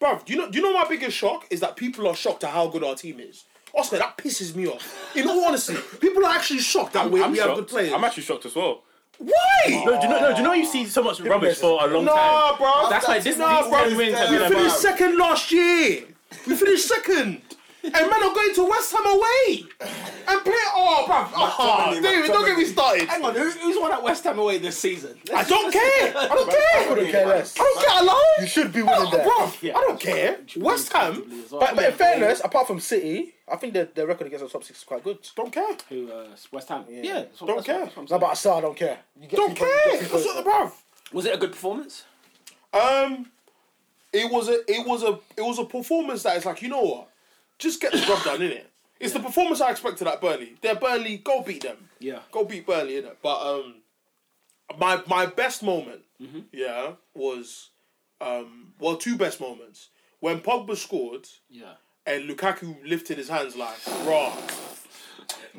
Speaker 7: bruv, do you know do you know my biggest shock is that people are shocked at how good our team is. Oscar, that pisses me off. In all honesty, people are actually shocked that we,
Speaker 2: I'm
Speaker 7: we
Speaker 2: shocked.
Speaker 7: have good players.
Speaker 2: I'm actually shocked as well.
Speaker 7: Why?
Speaker 2: No, do you know? No, do you know? You see so much rubbish for a long time.
Speaker 7: Nah, bro.
Speaker 2: That's like this.
Speaker 7: Nah,
Speaker 2: these
Speaker 7: bro.
Speaker 2: ten wins have
Speaker 7: We
Speaker 2: been about-
Speaker 7: finished second last year. We finished second. And man are going to West Ham away. And play oh bruv. Oh,
Speaker 5: McTominay,
Speaker 7: David, don't get me started.
Speaker 1: Hang on, who, who's won at West Ham away this season?
Speaker 7: I don't care. I don't
Speaker 5: I
Speaker 7: care.
Speaker 5: couldn't care less.
Speaker 7: I don't care alone.
Speaker 4: You should be winning that.
Speaker 7: Bro, I don't care. West Ham, but, but in fairness, apart from City, I think their, their record against the top six is quite good. Don't care.
Speaker 1: Who, uh, West Ham? Yeah, that's what-
Speaker 7: Don't
Speaker 1: that's
Speaker 7: care.
Speaker 1: what- that's what I'm
Speaker 4: No,
Speaker 1: saying.
Speaker 4: but I saw. I don't care. You get
Speaker 7: Don't
Speaker 4: people-
Speaker 7: care.
Speaker 4: get people-
Speaker 7: That's not the bruv.
Speaker 1: Was it a good performance?
Speaker 7: Um, it was a it was a it was a performance that is like you know what, just get the job done in it. It's the performance I expected at Burnley. They're Burnley. Go beat them.
Speaker 1: Yeah.
Speaker 7: Go beat Burnley in it. But um, my my best moment,
Speaker 1: Mm-hmm.
Speaker 7: yeah, was um well two best moments when Pogba scored
Speaker 1: Yeah.
Speaker 7: and Lukaku lifted his hands like raw.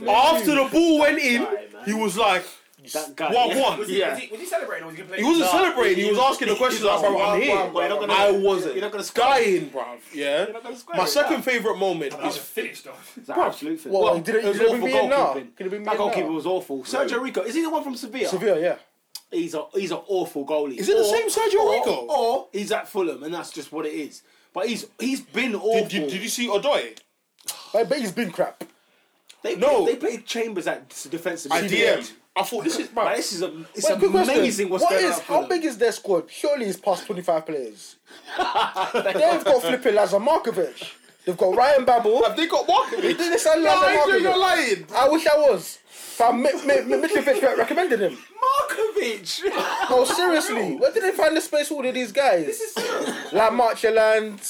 Speaker 7: After the ball went in, he was like
Speaker 1: That guy.
Speaker 7: one one.
Speaker 6: yeah. Was, he, was he celebrating or was he gonna play?
Speaker 7: He wasn't
Speaker 1: Nah,
Speaker 7: celebrating. He was asking the questions like, "Bro, I'm here."
Speaker 1: We're not gonna-
Speaker 7: I wasn't.
Speaker 1: You're not gonna score.
Speaker 7: dying, bruv. Yeah.
Speaker 1: gonna square
Speaker 7: My
Speaker 1: it,
Speaker 7: second favorite moment is
Speaker 6: finished off.
Speaker 1: It's an absolute thing.
Speaker 4: Well, did it,
Speaker 7: it was
Speaker 4: did it bring
Speaker 7: awful
Speaker 4: me in now?
Speaker 1: goalkeeping.
Speaker 4: Could it bring me
Speaker 1: That
Speaker 4: in
Speaker 1: goalkeeper
Speaker 4: now?
Speaker 1: was awful. Sergio Rico, is he the one from Sevilla?
Speaker 4: Sevilla, yeah.
Speaker 1: He's a he's an awful goalie.
Speaker 7: Is it the same Sergio
Speaker 1: or,
Speaker 7: Rico?
Speaker 1: Or Oh, he's at Fulham, and that's just what it is. But he's he's been awful.
Speaker 7: did, did, did you see Odoi?
Speaker 4: I bet he's been crap.
Speaker 1: they,
Speaker 7: no.
Speaker 1: they played Chambers at s- defensive.
Speaker 7: I
Speaker 1: midfield.
Speaker 7: DM. I thought this is
Speaker 1: Like,
Speaker 7: man.
Speaker 1: this is a it's
Speaker 4: Wait, quick question.
Speaker 1: amazing what's
Speaker 4: What
Speaker 1: going
Speaker 4: is-
Speaker 1: on.
Speaker 4: How big is their squad? Surely it's past 25 players. They've got flipping Lazar Markovic. They've got Ryan Babel.
Speaker 7: Have they got Markovic?
Speaker 4: They signed
Speaker 7: No,
Speaker 4: Lazar
Speaker 7: Adrian,
Speaker 4: Markovic.
Speaker 7: you're lying.
Speaker 4: I wish I was. Fam, Mi- Mi- Mi- Mitrovic re- recommended him.
Speaker 1: Markovic.
Speaker 4: No, Oh, seriously. Where did they find the space for all of these guys? like Marcheland.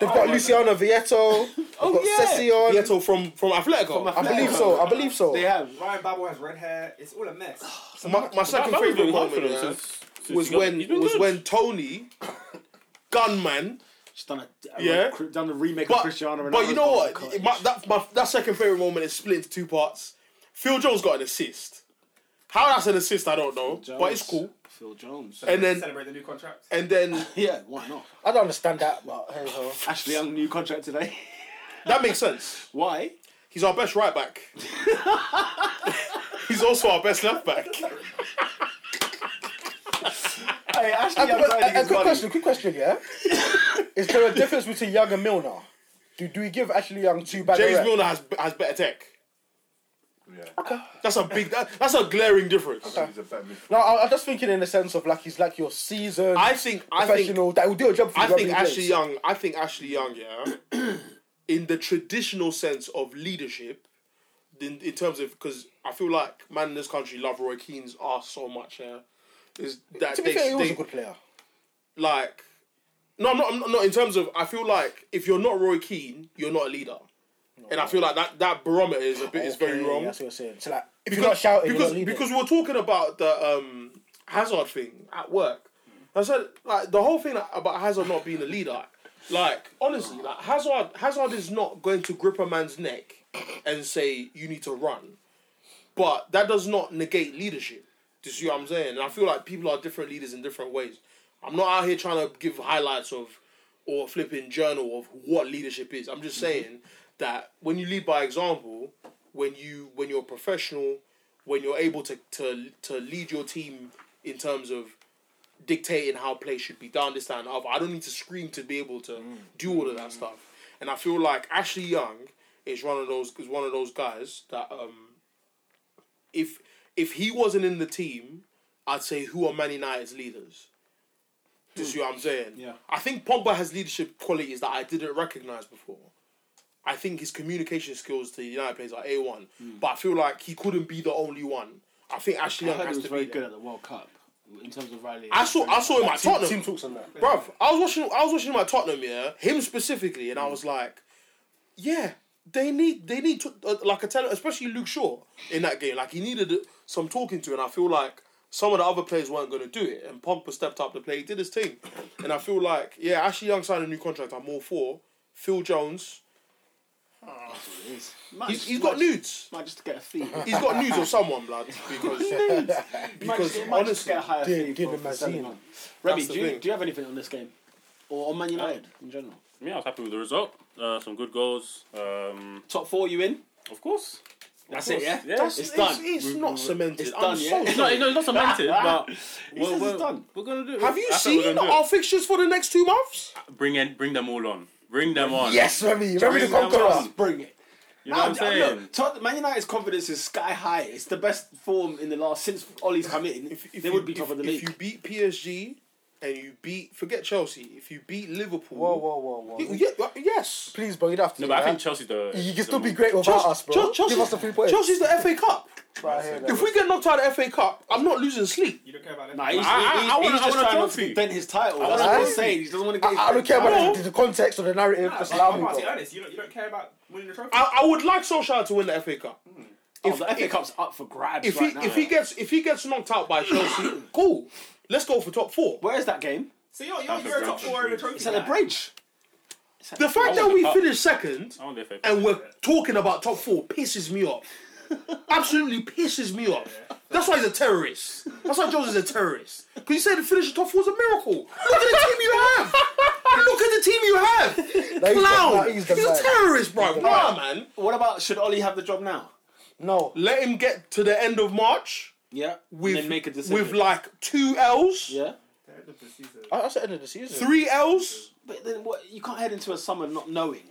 Speaker 4: They've
Speaker 7: Oh
Speaker 4: got Luciano Vieto. They've got
Speaker 1: Oh, yeah.
Speaker 4: Session.
Speaker 7: Vieto from from Atletico.
Speaker 4: I believe so. I believe so.
Speaker 1: They have.
Speaker 6: Ryan Babel has red hair. It's all a mess.
Speaker 7: My, my second
Speaker 2: That was
Speaker 7: favorite
Speaker 2: doing well for
Speaker 7: moment
Speaker 2: them
Speaker 7: yeah,
Speaker 2: since- since
Speaker 7: was
Speaker 2: he got-
Speaker 7: when
Speaker 2: he's been
Speaker 7: was
Speaker 2: good.
Speaker 7: when Tony, gunman.
Speaker 1: Just done a, a
Speaker 7: Yeah.
Speaker 1: cr- done a remake of
Speaker 7: But,
Speaker 1: Cristiano Ronaldo.
Speaker 7: but you know what? My, that, my, that second favorite moment is split into two parts. Phil Jones got an assist. How that's an assist, I don't know, but it's cool.
Speaker 1: Phil Jones.
Speaker 7: And then
Speaker 6: Celebrate the new contract.
Speaker 7: and then
Speaker 1: Yeah, why not?
Speaker 4: I don't understand that, but hey ho.
Speaker 1: Ashley Young new contract today.
Speaker 7: that makes sense.
Speaker 1: why?
Speaker 7: He's our best right back. He's also our best left back.
Speaker 1: Hey, Ashley
Speaker 4: A,
Speaker 1: Young's earning
Speaker 4: a, a
Speaker 1: his
Speaker 4: quick
Speaker 1: money.
Speaker 4: question, quick question, yeah? Is there a difference between Young and Milner? Do, do we give Ashley Young too bad a
Speaker 7: James
Speaker 4: rep?
Speaker 7: Milner has has better tech.
Speaker 5: Yeah.
Speaker 7: That's a big. That, that's a glaring difference.
Speaker 5: He's a better midfielder.
Speaker 4: No, I, I'm just thinking in the sense of like he's like your seasoned
Speaker 7: I think. I think.
Speaker 4: professional that will do a job for you.
Speaker 7: I
Speaker 4: wherever
Speaker 7: think
Speaker 4: he
Speaker 7: Ashley
Speaker 4: plays.
Speaker 7: Young. I think Ashley Young. Yeah, in the traditional sense of leadership, in, in terms of because I feel like man in this country love Roy Keane's ass so much. Yeah, is that
Speaker 4: To be
Speaker 7: they-
Speaker 4: fair, he was
Speaker 7: they-
Speaker 4: a good player.
Speaker 7: like no, I'm not, I'm not in terms of I feel like if you're not Roy Keane, you're not a leader. and I feel like that, that barometer is a bit is very
Speaker 4: Okay,
Speaker 7: wrong.
Speaker 4: That's what you're saying. So like, if
Speaker 7: because
Speaker 4: you're not shouting,
Speaker 7: because,
Speaker 4: you're not
Speaker 7: because we were talking about the um, Hazard thing at work. I said like the whole thing about Hazard not being a leader. Like honestly, like Hazard Hazard is not going to grip a man's neck and say you need to run, but that does not negate leadership. Do you see what I'm saying? And I feel like people are different leaders in different ways. I'm not out here trying to give highlights of or flipping journal of what leadership is. I'm just saying that when you lead by example, when you when you're professional, when you're able to to to lead your team in terms of dictating how play should be done, this, that, and the other. I don't need to scream to be able to
Speaker 1: Mm.
Speaker 7: do all of that stuff. And I feel like Ashley Young is one of those is one of those guys that um, if if he wasn't in the team, I'd say who are Man United's leaders. Do you see what I'm saying?
Speaker 1: Hmm. Yeah.
Speaker 7: I think Pogba has leadership qualities that I didn't recognize before. I think his communication skills to United players are a one, but I feel like he couldn't be the only one. I think Ashley
Speaker 1: Hmm. I
Speaker 7: Young
Speaker 1: heard he
Speaker 7: has
Speaker 1: was
Speaker 7: to
Speaker 1: very
Speaker 7: be there.
Speaker 1: good at the World Cup. in terms of rallying.
Speaker 7: I saw I saw him at Tottenham.
Speaker 5: Team talks on that.
Speaker 7: Bruv, I was watching I was watching my Tottenham, yeah, him specifically, and I was like, yeah, they need they need to, uh, like a talent, especially Luke Shaw in that game. Like he needed some talking to, and I feel like some of the other players weren't going to do it, and Pogba stepped up to play. He did his thing, and I feel like yeah, Ashley Young signed a new contract. I'm all for Phil Jones.
Speaker 1: Might
Speaker 7: He's,
Speaker 1: just-
Speaker 7: he's got
Speaker 1: might-
Speaker 7: nudes.
Speaker 1: Might just get a fee.
Speaker 7: He's got nudes of someone, blood. Because
Speaker 1: because
Speaker 7: because
Speaker 1: might just
Speaker 7: honestly,
Speaker 1: get a higher
Speaker 4: give-
Speaker 1: fee
Speaker 4: give
Speaker 1: for,
Speaker 4: him
Speaker 1: for
Speaker 4: a
Speaker 1: selling
Speaker 4: zine.
Speaker 1: him. Remy,
Speaker 7: the
Speaker 1: do you,
Speaker 7: thing.
Speaker 1: do you have anything on this game, or on Man United in general?
Speaker 2: Yeah, I was happy with the result. Uh, some good goals. Um,
Speaker 1: Top four, you in?
Speaker 2: of course.
Speaker 1: That's it, yeah.
Speaker 2: Yeah.
Speaker 7: that's,
Speaker 1: It's
Speaker 7: it's,
Speaker 1: done.
Speaker 7: It's, not cemented.
Speaker 1: It's
Speaker 7: I'm
Speaker 1: done,
Speaker 7: so
Speaker 1: yeah? It's
Speaker 2: No, no, it's not cemented, but
Speaker 1: He says it's done.
Speaker 2: we're gonna do. it.
Speaker 7: Have you
Speaker 2: That's what we're
Speaker 7: seen
Speaker 2: gonna do.
Speaker 7: our fixtures for the next two months?
Speaker 2: Bring in, bring them all on. Bring them on.
Speaker 5: Yes, Remy, Remy the
Speaker 2: Bring them
Speaker 5: Conqueror.
Speaker 2: on.
Speaker 1: Bring it.
Speaker 2: You know what I'm
Speaker 1: Now,
Speaker 2: saying?
Speaker 1: Look, Tot- Man United's confidence is sky high. It's the best form in the last since Ollie's come in. they
Speaker 7: you-
Speaker 1: would be
Speaker 7: if-
Speaker 1: top of the
Speaker 7: If
Speaker 1: league.
Speaker 7: you beat PSG and you beat, forget Chelsea. If you beat Liverpool,
Speaker 5: Whoa, whoa, whoa, whoa.
Speaker 7: Yeah, yeah, yes.
Speaker 5: Please, bro, you don't have to.
Speaker 2: No,
Speaker 5: do
Speaker 2: but I
Speaker 5: that.
Speaker 2: think Chelsea the.
Speaker 5: you
Speaker 2: the
Speaker 5: can still be
Speaker 2: more-
Speaker 5: great without
Speaker 7: Chelsea-
Speaker 5: us, bro.
Speaker 7: Chel- Chelsea-
Speaker 5: Give us the three points.
Speaker 7: Chelsea's the FA Cup.
Speaker 5: Right here,
Speaker 7: If we get knocked out of the FA Cup, I'm not losing sleep.
Speaker 6: You don't care about that.
Speaker 1: Nah, he's,
Speaker 2: I- I-
Speaker 1: he's,
Speaker 2: I wanna-
Speaker 1: he's
Speaker 2: I
Speaker 1: just
Speaker 2: wanna
Speaker 1: trying not
Speaker 2: trophy.
Speaker 1: to defend his title. That's what
Speaker 5: wanna-
Speaker 1: he's saying. He doesn't want to get.
Speaker 5: I,
Speaker 1: his
Speaker 5: I don't care about
Speaker 7: No.
Speaker 5: the, the context or the narrative. Just allow me,
Speaker 6: I'm
Speaker 5: bro.
Speaker 6: being honest. You don't, you don't care about winning the trophy.
Speaker 7: I, I would like Solskjaer to win the FA Cup.
Speaker 1: Oh, the FA Cup's up for grabs
Speaker 7: If
Speaker 1: right
Speaker 7: he
Speaker 1: now.
Speaker 7: if he gets if he gets knocked out by Chelsea, cool. Let's go for top four.
Speaker 1: Where is that game?
Speaker 6: so you're, you're, you're a top four in the trophy.
Speaker 1: It's at the
Speaker 6: guy.
Speaker 1: bridge.
Speaker 7: The fact that we finished second
Speaker 2: I want the FA.
Speaker 7: and we're talking about top four pisses me off. Absolutely pisses me off. That's why he's a terrorist. That's why Jones is a terrorist. Because you said to finish the top four is a miracle. Look at the team you have. Look at the team you have.
Speaker 5: Nah, he's the- nah,
Speaker 7: Clown.
Speaker 5: he's
Speaker 7: He's,
Speaker 5: the
Speaker 7: a
Speaker 5: man.
Speaker 7: terrorist, bro. Nah, man.
Speaker 1: What about should Ollie have the job now?
Speaker 5: No.
Speaker 7: Let him get to the end of March
Speaker 1: Yeah,
Speaker 7: with,
Speaker 1: and then make a decision.
Speaker 7: with like two L's,
Speaker 1: yeah,
Speaker 5: I- That's the end of the season.
Speaker 7: three L's.
Speaker 1: but then what? You can't head into a summer not knowing.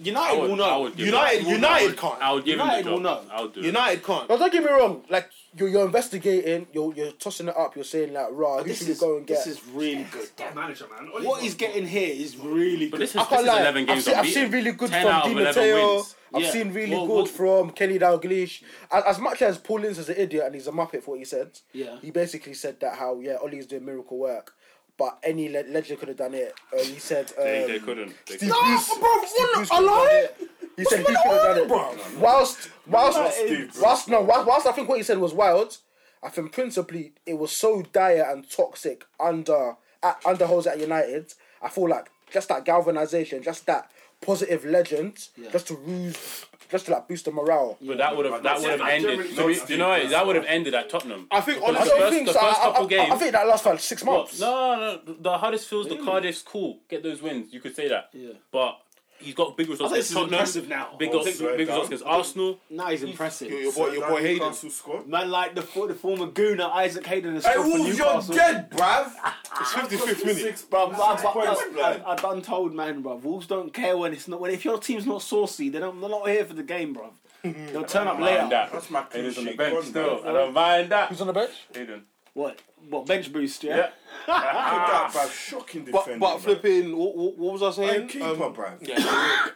Speaker 7: United
Speaker 2: I would-
Speaker 7: will
Speaker 2: I
Speaker 7: know.
Speaker 2: would give
Speaker 7: United,
Speaker 2: it.
Speaker 7: United can't.
Speaker 2: I would give
Speaker 1: United
Speaker 2: him the
Speaker 1: will
Speaker 2: job.
Speaker 1: know.
Speaker 2: I would do. it.
Speaker 7: United can't.
Speaker 4: Now, don't get me wrong. Like you're, you're investigating. You're you're tossing it up. You're saying like, rah, who
Speaker 1: This
Speaker 4: should we
Speaker 1: is
Speaker 4: go and get?
Speaker 1: this is really good.
Speaker 6: Get a manager, man. All
Speaker 1: What
Speaker 6: he's
Speaker 1: he's getting here is really
Speaker 2: But
Speaker 1: good.
Speaker 2: this is,
Speaker 4: I
Speaker 2: this is
Speaker 4: can't lie.
Speaker 2: 11 games
Speaker 4: I've, seen, I've
Speaker 2: unbeaten.
Speaker 4: seen really good
Speaker 2: 10
Speaker 4: from
Speaker 2: out of
Speaker 4: Di
Speaker 2: 11
Speaker 4: Matteo.
Speaker 2: wins.
Speaker 4: I've
Speaker 1: Yeah.
Speaker 4: seen really
Speaker 1: Well,
Speaker 4: good
Speaker 1: well-
Speaker 4: from Kenny Dalglish. As, as much as Paul Ince is an idiot and he's a muppet for what he said,
Speaker 1: Yeah.
Speaker 4: he basically said that how yeah, Ollie's doing miracle work, but any le- legend could have done it. Uh, he said um,
Speaker 2: They, they couldn't. They
Speaker 4: Steve
Speaker 2: couldn't.
Speaker 4: Bruce,
Speaker 7: bro,
Speaker 4: Steve
Speaker 7: what,
Speaker 4: Bruce
Speaker 7: a
Speaker 4: could have done
Speaker 7: lie?
Speaker 4: it. He said he could have done it. Whilst, whilst, whilst, no, whilst, whilst I think what he said was wild, I think principally it was so dire and toxic under at, under Jose at United. I feel like just that galvanization, just that positive legend, just to ruse, just to like boost the morale.
Speaker 2: But that would have that would have ended. to be- You know, what? that would have ended at Tottenham.
Speaker 7: I think
Speaker 4: I
Speaker 7: honestly,
Speaker 4: don't
Speaker 2: first-
Speaker 4: think
Speaker 2: the
Speaker 4: so. I,
Speaker 2: first
Speaker 4: I-
Speaker 2: couple
Speaker 4: I- I
Speaker 2: games-
Speaker 4: think that lasts for like six months.
Speaker 2: No, no, the- the Huddersfield's, the Cardiff's cool. Get those wins. You could say that.
Speaker 1: Yeah.
Speaker 2: But he's got big results
Speaker 1: I think
Speaker 2: against
Speaker 1: this is
Speaker 2: Tottenham.
Speaker 1: impressive now.
Speaker 2: Big,
Speaker 1: I think
Speaker 2: results- big results against Arsenal.
Speaker 1: Now he's impressive.
Speaker 7: your boy, your boy Hayden.
Speaker 5: Newcastle squad.
Speaker 1: Man, like the, fo- the former gooner Isaac Hayden has
Speaker 5: Hey,
Speaker 1: scored for
Speaker 5: Wolves, you're
Speaker 1: Newcastle.
Speaker 5: dead, bruv.
Speaker 7: It's 55th minute.
Speaker 5: Six,
Speaker 1: Bro, I, I,
Speaker 5: points,
Speaker 1: I,
Speaker 5: blood.
Speaker 1: I, I done told man, bro. Wolves don't care when it's not when if your team's not saucy, they don't, they're not here for the game, bro. They'll turn up
Speaker 2: Mind
Speaker 1: later.
Speaker 2: that.
Speaker 5: That's my clean
Speaker 2: Hayden's on the
Speaker 5: sheet
Speaker 2: bench
Speaker 5: gone,
Speaker 2: still.
Speaker 5: bruv.
Speaker 2: I don't mind that.
Speaker 4: Who's on the bench?
Speaker 2: Hayden.
Speaker 1: What? What bench boost? Yeah.
Speaker 2: Yeah.
Speaker 5: That, bruv. Shocking defending.
Speaker 7: But, but
Speaker 5: bruv.
Speaker 7: flipping, what, what what was I
Speaker 5: Hey,
Speaker 7: saying?
Speaker 5: keeper,
Speaker 7: Um,
Speaker 5: bruv.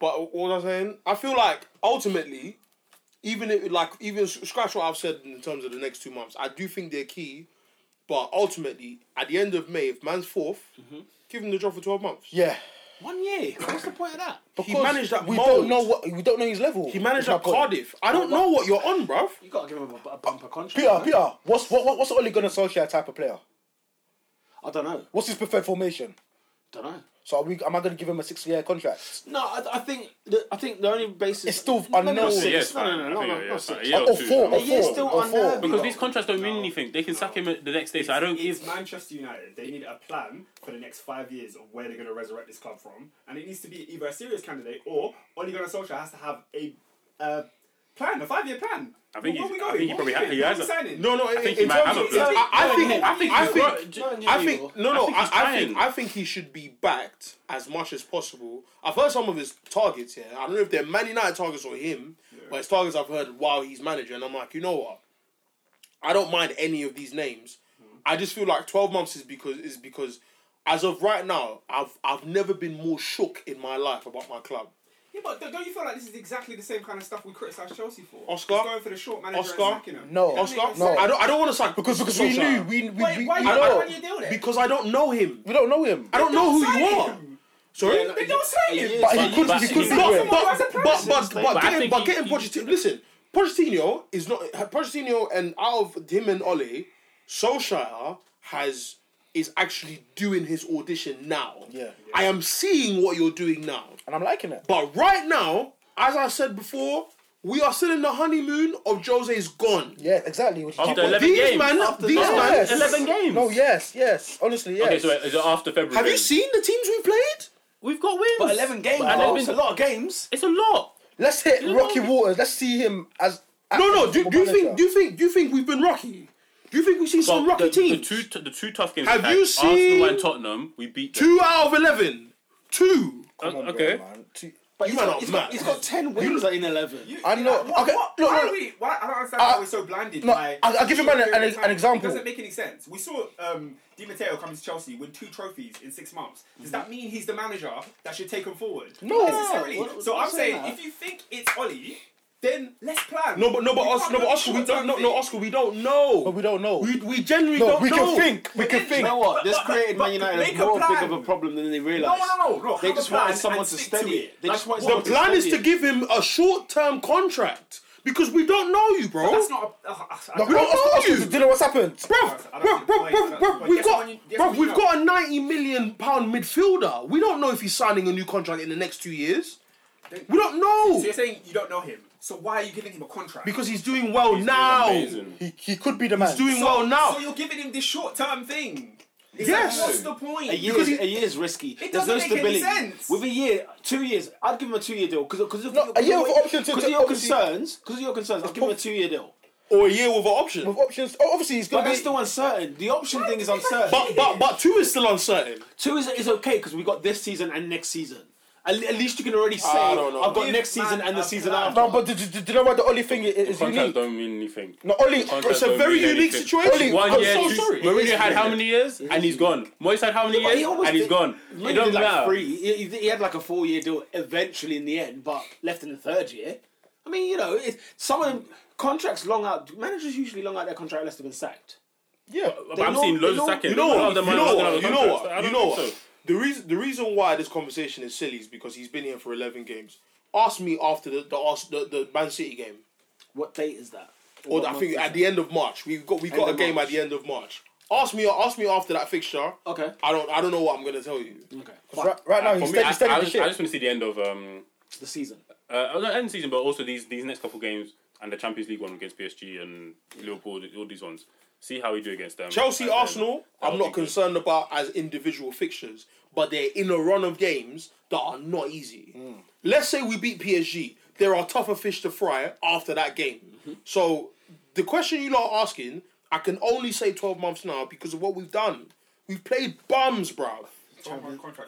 Speaker 7: But what was I saying? I feel like ultimately, even if, like even s- scratch what I've said in terms of the next two months, I do think they're key. But ultimately, at the end of May, if man's 4th
Speaker 4: Mm-hmm.
Speaker 7: give him the job for twelve months.
Speaker 4: Yeah,
Speaker 1: One year. What's the point of that?
Speaker 7: he managed that.
Speaker 4: we
Speaker 7: mold.
Speaker 4: don't know what we don't know his level.
Speaker 7: He managed
Speaker 4: Is my
Speaker 7: that
Speaker 4: point.
Speaker 7: Cardiff. I don't know what you're on, bruv.
Speaker 1: You gotta give him a, a bumper contract.
Speaker 4: Peter,
Speaker 1: man.
Speaker 4: Peter, what's what, what's the Ole Gunnar Solskjaer type of player?
Speaker 1: I don't know.
Speaker 4: What's his preferred formation?
Speaker 1: Don't know.
Speaker 4: So are we, am I going to give him a six-year contract?
Speaker 1: No, I, I think the, I think the only basis.
Speaker 4: It's still
Speaker 1: No, no,
Speaker 4: unknown.
Speaker 1: six.
Speaker 2: Yeah, it's
Speaker 1: No, Oh, no,
Speaker 2: fine.
Speaker 1: no,
Speaker 2: I
Speaker 1: no,
Speaker 2: think,
Speaker 1: no,
Speaker 2: yeah,
Speaker 1: no,
Speaker 2: it's
Speaker 1: six.
Speaker 2: fine. A year
Speaker 4: Or
Speaker 2: two,
Speaker 4: four,
Speaker 2: no.
Speaker 4: or
Speaker 1: The year's
Speaker 4: four,
Speaker 1: still
Speaker 4: or four.
Speaker 1: unnerving.
Speaker 2: Because
Speaker 1: No.
Speaker 2: these contracts don't mean anything. They can sack him the next day. So I don't
Speaker 6: It's
Speaker 2: give.
Speaker 6: Manchester United. They need a plan for the next five years of where they're going to resurrect this club from, and it needs to be either a serious candidate or Ole Gunnar Solskjaer has to have a uh, plan, a five-year plan.
Speaker 2: I think
Speaker 6: Where are
Speaker 2: he's- I
Speaker 6: we going?
Speaker 2: think he
Speaker 6: What are
Speaker 2: probably
Speaker 6: we
Speaker 2: ha-
Speaker 6: doing?
Speaker 2: he
Speaker 6: What are
Speaker 2: has
Speaker 6: we
Speaker 2: a-
Speaker 6: signing?
Speaker 7: No, no. In,
Speaker 2: think
Speaker 7: in
Speaker 2: he might have
Speaker 7: terms of,
Speaker 2: a plan.
Speaker 7: I, I think, I think, I
Speaker 2: he's
Speaker 7: think,
Speaker 2: got-
Speaker 7: I think no, no. I,
Speaker 2: I think he's
Speaker 7: I think
Speaker 2: trying.
Speaker 7: I think he should be backed as much as possible. I've heard some of his targets here. I don't know if they're Man United targets or him, but his targets I've heard while he's manager, and I'm like, you know what? I don't mind any of these names. I just feel like 12 months is because is because as of right now, I've I've never been more shook in my life about my club.
Speaker 6: Yeah, but don't you feel like this is exactly the same kind of stuff we criticised Chelsea for?
Speaker 7: Oscar?
Speaker 6: Just going for the short manager
Speaker 7: Oscar?
Speaker 6: and sacking him.
Speaker 4: No.
Speaker 6: Doesn't
Speaker 7: Oscar,
Speaker 6: make
Speaker 4: no.
Speaker 6: sense.
Speaker 7: I don't. I don't want to sack
Speaker 4: Because- because we
Speaker 7: Solskjaer.
Speaker 4: knew we we,
Speaker 6: Wait,
Speaker 4: we,
Speaker 6: why
Speaker 4: we
Speaker 6: you
Speaker 7: I
Speaker 6: why
Speaker 7: know.
Speaker 6: wouldn't you deal with it?
Speaker 7: because I don't know him.
Speaker 4: we don't know him.
Speaker 7: I don't know who
Speaker 6: sign
Speaker 7: you are.
Speaker 6: him.
Speaker 7: Sorry.
Speaker 6: They don't sign him.
Speaker 4: But he could
Speaker 2: but-
Speaker 4: he
Speaker 2: but-
Speaker 4: could be
Speaker 7: But,
Speaker 4: there.
Speaker 6: someone who
Speaker 7: but,
Speaker 6: has a
Speaker 7: but,
Speaker 6: passion.
Speaker 7: but, but,
Speaker 2: But I
Speaker 7: getting,
Speaker 2: think
Speaker 7: but
Speaker 2: he-
Speaker 7: getting
Speaker 2: he-
Speaker 7: Pochettino. Listen, Pochettino is not Pochettino, and out of him and Ole, Solskjaer has is actually doing his audition now.
Speaker 4: Yeah.
Speaker 7: I am seeing what you're doing now,
Speaker 4: And I'm liking it.
Speaker 7: but right now, as I said before, we are still in the honeymoon of Jose's gone.
Speaker 4: Yeah, exactly. Which is
Speaker 2: After
Speaker 4: But
Speaker 2: 11
Speaker 7: These
Speaker 2: games.
Speaker 7: man, these
Speaker 4: the-
Speaker 7: man.
Speaker 4: Yes.
Speaker 2: 11 games.
Speaker 4: No, yes, yes. Honestly, yes.
Speaker 2: Okay, so is it after February?
Speaker 7: Have you
Speaker 2: then?
Speaker 7: seen the teams we played?
Speaker 2: We've got wins.
Speaker 1: But 11 games,
Speaker 2: But
Speaker 1: bro.
Speaker 2: 11
Speaker 1: It's a lot of games.
Speaker 2: It's a lot.
Speaker 4: Let's hit
Speaker 2: You
Speaker 4: rocky
Speaker 2: know-
Speaker 4: waters. Let's see him as.
Speaker 7: No, no. Do,
Speaker 4: as
Speaker 7: do you
Speaker 4: manager.
Speaker 7: think? Do you think? Do you think we've been rocky? Do you think we've seen some rocky
Speaker 2: the,
Speaker 7: teams?
Speaker 2: The two, t- the two tough games.
Speaker 7: Have
Speaker 2: we had,
Speaker 7: you seen-
Speaker 2: Arsenal and Tottenham? We beat them.
Speaker 7: Two out of eleven. Two.
Speaker 2: Uh,
Speaker 4: Come on,
Speaker 2: okay.
Speaker 4: bro, man. T-
Speaker 1: But
Speaker 7: You
Speaker 1: he's
Speaker 7: man
Speaker 1: got,
Speaker 7: are
Speaker 1: he's got,
Speaker 7: mad.
Speaker 1: he's got 10 wins in 11.
Speaker 4: I'm not.
Speaker 6: What,
Speaker 4: okay,
Speaker 6: what,
Speaker 4: look,
Speaker 6: why
Speaker 4: no,
Speaker 6: Are
Speaker 4: no.
Speaker 6: we, why, I don't understand why
Speaker 4: Uh,
Speaker 6: we're so blinded
Speaker 4: no,
Speaker 6: by.
Speaker 4: I'll- I'll give you
Speaker 6: short
Speaker 4: an- an-
Speaker 6: period of
Speaker 4: an
Speaker 6: time.
Speaker 4: example.
Speaker 6: It doesn't make any sense. We saw um, Di Matteo come to Chelsea win two trophies in six months. Does that mean he's the manager that should take him forward?
Speaker 4: No.
Speaker 6: Not necessarily.
Speaker 1: What-
Speaker 6: so
Speaker 1: what-
Speaker 6: I'm
Speaker 1: what's saying
Speaker 6: saying,
Speaker 1: that?
Speaker 6: if you think it's Oli, then let's plan.
Speaker 7: No, but no, but
Speaker 6: We
Speaker 7: Oscar,
Speaker 6: can't
Speaker 7: no, but
Speaker 6: have a
Speaker 7: Oscar, we don't,
Speaker 6: short-term
Speaker 7: no,
Speaker 6: thing.
Speaker 7: no, Oscar, we don't know.
Speaker 4: But we don't know.
Speaker 7: We we generally
Speaker 4: no,
Speaker 7: don't
Speaker 4: we
Speaker 7: know.
Speaker 4: can think. We can
Speaker 1: You
Speaker 4: think.
Speaker 1: know what? This
Speaker 6: but-
Speaker 1: created
Speaker 6: but-
Speaker 1: Man United
Speaker 6: make a
Speaker 1: as more big
Speaker 6: plan.
Speaker 1: of a problem than they
Speaker 6: No,
Speaker 1: realised.
Speaker 6: no, no, no.
Speaker 1: They
Speaker 6: have
Speaker 1: just
Speaker 6: a plan
Speaker 1: wanted someone
Speaker 6: and
Speaker 1: to
Speaker 6: stick
Speaker 1: steady it. They just wanted
Speaker 7: The
Speaker 1: someone
Speaker 7: plan is
Speaker 1: steady
Speaker 7: to
Speaker 1: it.
Speaker 7: give him a short-term contract because we don't know you, bro.
Speaker 6: That's not a. Uh, uh,
Speaker 4: Look,
Speaker 7: We don't
Speaker 4: Oscar-
Speaker 7: know
Speaker 4: Oscar,
Speaker 7: you.
Speaker 4: Do you know what's happened?
Speaker 7: Bruv,
Speaker 6: I
Speaker 7: bruv,
Speaker 6: don't
Speaker 7: bruv,
Speaker 6: think- wait,
Speaker 7: bruv,
Speaker 6: no,
Speaker 7: bruv,
Speaker 6: but
Speaker 7: we've
Speaker 6: guess
Speaker 7: got,
Speaker 6: when you- guess
Speaker 7: bruv,
Speaker 6: when you
Speaker 7: we've
Speaker 6: know.
Speaker 7: got a ninety million pound midfielder. We don't know if he's signing a new contract in the next two years. We don't know
Speaker 6: so you're saying you don't know him. So why are you giving him a contract?
Speaker 7: because he's doing well now.
Speaker 2: Amazing.
Speaker 4: He, he could be the man.
Speaker 7: He's doing
Speaker 6: so,
Speaker 7: well now.
Speaker 6: So you're giving him this short-term thing. It's
Speaker 7: Yes.
Speaker 6: Like, what's the point?
Speaker 1: A year,
Speaker 7: Because
Speaker 1: is,
Speaker 7: he-
Speaker 1: a year's risky. There's
Speaker 6: doesn't
Speaker 1: no
Speaker 6: make
Speaker 1: stability.
Speaker 6: any sense.
Speaker 1: With a year, two years, I'd give him a two-year deal because because of,
Speaker 4: No,
Speaker 1: your-
Speaker 4: a year with
Speaker 1: because
Speaker 4: option to-
Speaker 1: of
Speaker 4: to-
Speaker 1: your
Speaker 4: obviously-
Speaker 1: concerns. Because of your concerns, I'd give him a two-year deal.
Speaker 7: or a year with an option.
Speaker 4: With options. Oh, obviously he's
Speaker 1: But
Speaker 4: gonna be.
Speaker 1: that's still uncertain. The option thing is uncertain.
Speaker 7: But but but two is still uncertain.
Speaker 1: two is, is okay because we got this season and next season. At, le- at least you can already say
Speaker 7: I don't know.
Speaker 1: I've got
Speaker 6: Give
Speaker 1: next season
Speaker 6: man
Speaker 1: and the
Speaker 6: a
Speaker 1: season
Speaker 6: plan.
Speaker 1: after.
Speaker 4: no, but do, do, do you know what the only thing is, is
Speaker 2: Contracts
Speaker 4: unique?
Speaker 2: don't mean anything.
Speaker 4: No, only.
Speaker 2: Contracts
Speaker 7: It's a
Speaker 2: don't
Speaker 7: very
Speaker 2: mean
Speaker 7: unique
Speaker 2: anything.
Speaker 7: situation.
Speaker 2: One
Speaker 7: I'm
Speaker 2: year,
Speaker 7: so
Speaker 2: two-
Speaker 7: sorry.
Speaker 2: Mourinho had how many years and he's gone. Moyes had how many
Speaker 1: But he
Speaker 2: years
Speaker 1: always
Speaker 2: and he's
Speaker 1: did-
Speaker 2: gone.
Speaker 1: Mourinho
Speaker 2: It doesn't
Speaker 1: did like
Speaker 2: matter.
Speaker 1: Three. He, he- he had like a four-year deal eventually in the end, but left in the third year. I mean, you know, it, some of them contracts long out. Managers usually long out their contract unless they've been sacked.
Speaker 7: Yeah,
Speaker 2: But I'm
Speaker 1: know-
Speaker 2: seeing
Speaker 1: they
Speaker 2: loads of
Speaker 1: know-
Speaker 2: seconds.
Speaker 7: you know
Speaker 2: None
Speaker 7: what?
Speaker 2: of them
Speaker 7: You
Speaker 2: are
Speaker 7: know
Speaker 2: under
Speaker 7: what? You know
Speaker 2: contract. I
Speaker 7: what? You
Speaker 2: don't
Speaker 7: know
Speaker 2: think
Speaker 7: what?
Speaker 2: so.
Speaker 7: The reason the reason why this conversation is silly is because he's been here for eleven games. Ask me after the the Ars- the, the Man City game,
Speaker 1: What date is that?
Speaker 7: or
Speaker 1: what
Speaker 7: I
Speaker 1: month
Speaker 7: think
Speaker 1: is
Speaker 7: at
Speaker 1: that?
Speaker 7: the end of March. We got we
Speaker 1: End
Speaker 7: got a
Speaker 1: of
Speaker 7: game
Speaker 1: March.
Speaker 7: at the end of March. Ask me ask me after that fixture.
Speaker 1: Okay.
Speaker 7: I don't I don't know what I'm gonna tell you.
Speaker 1: Okay.
Speaker 4: Right, right now
Speaker 2: For
Speaker 4: he's
Speaker 2: me,
Speaker 4: steady,
Speaker 2: I,
Speaker 4: steady
Speaker 2: I
Speaker 4: the
Speaker 2: just, I
Speaker 4: shit.
Speaker 2: just want to see the end of um,
Speaker 1: The season.
Speaker 2: uh, not end of the season, but also these these next couple games and the Champions League one against PSG and Liverpool, all these ones. See how we do against them.
Speaker 7: Chelsea
Speaker 2: And then
Speaker 7: Arsenal.
Speaker 2: that'll
Speaker 7: I'm
Speaker 2: be
Speaker 7: not
Speaker 2: good.
Speaker 7: concerned about as individual fixtures, but they're in a run of games that are not easy.
Speaker 2: Hmm.
Speaker 7: Let's say we beat PSG. There are tougher fish to fry after that game.
Speaker 2: Mm-hmm.
Speaker 7: So the question you lot are asking, I can only say 12 months now because of what we've done. We've played bums, bruv.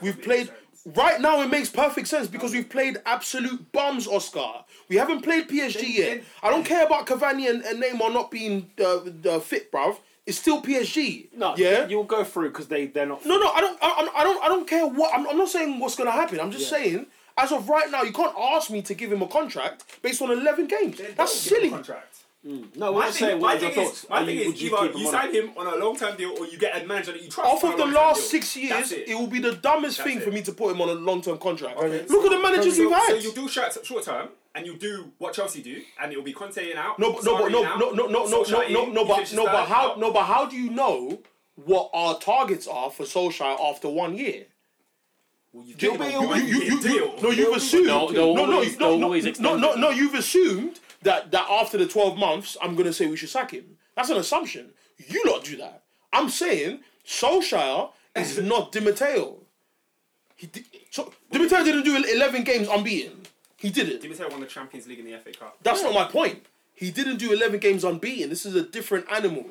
Speaker 7: We've played right now. It makes perfect sense because we've played absolute bums, Oscar. We haven't played PSG yet. I don't care about Cavani and, and Neymar not being uh, uh, fit, bruv. It's still PSG.
Speaker 1: No.
Speaker 7: yeah.
Speaker 1: You'll go through because they they're not.
Speaker 7: no, no. I don't. I, I'm- I don't. I don't care what. I'm, I'm not saying what's gonna happen. I'm just saying. As of right now, you can't ask me to give him a contract based on 11 games. That's silly.
Speaker 6: Contract.
Speaker 1: No.
Speaker 6: My
Speaker 1: We're just
Speaker 6: thing,
Speaker 1: saying.
Speaker 6: my
Speaker 1: what are
Speaker 6: thing
Speaker 1: your thoughts?
Speaker 6: is, my
Speaker 1: Are
Speaker 6: thing
Speaker 1: you- would
Speaker 6: is
Speaker 1: you
Speaker 6: either
Speaker 1: keep
Speaker 6: you
Speaker 1: him on?
Speaker 6: sign him on a long-term deal or you get a manager that you trust.
Speaker 7: Off
Speaker 6: for
Speaker 7: of
Speaker 6: a
Speaker 7: the
Speaker 6: long-term
Speaker 7: last
Speaker 6: deal.
Speaker 7: six years,
Speaker 6: That's
Speaker 7: it.
Speaker 6: it.
Speaker 7: will be the dumbest
Speaker 6: That's
Speaker 7: thing
Speaker 6: it.
Speaker 7: for me to put him on a long-term contract. Look at the managers
Speaker 6: So,
Speaker 7: we've had.
Speaker 6: so you do short, short term and you do what Chelsea do, and it'll be Conte in out.
Speaker 7: No, but no, but
Speaker 6: Sarri
Speaker 7: no,
Speaker 6: in out,
Speaker 7: no, no, no, no, no,
Speaker 6: Solskjaer
Speaker 7: no,
Speaker 6: in,
Speaker 7: no,
Speaker 6: you
Speaker 7: but
Speaker 6: finish
Speaker 7: no,
Speaker 6: the
Speaker 7: but
Speaker 6: third
Speaker 7: how?
Speaker 6: out.
Speaker 7: No, but how do you know what our targets are for Solskjaer after one year?
Speaker 6: You'll be
Speaker 7: you,
Speaker 6: on
Speaker 7: you, you, you,
Speaker 6: deal.
Speaker 7: no, you've assumed. No,
Speaker 2: They'll- they'll
Speaker 7: no, no, no,
Speaker 2: always-
Speaker 7: no,
Speaker 2: they'll always
Speaker 7: no,
Speaker 2: extend
Speaker 7: no,
Speaker 2: it.
Speaker 7: no, you've assumed that that after the twelve months, I'm going to say we should sack him. That's an assumption. You lot do that. I'm saying Solskjaer is not Di Matteo. He did, so Di Matteo didn't do eleven games unbeaten. He didn't.
Speaker 6: Di Matteo won the Champions League and the FA Cup.
Speaker 7: That's not my point. He didn't do 11 games unbeaten. This is a different animal.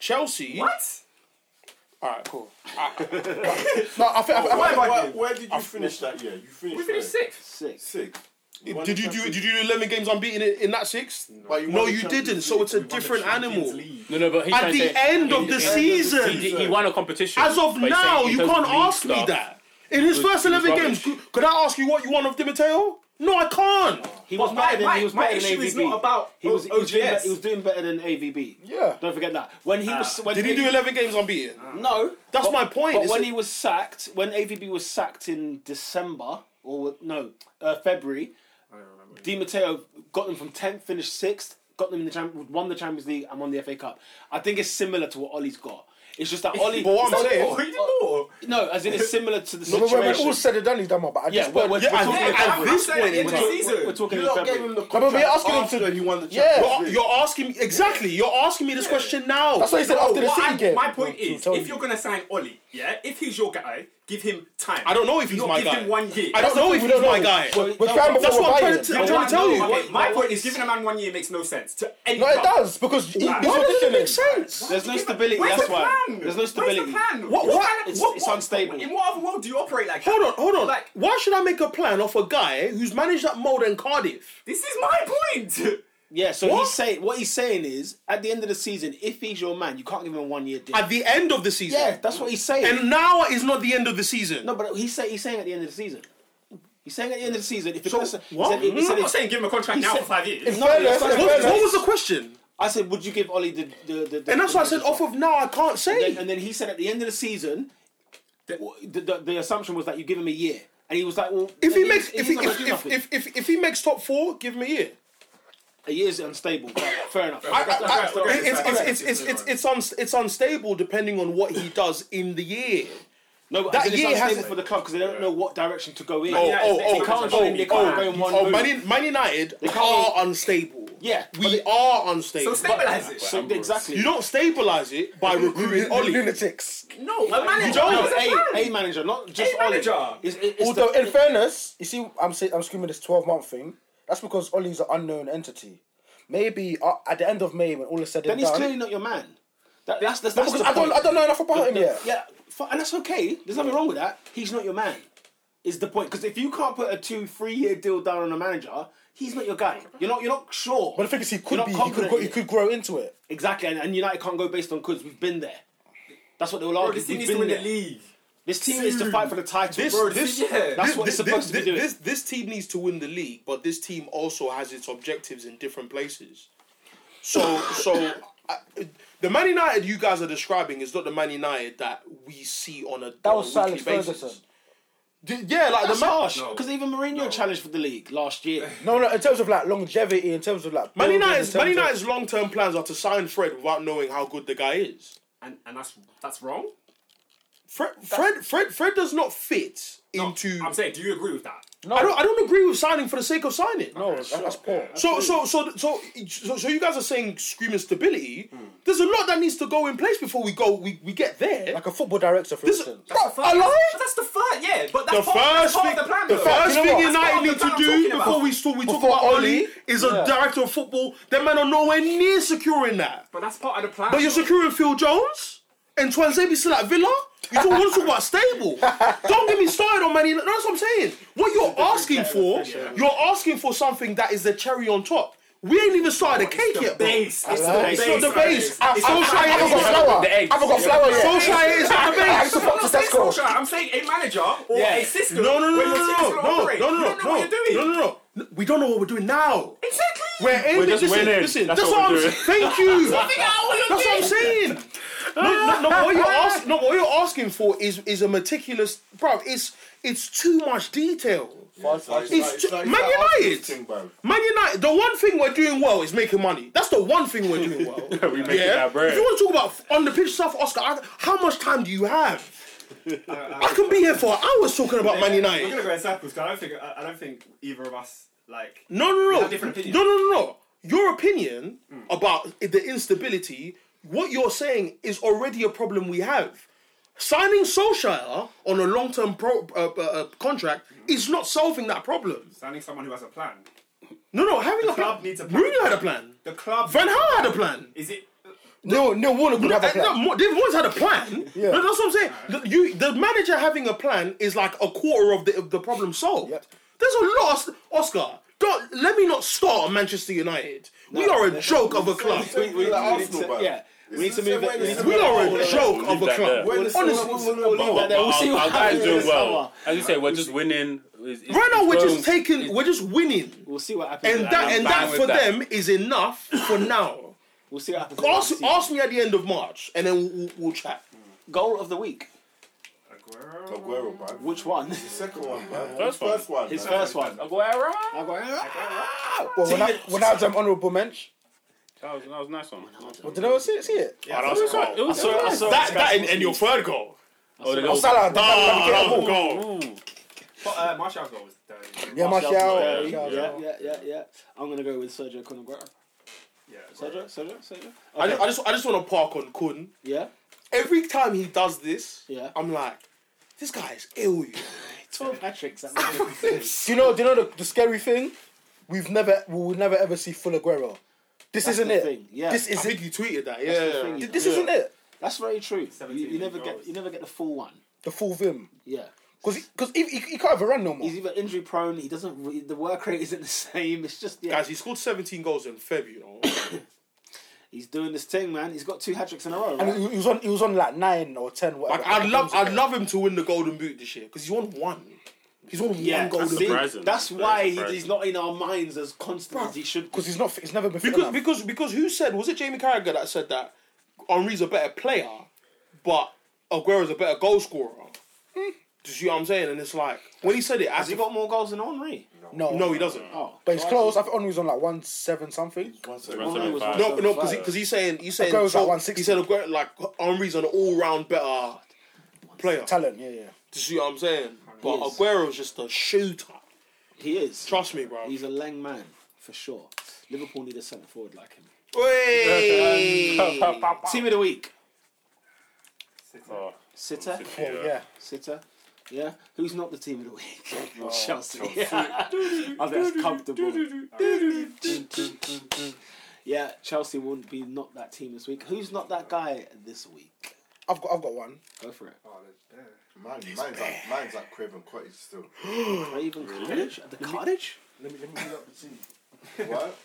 Speaker 7: Chelsea.
Speaker 6: What?
Speaker 7: All right, cool.
Speaker 4: No, I think. I, think- I, think-
Speaker 5: where, where did you finish that year? You finished.
Speaker 6: We finished
Speaker 5: where?
Speaker 6: sixth.
Speaker 1: Six.
Speaker 5: Six.
Speaker 7: Did you do? Did you do 11 games unbeaten in, in that six? No,
Speaker 5: you
Speaker 7: you didn't. So it's a different animal.
Speaker 2: No, no, but he's
Speaker 7: At
Speaker 2: trying
Speaker 7: the
Speaker 2: to say,
Speaker 7: end of the
Speaker 2: he,
Speaker 7: season,
Speaker 2: he won a competition.
Speaker 7: as of
Speaker 2: but he's
Speaker 7: now,
Speaker 2: saying in
Speaker 7: you
Speaker 2: terms
Speaker 7: can't
Speaker 2: of league
Speaker 7: ask me
Speaker 2: stuff,
Speaker 7: that. In his
Speaker 2: was-
Speaker 7: first
Speaker 2: it was
Speaker 7: 11 games,
Speaker 2: rubbish.
Speaker 7: could, could I ask you what you want of Di Matteo? No, I can't.
Speaker 1: He was
Speaker 8: But my-
Speaker 1: better than
Speaker 8: my-
Speaker 1: he was
Speaker 8: my
Speaker 1: better than
Speaker 8: issue
Speaker 1: AVB.
Speaker 8: is not about
Speaker 1: he was, he was doing,
Speaker 8: OGS.
Speaker 1: be- he was doing better than AVB.
Speaker 5: Yeah.
Speaker 1: Don't forget that. When he was when
Speaker 7: Did he do
Speaker 1: A-
Speaker 7: 11 games unbeaten?
Speaker 1: No.
Speaker 7: That's
Speaker 1: but-
Speaker 7: my point.
Speaker 1: But
Speaker 7: is
Speaker 1: when
Speaker 7: it-
Speaker 1: he was sacked, when AVB was sacked in December or no uh, February, Di Matteo got them from tenth, finished sixth, got them in the champ, won the Champions League and won the FA Cup. I think it's similar to what Ollie's got. It's just that Ollie.
Speaker 7: But what I'm saying-
Speaker 1: Oh, oh, no, as in it's similar to the
Speaker 4: But when
Speaker 1: situation.
Speaker 4: all said and done, he's done well. But I
Speaker 1: yeah,
Speaker 4: just
Speaker 1: we're, we're,
Speaker 7: Yeah,
Speaker 1: we're
Speaker 7: I
Speaker 1: talking
Speaker 7: think
Speaker 1: about
Speaker 7: at this point in
Speaker 1: we're,
Speaker 7: time-
Speaker 1: talking- we're talking
Speaker 5: You
Speaker 1: about
Speaker 5: lot gave
Speaker 1: February.
Speaker 5: him the
Speaker 4: but we're
Speaker 5: contract
Speaker 4: asking him
Speaker 5: after
Speaker 4: to-
Speaker 5: he won the
Speaker 4: Yeah.
Speaker 5: Champions
Speaker 7: You're,
Speaker 5: League.
Speaker 7: you're asking me exactly. You're asking me this question now.
Speaker 4: that's what he said after the
Speaker 8: what
Speaker 4: City
Speaker 8: I-
Speaker 4: game.
Speaker 8: My point is,
Speaker 4: tell
Speaker 8: if
Speaker 4: you.
Speaker 8: you're gonna sign Oli, yeah, if he's your guy, give him time.
Speaker 7: I don't know if he's
Speaker 8: Not
Speaker 7: my
Speaker 8: give
Speaker 7: guy.
Speaker 8: him one year.
Speaker 7: I don't know if he's my guy.
Speaker 4: We're trying before
Speaker 7: That's
Speaker 4: we're
Speaker 7: what I'm trying
Speaker 4: buying.
Speaker 7: to,
Speaker 4: him.
Speaker 7: I'm trying to tell you.
Speaker 8: Okay, my point is, giving a man one year makes no sense to any.
Speaker 4: No, it
Speaker 8: club.
Speaker 4: does because he,
Speaker 8: Why
Speaker 4: he's
Speaker 8: does it
Speaker 4: auditioning.
Speaker 7: Makes sense.
Speaker 1: There's no stability.
Speaker 8: Where's
Speaker 1: That's
Speaker 8: the
Speaker 1: why.
Speaker 8: plan?
Speaker 1: There's no
Speaker 8: Where's
Speaker 1: stability.
Speaker 8: the plan?
Speaker 7: What- what-
Speaker 8: kind of-
Speaker 1: it's- it's unstable.
Speaker 8: In what other world do you operate like
Speaker 7: Hold
Speaker 8: that?
Speaker 7: on, hold on.
Speaker 8: Like,
Speaker 7: Why should I make a plan off a guy who's managed that mold in Cardiff?
Speaker 8: this is my point.
Speaker 1: Yeah, so
Speaker 7: What?
Speaker 1: he's saying what he's saying is at the end of the season, if he's your man, you can't give him a one year deal.
Speaker 7: At the end of the season.
Speaker 1: yeah, that's what he's saying.
Speaker 7: And now is not the end of the season.
Speaker 1: no, but he's saying he's saying at the end of the season. He's saying at the end of the season. If
Speaker 7: So,
Speaker 1: he said,
Speaker 7: what?
Speaker 1: He said, he
Speaker 8: I'm
Speaker 1: said
Speaker 8: not saying give him a contract now
Speaker 1: said-
Speaker 8: for five years.
Speaker 4: In fairness,
Speaker 1: that's-
Speaker 4: in
Speaker 7: What, what
Speaker 4: fairness,
Speaker 7: was the question?
Speaker 1: I said, would you give Ollie the the, the, the
Speaker 7: And that's why I said off of now I can't
Speaker 1: And then,
Speaker 7: say.
Speaker 1: and then he said at the end of the season, the, the, the, the assumption was that you give him a year, and he was like, well,
Speaker 7: If he
Speaker 1: he's-
Speaker 7: makes if
Speaker 1: he's
Speaker 7: he,
Speaker 1: not gonna do
Speaker 7: if,
Speaker 1: nothing.
Speaker 7: if, if, if, if he makes top four, give him a year.
Speaker 1: a year's unstable, but fair enough.
Speaker 7: I- I-
Speaker 1: That's-
Speaker 7: I-
Speaker 1: that's the-
Speaker 7: it's- it's- it's- it's- it's- it's uns- It's unstable depending on what he does in the year.
Speaker 1: No, but
Speaker 7: That
Speaker 1: that it's
Speaker 7: year
Speaker 1: unstable
Speaker 7: has-
Speaker 1: for the club because they don't know what direction to go in.
Speaker 7: Oh,
Speaker 8: yeah,
Speaker 7: oh,
Speaker 8: it's-
Speaker 7: oh,
Speaker 8: it's
Speaker 7: oh,
Speaker 8: a
Speaker 7: oh,
Speaker 8: contract. They
Speaker 1: can't go in one
Speaker 7: oh,
Speaker 1: move.
Speaker 7: Man, Man United
Speaker 1: can't-
Speaker 7: are unstable.
Speaker 1: Yeah, but
Speaker 7: we
Speaker 1: they-
Speaker 7: are unstable.
Speaker 8: So stabilize it.
Speaker 1: So, exactly.
Speaker 7: you don't stabilize it by recruiting Oli.
Speaker 4: lunatics.
Speaker 8: No, a manager.
Speaker 1: No,
Speaker 8: is
Speaker 1: a,
Speaker 8: plan.
Speaker 1: a manager, not just
Speaker 8: A
Speaker 1: Oli.
Speaker 8: manager.
Speaker 1: It's, it's it's
Speaker 4: Although,
Speaker 1: the-
Speaker 4: in fairness, you see, I'm say, I'm screaming this 12 month thing. That's because Ollie's an unknown entity. Maybe uh, at the end of May, when all is said
Speaker 1: then
Speaker 4: and
Speaker 1: he's
Speaker 4: done,
Speaker 1: clearly not your man. That, that's that's,
Speaker 4: No,
Speaker 1: that's
Speaker 4: because
Speaker 1: the
Speaker 4: I don't,
Speaker 1: point.
Speaker 4: I don't know enough about him yet.
Speaker 1: Yeah, fi- and that's okay. There's nothing wrong with that. He's not your man. Is the point? Because if you can't put a two, three year deal down on a manager, he's not your guy. You're not. You're not sure.
Speaker 4: But the thing is, he
Speaker 1: You're
Speaker 4: could
Speaker 1: not
Speaker 4: be, he could,
Speaker 1: confident
Speaker 4: grow,
Speaker 1: in
Speaker 4: he
Speaker 1: it.
Speaker 4: could grow into it.
Speaker 1: exactly, and, and United can't go based on because we've been there. That's what they will
Speaker 8: Bro,
Speaker 1: argue.
Speaker 8: this team
Speaker 1: We've
Speaker 8: needs to
Speaker 1: been
Speaker 8: win the
Speaker 1: there.
Speaker 8: league.
Speaker 1: This team is to fight for the title.
Speaker 7: This,
Speaker 1: Bro,
Speaker 7: this,
Speaker 8: yeah.
Speaker 7: this-
Speaker 1: That's what
Speaker 7: this-
Speaker 1: it's supposed to be
Speaker 7: this-
Speaker 1: doing.
Speaker 7: This, this team needs to win the league, but this team also has its objectives in different places. So, so I, the Man United you guys are describing is not the Man United that we see on a
Speaker 4: That
Speaker 7: on
Speaker 4: was
Speaker 7: a weekly
Speaker 4: Alex
Speaker 7: basis.
Speaker 4: Ferguson.
Speaker 7: D- Yeah, like
Speaker 1: that's
Speaker 7: the Man,
Speaker 1: harsh because even Mourinho challenged for the league last year.
Speaker 4: No, no, in terms of like longevity, in terms of like.
Speaker 7: Man
Speaker 4: building, in
Speaker 7: United's, Man
Speaker 4: terms of-
Speaker 7: United's long-term plans are to sign Fred without knowing how good the guy is.
Speaker 8: And and that's that's wrong.
Speaker 7: Fred, Fred, Fred, Fred does not fit into.
Speaker 8: I'm saying, do you agree with that?
Speaker 7: I don't. I don't agree with signing for the sake of signing.
Speaker 4: No, that- that's poor.
Speaker 7: So, so, so, so, so, so, you guys are saying screaming stability. There's a lot that needs to go in place before we go. We, we get there.
Speaker 4: Like a football director, for
Speaker 7: This-
Speaker 4: instance.
Speaker 7: Bro,
Speaker 8: That's the
Speaker 7: I
Speaker 8: first-
Speaker 7: lied.
Speaker 8: That's the first, yeah. But that's
Speaker 7: The
Speaker 8: part,
Speaker 7: first
Speaker 8: that's part
Speaker 7: thing,
Speaker 8: of the plan.
Speaker 7: the
Speaker 8: though.
Speaker 7: first
Speaker 4: You know
Speaker 7: thing
Speaker 4: what?
Speaker 8: That's
Speaker 7: United
Speaker 8: part of the
Speaker 7: need to
Speaker 8: plan I'm
Speaker 7: do
Speaker 8: talking about.
Speaker 7: before we st- we talk
Speaker 4: Before
Speaker 7: about Oli
Speaker 4: Oli,
Speaker 7: is a director of football. That man are nowhere near securing that.
Speaker 8: But that's part of the plan.
Speaker 7: But you're securing Phil Jones and Twanzebi still at Villa. You don't want to talk about stable. Don't get me started on Man United. That's what I'm saying. What you're asking for, you're asking for something that is the cherry on top. We ain't even started the cake yet. bro.
Speaker 8: Base. It's the
Speaker 4: Hello?
Speaker 8: base.
Speaker 7: It's not the base.
Speaker 4: I, I,
Speaker 7: Solskjaer
Speaker 4: I haven't
Speaker 7: is
Speaker 4: got flour.
Speaker 2: the eggs.
Speaker 4: I haven't got flour yet.
Speaker 7: Solskjaer is not the
Speaker 4: I
Speaker 7: base.
Speaker 4: used to fuck to Tesco.
Speaker 8: Solskjaer, I'm saying a manager or a system.
Speaker 7: No, no, no, no,
Speaker 8: where your
Speaker 7: no,
Speaker 8: team is
Speaker 7: no,
Speaker 8: gonna
Speaker 7: no,
Speaker 8: operate.
Speaker 7: no,
Speaker 8: You
Speaker 7: no,
Speaker 8: don't know what
Speaker 7: no,
Speaker 8: you're doing.
Speaker 7: no, no, no. We don't know what we're doing now.
Speaker 8: Exactly.
Speaker 7: We're aiming.
Speaker 2: just
Speaker 7: listen,
Speaker 2: winning.
Speaker 7: listen. That's,
Speaker 2: That's
Speaker 7: what
Speaker 2: what
Speaker 7: I'm.
Speaker 2: we're
Speaker 7: Thank you.
Speaker 8: Figure out what you're
Speaker 7: That's what I'm
Speaker 8: doing.
Speaker 7: saying. No, no, no, what you're ask, no, what you're asking for is is a meticulous, bro. It's it's too much detail.
Speaker 5: It's like-
Speaker 7: It's
Speaker 5: it's
Speaker 7: ju-
Speaker 5: like- it's
Speaker 7: Man
Speaker 5: like Arsenal's
Speaker 7: United.
Speaker 5: thing, bro.
Speaker 7: Man United, the one thing we're doing well is making money. That's the one thing we're doing well.
Speaker 2: we making
Speaker 7: yeah.
Speaker 2: that bread.
Speaker 7: If you want to talk about f- on the pitch stuff, Oscar, I, how much time do you have? I can be here for hours talking about Man
Speaker 6: We're
Speaker 7: United.
Speaker 6: gonna go in circles. 'cause I don't think I, I don't think either of us like.
Speaker 7: No, no, no.
Speaker 6: have different opinions.
Speaker 7: No, no, no, no. Your opinion about the instability, what you're saying is already a problem we have. Signing Solskjaer on a long term pro- uh, uh, uh, contract is not solving that problem.
Speaker 6: Signing someone who has a plan.
Speaker 7: No, no, having a
Speaker 6: club
Speaker 7: plan.
Speaker 6: needs a plan.
Speaker 7: Mourinho had a plan.
Speaker 6: The club
Speaker 7: Van Gaal had a plan.
Speaker 6: is it.
Speaker 4: No, no, Warner could have a
Speaker 7: And
Speaker 4: plan.
Speaker 7: no, Mo- David Moyes had a plan.
Speaker 4: Yeah.
Speaker 7: No, that's what I'm saying. The, you, the manager having a plan is like a quarter of the of the problem solved.
Speaker 4: Yep.
Speaker 7: There's a lot, of, st- Oscar. Don't let me not start on Manchester United. we are a joke of a club.
Speaker 5: It's like Arsenal,
Speaker 1: So,
Speaker 5: bro.
Speaker 1: yeah. We need to move it. We need to
Speaker 7: We
Speaker 1: move it.
Speaker 7: are a joke
Speaker 2: Leave
Speaker 7: of a
Speaker 2: that
Speaker 7: club.
Speaker 2: there. But
Speaker 1: We'll
Speaker 2: our-
Speaker 1: see what
Speaker 2: our guys
Speaker 1: happens
Speaker 2: are doing
Speaker 1: this
Speaker 2: well.
Speaker 1: summer.
Speaker 2: As you say, we're just winning. It's- it's-
Speaker 7: Right now,
Speaker 2: it's
Speaker 7: we're
Speaker 2: grown.
Speaker 7: just taking, we're just winning,
Speaker 1: We'll see what happens.
Speaker 7: and
Speaker 1: with
Speaker 7: that
Speaker 2: I'm
Speaker 7: and
Speaker 2: fine
Speaker 7: that
Speaker 2: with
Speaker 7: for
Speaker 2: that.
Speaker 7: them is enough for now.
Speaker 1: We'll see what happens. with
Speaker 7: Ask,
Speaker 1: that season.
Speaker 7: ask me at the end of March, and then we'll, we'll, we'll chat.
Speaker 1: Goal of the week.
Speaker 5: Aguero, man.
Speaker 1: Which one?
Speaker 5: The second one, man.
Speaker 2: First one.
Speaker 5: First one.
Speaker 1: His
Speaker 5: man.
Speaker 1: first one.
Speaker 2: Aguero.
Speaker 1: Aguero.
Speaker 4: Well, when I when I was an honourable mention,
Speaker 2: That was that was a nice one.
Speaker 4: well, did I ever see it? See it?
Speaker 7: Oh, that was
Speaker 2: Oh, It was
Speaker 1: So I saw
Speaker 7: that,
Speaker 1: this guy-
Speaker 7: that and, and your third goal.
Speaker 2: Oh, the Ah,
Speaker 4: Oh,
Speaker 2: little-
Speaker 4: Salah, that, that, that, that,
Speaker 7: goal.
Speaker 8: But uh, Martial's goal was dirty.
Speaker 4: yeah, Martial.
Speaker 1: Yeah,
Speaker 4: Martial,
Speaker 1: yeah, yeah, yeah, yeah. I'm gonna go with Sergio Kun Aguero.
Speaker 8: Yeah,
Speaker 1: Sergio, Sergio, Sergio.
Speaker 7: I just, I just, I just want to park on Kun.
Speaker 1: Yeah,
Speaker 7: Every time he does this,
Speaker 1: yeah.
Speaker 7: I'm like, this guy is ill. You.
Speaker 1: Tom Patrick's.
Speaker 4: Do you know? Do you know the, the scary thing? We've never, we will never ever see full Aguero. This
Speaker 1: That's
Speaker 4: isn't
Speaker 1: the
Speaker 4: it.
Speaker 1: thing, yeah.
Speaker 4: This
Speaker 7: I
Speaker 4: is
Speaker 7: think
Speaker 4: it.
Speaker 7: you tweeted that.
Speaker 1: the
Speaker 7: Yeah.
Speaker 1: thing, you
Speaker 4: This
Speaker 1: know.
Speaker 4: isn't it.
Speaker 1: That's very true. You,
Speaker 8: 17
Speaker 1: you never
Speaker 8: goals.
Speaker 1: get, you never get the full one.
Speaker 4: The full vim.
Speaker 1: Yeah.
Speaker 4: Because because he, he, he can't even run no more.
Speaker 1: He's either injury prone. He doesn't. re- The work rate isn't the same. It's just yeah.
Speaker 7: Guys, he scored 17 goals in Feb, you know.
Speaker 1: He's doing this thing, man. He's got two hat tricks in a row.
Speaker 4: And
Speaker 1: Right?
Speaker 4: he, he was on he was on like nine or ten. Whatever.
Speaker 7: Like, I'd love, I'd love him to win the Golden Boot this year because he's won one. He's won
Speaker 1: Yeah,
Speaker 7: one Golden
Speaker 1: see,
Speaker 7: Boot.
Speaker 2: surprising.
Speaker 1: that's
Speaker 2: Very
Speaker 1: why he-
Speaker 2: surprising.
Speaker 1: he's not in our minds as constant as he should.
Speaker 4: because he's not. He's never been. fit
Speaker 7: Because,
Speaker 4: enough.
Speaker 7: because, because who said? Was it Jamie Carragher that said that Henri's a better player, but Aguero's a better goal scorer? Do you see what I'm saying? And it's like when he said it,
Speaker 1: Hmm. Has
Speaker 7: as
Speaker 1: he got more goals than Henri?
Speaker 4: no,
Speaker 7: No, he doesn't.
Speaker 1: Oh,
Speaker 4: But he's close. I think Henry was on like one seven something.
Speaker 5: One second.
Speaker 2: Around
Speaker 1: Aguero was
Speaker 2: 75.
Speaker 7: No, no, because because he's saying he's saying
Speaker 4: Aguero's
Speaker 7: so-
Speaker 4: like 160.
Speaker 7: he said Aguero, like Henri's an all round better player. Do
Speaker 4: Talent. Yeah, yeah.
Speaker 7: you see what I'm saying? But
Speaker 1: He is.
Speaker 7: Aguero's just a shooter.
Speaker 1: he is.
Speaker 7: Trust me, bro.
Speaker 1: He's a lang man for sure. Liverpool need a centre forward like him.
Speaker 4: Um,
Speaker 7: Hey!
Speaker 1: Team of the week.
Speaker 2: Oh,
Speaker 1: Sitter.
Speaker 4: Yeah,
Speaker 2: yeah.
Speaker 4: yeah.
Speaker 1: Sitter. Yeah. Who's not the team of the week? Chelsea. I think that's comfortable. yeah, Chelsea won't be not that team this week. Who's not that guy this week?
Speaker 4: I've got, I've got one.
Speaker 1: Go for it.
Speaker 5: Mine, mine's like mine's like Craven Cottage still.
Speaker 1: Craven Cottage? At the cottage?
Speaker 5: Let me let me up the team. What?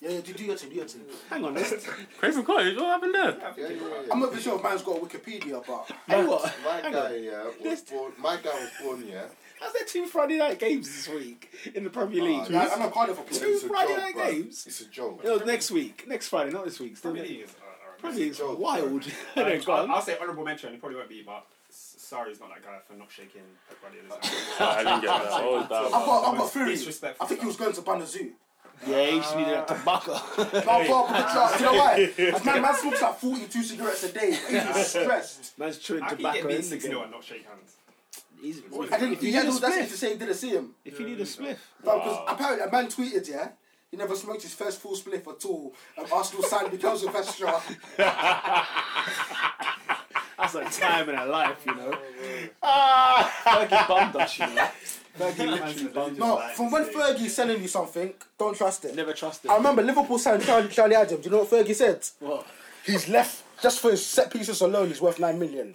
Speaker 3: Yeah, yeah, do, do your team, do your team.
Speaker 1: Hang on. Let's,
Speaker 2: Craven Cottage. What happened there?
Speaker 5: Yeah, yeah, yeah.
Speaker 3: I'm not even sure if man's got a Wikipedia, but
Speaker 1: hang on.
Speaker 5: My
Speaker 1: Hang
Speaker 5: guy,
Speaker 1: on.
Speaker 5: yeah, was born. My guy was born, yeah.
Speaker 1: How's there two Friday night games this week in the Premier League?
Speaker 5: Nah,
Speaker 3: I'm a Cardiff player.
Speaker 1: two
Speaker 5: it's a
Speaker 1: Friday
Speaker 5: joke,
Speaker 1: night
Speaker 5: bruv.
Speaker 1: games?
Speaker 5: It's a joke.
Speaker 1: No, next week. Next Friday, not this week. Still
Speaker 8: Premier
Speaker 1: next-
Speaker 8: League is, uh,
Speaker 1: Premier League's
Speaker 5: joke,
Speaker 1: wild. Anyway, go
Speaker 8: uh, I'll,
Speaker 1: on.
Speaker 8: I'll say honourable mention. He probably won't be, but Sari's not that guy for not shaking Pep Guardiola's hand.
Speaker 2: I didn't get that. Oh, it's
Speaker 3: I've got, I've got a
Speaker 8: Most
Speaker 3: theory.
Speaker 8: disrespectful
Speaker 3: I think he was going to Banazoo.
Speaker 1: Yeah, he just needed that tobacco.
Speaker 3: No, but, but, do you know why? As man, man smokes like 42 cigarettes a day. He was stressed.
Speaker 1: Man's chewing
Speaker 8: How can you
Speaker 1: tobacco
Speaker 8: get
Speaker 1: in
Speaker 8: beat
Speaker 1: the
Speaker 8: 6
Speaker 1: game.
Speaker 8: 0 and not shake hands?
Speaker 1: He's-
Speaker 3: And then
Speaker 1: If
Speaker 3: he
Speaker 1: you need
Speaker 3: had
Speaker 1: a
Speaker 3: all that shit
Speaker 1: spliff,
Speaker 3: to say he didn't see him.
Speaker 1: if you need a spliff,
Speaker 3: Because apparently a man tweeted, yeah, he never smoked his first full spliff at all. And Arsenal signed Mikel Silvestre.
Speaker 1: that's a time in our life, you know. Fergie bummed us, you know. Fergie literally bummed us.
Speaker 4: No, from when Fergie's selling you something, don't trust it.
Speaker 1: Never trust
Speaker 4: I
Speaker 1: him.
Speaker 4: remember Liverpool signed Charlie, Charlie Adam. Do you know what Fergie said?
Speaker 1: What?
Speaker 4: He's left just for his set pieces alone. He's worth nine million.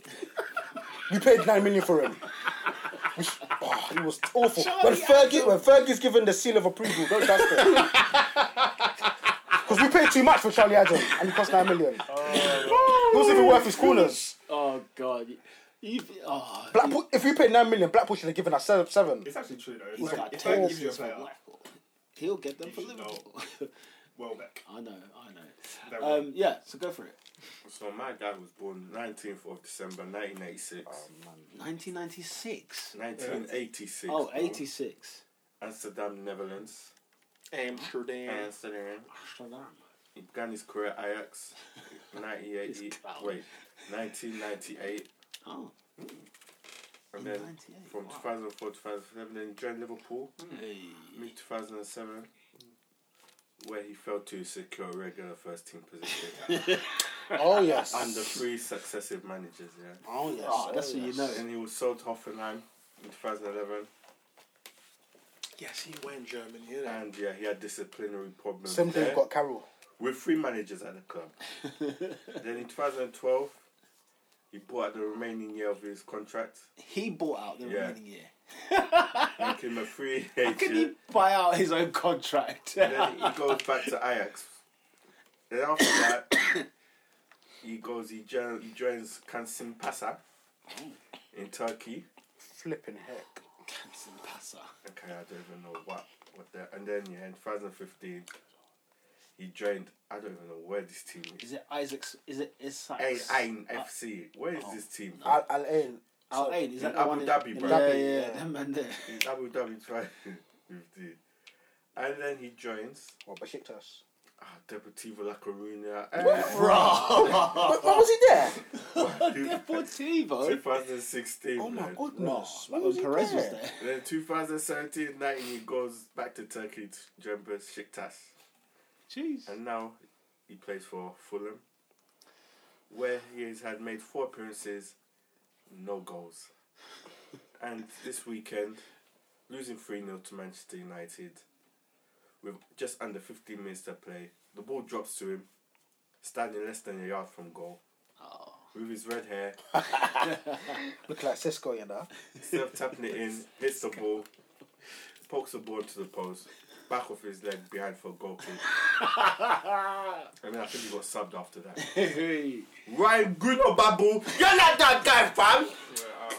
Speaker 4: we paid nine million for him. Which, oh, it was awful. when Fergie, when Fergie's given the seal of approval, don't trust it. Because we paid too much for Charlie Adam, and he cost nine million. It wasn't even worth his corners.
Speaker 1: Oh God, you, oh,
Speaker 4: Blackpool, if we paid nine million, Blackpool should have given us seven. seven.
Speaker 8: It's actually true, though. It's
Speaker 1: he's
Speaker 8: like,
Speaker 1: got
Speaker 8: if I give you a
Speaker 1: tons
Speaker 8: player,
Speaker 1: for Blackpool. He'll get them for
Speaker 8: should
Speaker 1: Liverpool.
Speaker 8: Welbeck.
Speaker 1: I know,
Speaker 8: They're
Speaker 1: I know. Um, yeah, so go for it.
Speaker 5: So my guy was born 19th of December 1986.
Speaker 1: Um, 1996.
Speaker 5: 1986.
Speaker 1: Oh,
Speaker 5: bro.
Speaker 1: 86.
Speaker 5: Amsterdam, Netherlands.
Speaker 7: Amsterdam.
Speaker 5: Amsterdam.
Speaker 1: Amsterdam.
Speaker 5: He began his career at Ajax. 1980.
Speaker 1: clown.
Speaker 5: Wait, 1998.
Speaker 1: Oh,
Speaker 5: And
Speaker 1: in 98.
Speaker 5: then from 2004 to 2007, then he joined Liverpool. Mid 2007, where he failed to secure a regular first team position
Speaker 4: Oh yes.
Speaker 5: under three successive managers. Yeah.
Speaker 4: oh yes.
Speaker 1: Oh, that's what you know.
Speaker 5: Then he was sold to Hoffenheim in 2011,
Speaker 7: Yes, he went Germany, you know.
Speaker 5: and yeah, he had disciplinary problems
Speaker 4: Same thing
Speaker 5: there
Speaker 4: we've got Carroll.
Speaker 5: with three managers at the club. then in 2012, he bought out the remaining year of his contract,
Speaker 1: He bought out the
Speaker 5: Yeah.
Speaker 1: remaining year.
Speaker 5: making him a free
Speaker 1: Can he
Speaker 5: agent.
Speaker 1: buy out his own contract?
Speaker 5: Then he goes back to Ajax. Then after that, He goes. He, join, he joins Kansim Pasa in Turkey.
Speaker 4: Flipping heck.
Speaker 5: Okay, I don't even know what what that. And then yeah, in 2015, he joined. I don't even know where this team is.
Speaker 1: Is it Isaac's? Is it is
Speaker 5: Ain
Speaker 1: Isaac's?
Speaker 5: Ain FC. Where is this team?
Speaker 4: Al Al Ain.
Speaker 1: Al Ain, Oh, is
Speaker 5: In
Speaker 1: that the
Speaker 5: Abu
Speaker 1: one in-
Speaker 5: Dhabi,
Speaker 1: in
Speaker 5: bro.
Speaker 1: Yeah,
Speaker 4: Dhabi,
Speaker 1: yeah,
Speaker 4: yeah.
Speaker 1: that man there.
Speaker 5: In Abu Dhabi 2015. And then he joins
Speaker 4: Well, Besiktas.
Speaker 5: ah, eh, Deportivo La Coruña.
Speaker 1: Oh,
Speaker 4: But why was he there?
Speaker 1: Deportivo.
Speaker 5: 2016. Oh my god.
Speaker 4: Goodness.
Speaker 1: Like when Perez was there.
Speaker 5: Then 2017 19, he goes back to Turkey to join Besiktas.
Speaker 1: Jeez.
Speaker 5: And now he plays for Fulham, where he has had made four appearances, no goals. and this weekend, losing 3 0 to Manchester United, with just under 15 minutes to play, the ball drops to him, standing less than a yard from goal. With his red hair,
Speaker 4: Look like Cisco, you know.
Speaker 5: self tapping it in, hits the ball, pokes the ball to the post, back off his leg behind for a goal kick. I mean, I think he got subbed after that.
Speaker 1: Hey.
Speaker 5: Ryan Bruno Babu, you're not that guy, fam.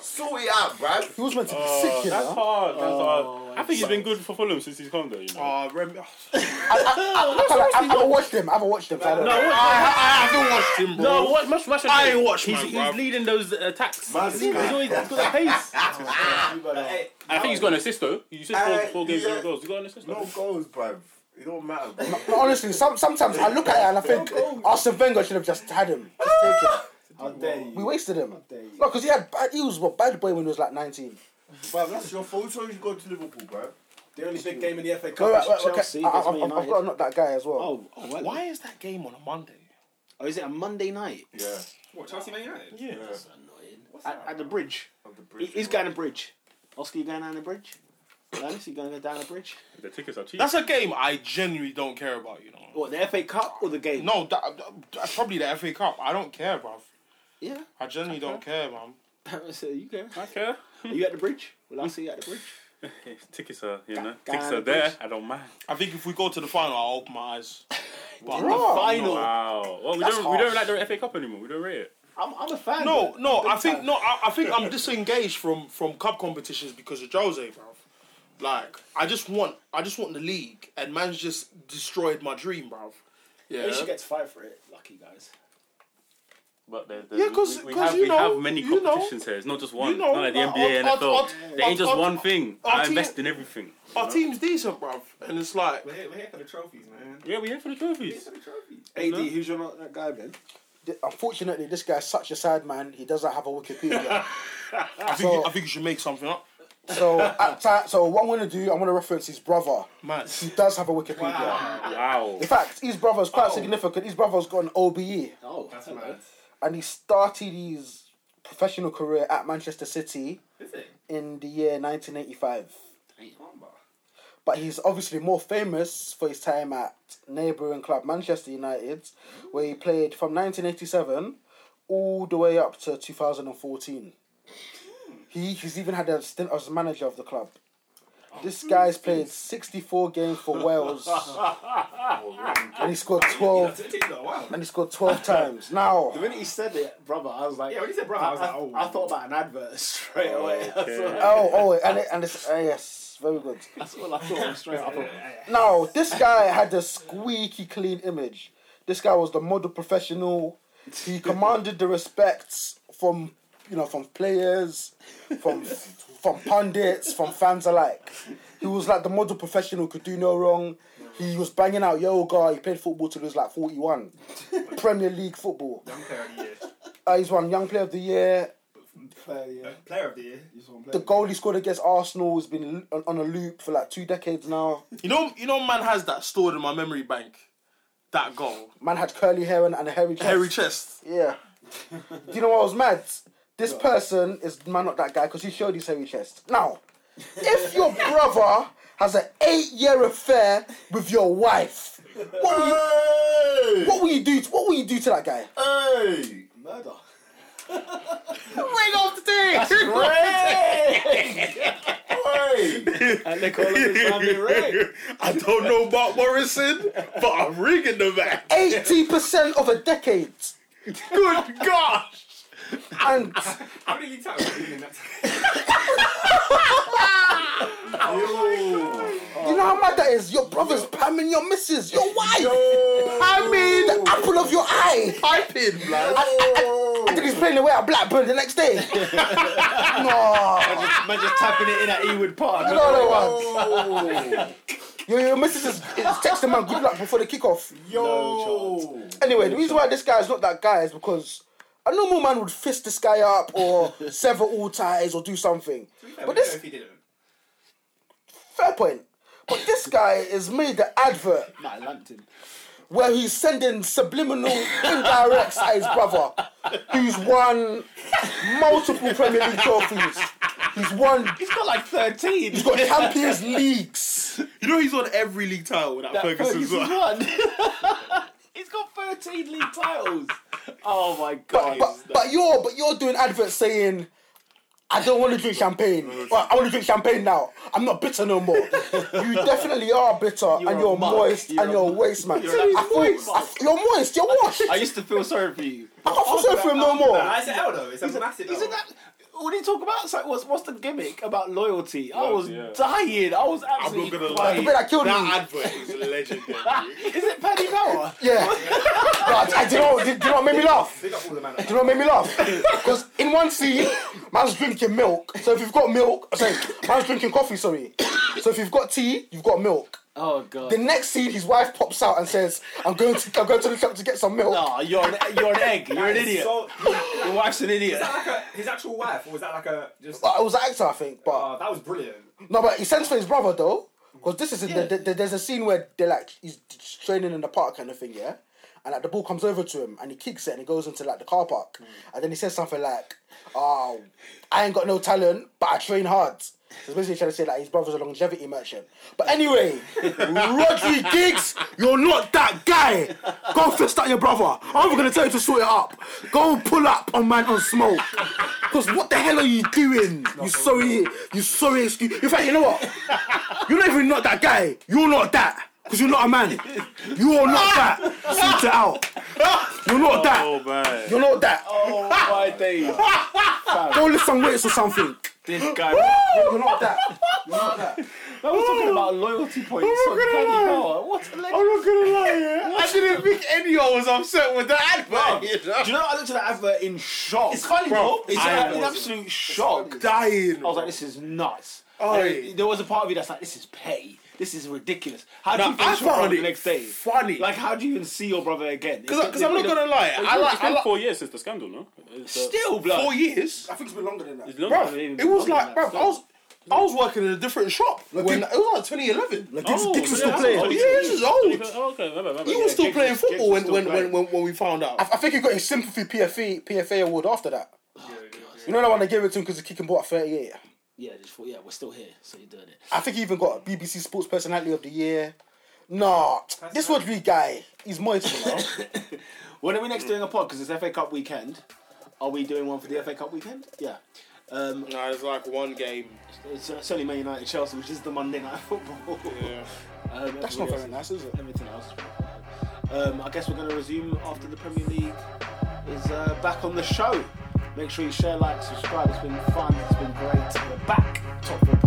Speaker 5: Sort it out, bruv.
Speaker 4: He was meant to be
Speaker 1: Oh,
Speaker 4: sick, you
Speaker 2: That's
Speaker 4: know.
Speaker 2: hard. That's hard. I Oh, think he's been good for Fulham since he's come there. You know.
Speaker 7: Uh, rem-
Speaker 4: I, I, I haven't watched him. I haven't watched him. So I don't know.
Speaker 7: I, I haven't watched him, bro.
Speaker 2: No, what? Much, much I
Speaker 7: ain't watched
Speaker 2: He's,
Speaker 7: man,
Speaker 2: he's
Speaker 7: bruv.
Speaker 2: leading those attacks.
Speaker 5: Man,
Speaker 2: he's, always, he's got that pace. I think he's got an assist though. You said four,
Speaker 5: Uh,
Speaker 2: four games,
Speaker 5: yeah.
Speaker 2: zero goals. You got an assist.
Speaker 5: No
Speaker 2: though.
Speaker 5: goals, bruv. It don't matter, bro.
Speaker 4: But honestly, some, sometimes I look at it and I think Arsene Wenger should have just had him. Just take him.
Speaker 1: How dare
Speaker 4: We
Speaker 1: you?
Speaker 4: wasted him.
Speaker 1: dare you.
Speaker 4: No, because he had bad, he was what bad boy when he was like nineteen.
Speaker 5: bruv, that's your fault. So you go to Liverpool, bruv.
Speaker 1: The only big game in the FA Cup
Speaker 4: Go right,
Speaker 1: is
Speaker 4: right, okay.
Speaker 1: Chelsea.
Speaker 4: I,
Speaker 1: against Man
Speaker 4: I, I've, I've
Speaker 1: United.
Speaker 4: got to knock that guy as well.
Speaker 1: Oh, oh well.
Speaker 7: Why is that game on a Monday?
Speaker 1: Oh, is it a Monday night?
Speaker 5: Yeah.
Speaker 6: What, Chelsea Man United?
Speaker 5: Yeah.
Speaker 1: That's annoying. At, at the bridge.
Speaker 5: Of the
Speaker 1: He-
Speaker 5: bridge,
Speaker 1: He's
Speaker 5: bruv.
Speaker 1: going to bridge. Oscar, you going down the bridge? Lance, you going to go down the bridge?
Speaker 2: The tickets are cheap.
Speaker 7: That's a game I genuinely don't care about, you know.
Speaker 1: What, the FA Cup or the game?
Speaker 7: No, that, that- that's probably the FA Cup. I don't care, bruv.
Speaker 1: Yeah.
Speaker 7: I genuinely don't care, man.
Speaker 1: so you go.
Speaker 2: I care.
Speaker 1: Are you at the bridge? Will I see you at the bridge?
Speaker 2: tickets are, you know,
Speaker 1: Ga-
Speaker 2: tickets are
Speaker 1: Ghana,
Speaker 2: there.
Speaker 1: please.
Speaker 2: I don't mind.
Speaker 7: I think if we go to the final, I'll open my eyes. But Oh.
Speaker 1: Final.
Speaker 2: Wow. Well, we don't, we don't like the FA Cup anymore. We don't rate it.
Speaker 1: I'm, I'm a fan.
Speaker 7: no,
Speaker 1: but-
Speaker 7: no,
Speaker 1: big
Speaker 7: I think
Speaker 1: fan.
Speaker 7: no, I, I think I'm disengaged from from cup competitions because of Jose, bruv. Like, I just want, I just want the league, and man's just destroyed my dream, bruv. Yeah,
Speaker 1: At least you get to fight for it. Lucky guys.
Speaker 2: But there's,
Speaker 7: Yeah, 'cause-
Speaker 2: we, we
Speaker 7: 'cause
Speaker 2: have,
Speaker 7: you
Speaker 2: we
Speaker 7: know-
Speaker 2: have many
Speaker 7: you know-
Speaker 2: competitions here. It's not just one.
Speaker 7: you know, uh,
Speaker 2: not like the
Speaker 7: like,
Speaker 2: NBA,
Speaker 7: our-
Speaker 2: NFL.
Speaker 7: our- our-
Speaker 2: there ain't just
Speaker 7: our-
Speaker 2: one thing.
Speaker 7: our
Speaker 2: I
Speaker 7: team-
Speaker 2: invest in everything.
Speaker 7: our team's decent, bruv, and it's like
Speaker 6: We're here, we're here for the trophies, man.
Speaker 2: Yeah, we're here for the
Speaker 6: We're here
Speaker 2: trophies.
Speaker 6: for the trophies.
Speaker 1: AD, who's your not that guy then?
Speaker 4: Th- Unfortunately, this guy's such a sad man. He doesn't have a Wikipedia.
Speaker 7: I think,
Speaker 4: So-
Speaker 7: I think you should make something up,
Speaker 4: so, at ti- so what I'm gonna do, I'm gonna reference his brother.
Speaker 7: man.
Speaker 4: He does have a Wikipedia.
Speaker 2: Wow.
Speaker 4: In fact, his brother's quite significant. His brother's got an OBE,
Speaker 1: Oh,
Speaker 6: That's
Speaker 1: hello.
Speaker 6: mad.
Speaker 4: and he started his professional career at Manchester City
Speaker 6: Is it?
Speaker 4: in the year 1985.
Speaker 6: Wamba.
Speaker 4: But he's obviously more famous for his time at neighbouring club Manchester United, where he played from 1987 all the way up to 2014. He, he's even had a stint as manager of the club. This guy's played 64 games for Wales and he scored 12
Speaker 6: That's it, though, wow.
Speaker 4: and he scored 12 times. Now,
Speaker 1: The minute he said it, brother, I was like,
Speaker 6: Yeah, when he said brother, I was like, oh.
Speaker 1: I thought about an advert straight away. That's, all,
Speaker 4: oh, oh, and, it, and it's, uh, yes, very good.
Speaker 1: that's all I thought straight up.
Speaker 4: No, this guy had a squeaky clean image. This guy was the model professional. He commanded the respect from you know from players, from from pundits, from fans alike. He was like the model professional, could do no wrong. He was banging out yoga. He played football till he was like forty one. Premier League football.
Speaker 6: Young player of the year.
Speaker 4: Uh, he's won Young Player of the Year.
Speaker 1: Player, yeah.
Speaker 6: Player of the year.
Speaker 4: The goal he scored against Arsenal has been on, on a loop for like two decades now.
Speaker 7: You know, you know, man has that stored in my memory bank. That goal,
Speaker 4: Man had curly hair and, and a hairy chest.
Speaker 7: hairy chest.
Speaker 4: Yeah. Do you know what was mad? This person is man not that guy because he showed his hairy chest. Now, if your brother has an eight-year affair with your wife, what will you,
Speaker 5: Hey!
Speaker 4: what will you do? what will you do to that guy?
Speaker 5: Hey!
Speaker 1: Murder.
Speaker 7: Ring off the thing.
Speaker 5: Hey!
Speaker 1: And they call him his family Ray.
Speaker 7: I don't know Mark Morrison, but I'm ringing the back.
Speaker 4: Eighty percent of a decade.
Speaker 7: Good gosh!
Speaker 4: And
Speaker 6: How many league titles have you been in that
Speaker 4: you know how mad that is? Your brother's pamming your missus, your wife. I mean, the apple of your eye.
Speaker 7: Piping, blood.
Speaker 4: I think he's playing away at Blackburn the next day. no,
Speaker 1: Man, just tapping it in at Ewood Park.
Speaker 4: you know that one. Your, your missus is, is texting man good luck before the kickoff.
Speaker 1: Yo.
Speaker 4: Anyway, the reason why this guy is not that guy is because a normal man would fist this guy up or sever all ties or do something. But this
Speaker 6: if he didn't.
Speaker 4: fair point. But this guy has made the advert
Speaker 1: Nah, I lumped him.
Speaker 4: where he's sending subliminal indirects at his brother, who's won multiple Premier League trophies. He's won.
Speaker 1: He's got like 13.
Speaker 4: He's got Champions Leagues.
Speaker 7: You know he's on every league title with that,
Speaker 1: That
Speaker 7: Ferguson's
Speaker 1: Ferguson's
Speaker 7: one.
Speaker 1: one. He's got 13 league titles. Oh my god.
Speaker 4: But, but, but you're but you're doing adverts saying, "I don't want to drink champagne. Well, I want to drink champagne now. I'm not bitter no more." you definitely are bitter,
Speaker 1: You're
Speaker 4: and
Speaker 1: a
Speaker 4: you're
Speaker 1: mug.
Speaker 4: moist,
Speaker 1: You're
Speaker 4: and
Speaker 1: a
Speaker 4: you're
Speaker 1: mug.
Speaker 4: waste man.
Speaker 1: You're an
Speaker 4: I feel-
Speaker 1: absolute
Speaker 4: I
Speaker 1: mug.
Speaker 4: feel- you're moist. You're washed.
Speaker 1: I used to feel sorry for you.
Speaker 4: I can't feel sorry for him no more.
Speaker 6: Nah, it's an L though. It's a massive L.
Speaker 1: Isn't that what do you talk about? It's like, what's, what's the gimmick about loyalty? I was
Speaker 2: Loyalty, yeah.
Speaker 1: dying. I was
Speaker 7: I'm not
Speaker 1: absolutely
Speaker 7: gonna
Speaker 4: The
Speaker 7: lie.
Speaker 4: bit that killed me.
Speaker 7: That advert is legendary.
Speaker 1: Is it Paddy Power?
Speaker 4: Yeah. no, I, I, do you know, do, you know what made me laugh? Do
Speaker 6: Big up all the man.
Speaker 4: you know what made me laugh? Because in one scene, man's drinking milk. So if you've got milk, sorry, man's drinking coffee, sorry. So if you've got tea, you've got milk.
Speaker 1: Oh god.
Speaker 4: The next scene, his wife pops out and says, I'm going to, I'm going to the shop to get some milk.
Speaker 1: Nah, Ah, you're an, you're an egg. You're an idiot.
Speaker 6: So,
Speaker 1: Your wife's an idiot.
Speaker 6: Oh, like a, his actual wife, or was that like a just?
Speaker 4: But it was an actor, I think. But
Speaker 6: Oh, that was brilliant.
Speaker 4: No, but he sends for his brother though, because this is the, the- there's a scene where they're like he's training in the park kind of thing, yeah, and like the ball comes over to him and he kicks it and he goes into like the car park, and then he says something like, "Oh, I ain't got no talent, but I train hard." So he's basically trying to say like his brother's a longevity merchant. But anyway, Rodri Giggs, you're not that guy. Go fist out your brother. I'm gonna tell you to sort it up. Go pull up on man on smoke. Cause what the hell are you doing? You sorry, you sorry excuse. In fact, you know what? You're not even not that guy. You're not that. Cause you're not a man. You're not that. Sort it out. You're not that.
Speaker 2: Oh man.
Speaker 4: You're not that.
Speaker 1: Oh my days.
Speaker 4: Go lift some weights or something.
Speaker 1: This guy.
Speaker 4: You're not that. You're not that.
Speaker 1: I was talking about loyalty points on Paddy Power. What a legend.
Speaker 7: I'm not gonna lie, yeah. I didn't think anyone was upset with that advert. you know?
Speaker 1: Do you know I looked at that advert in shock? It's funny,
Speaker 7: Bro,
Speaker 1: It's
Speaker 7: I
Speaker 1: an
Speaker 7: wasn't.
Speaker 1: absolute shock.
Speaker 7: Dying.
Speaker 1: I was like, this is nuts.
Speaker 7: Oh,
Speaker 1: And
Speaker 7: yeah.
Speaker 1: there was a part of me that's like, this is petty. This is ridiculous. How do
Speaker 7: Nah,
Speaker 1: you finish
Speaker 7: I
Speaker 1: your
Speaker 7: found
Speaker 1: brother
Speaker 7: it
Speaker 1: the next day?
Speaker 7: funny.
Speaker 1: Like, how do you even see your brother again?
Speaker 7: Because I'm not gonna lie, I
Speaker 2: it's
Speaker 7: like, I
Speaker 2: been
Speaker 7: like
Speaker 2: four years since the scandal, no? It's, uh,
Speaker 1: Still, blood.
Speaker 7: four years.
Speaker 3: I think it's been longer than that.
Speaker 2: it's long-
Speaker 7: Bro, it was like, bro, I was, I was working in a different shop. When, it was like 2011.
Speaker 2: Oh,
Speaker 4: Dicks was
Speaker 2: yeah,
Speaker 4: still
Speaker 2: that's
Speaker 4: playing.
Speaker 7: Yeah,
Speaker 2: old.
Speaker 7: this is old.
Speaker 2: Oh, okay, remember, remember.
Speaker 7: He
Speaker 2: Yeah.
Speaker 7: was still
Speaker 1: Giggs
Speaker 7: playing
Speaker 1: was-
Speaker 7: football
Speaker 1: Giggs was
Speaker 7: when,
Speaker 1: still
Speaker 7: when,
Speaker 1: playing.
Speaker 7: when, when, when we found out.
Speaker 4: I, I think he got his sympathy E, PFA PFA award after that. you know that one they gave it to him because he kicking ball at 38.
Speaker 1: Yeah, just thought, yeah, we're still here, so you're doing it.
Speaker 4: I think he even got BBC Sports Personality of the Year. Nah, this Rodri guy, he's moist, you know.
Speaker 1: When are we next doing a pod? Because it's FA Cup weekend. Are we doing one for the FA Cup weekend? Yeah. Um,
Speaker 7: No, it's like one game.
Speaker 1: it's uh, certainly Man United Chelsea, which is the Monday night football.
Speaker 7: Yeah.
Speaker 1: Um,
Speaker 4: That's
Speaker 1: everybody
Speaker 4: not very
Speaker 1: else-
Speaker 4: nice, is it?
Speaker 1: Everything else. Um, I guess we're going to resume after the Premier League is uh, back on the show. Make sure you share, like, subscribe. It's been fun. It's been great. We're back. Top of the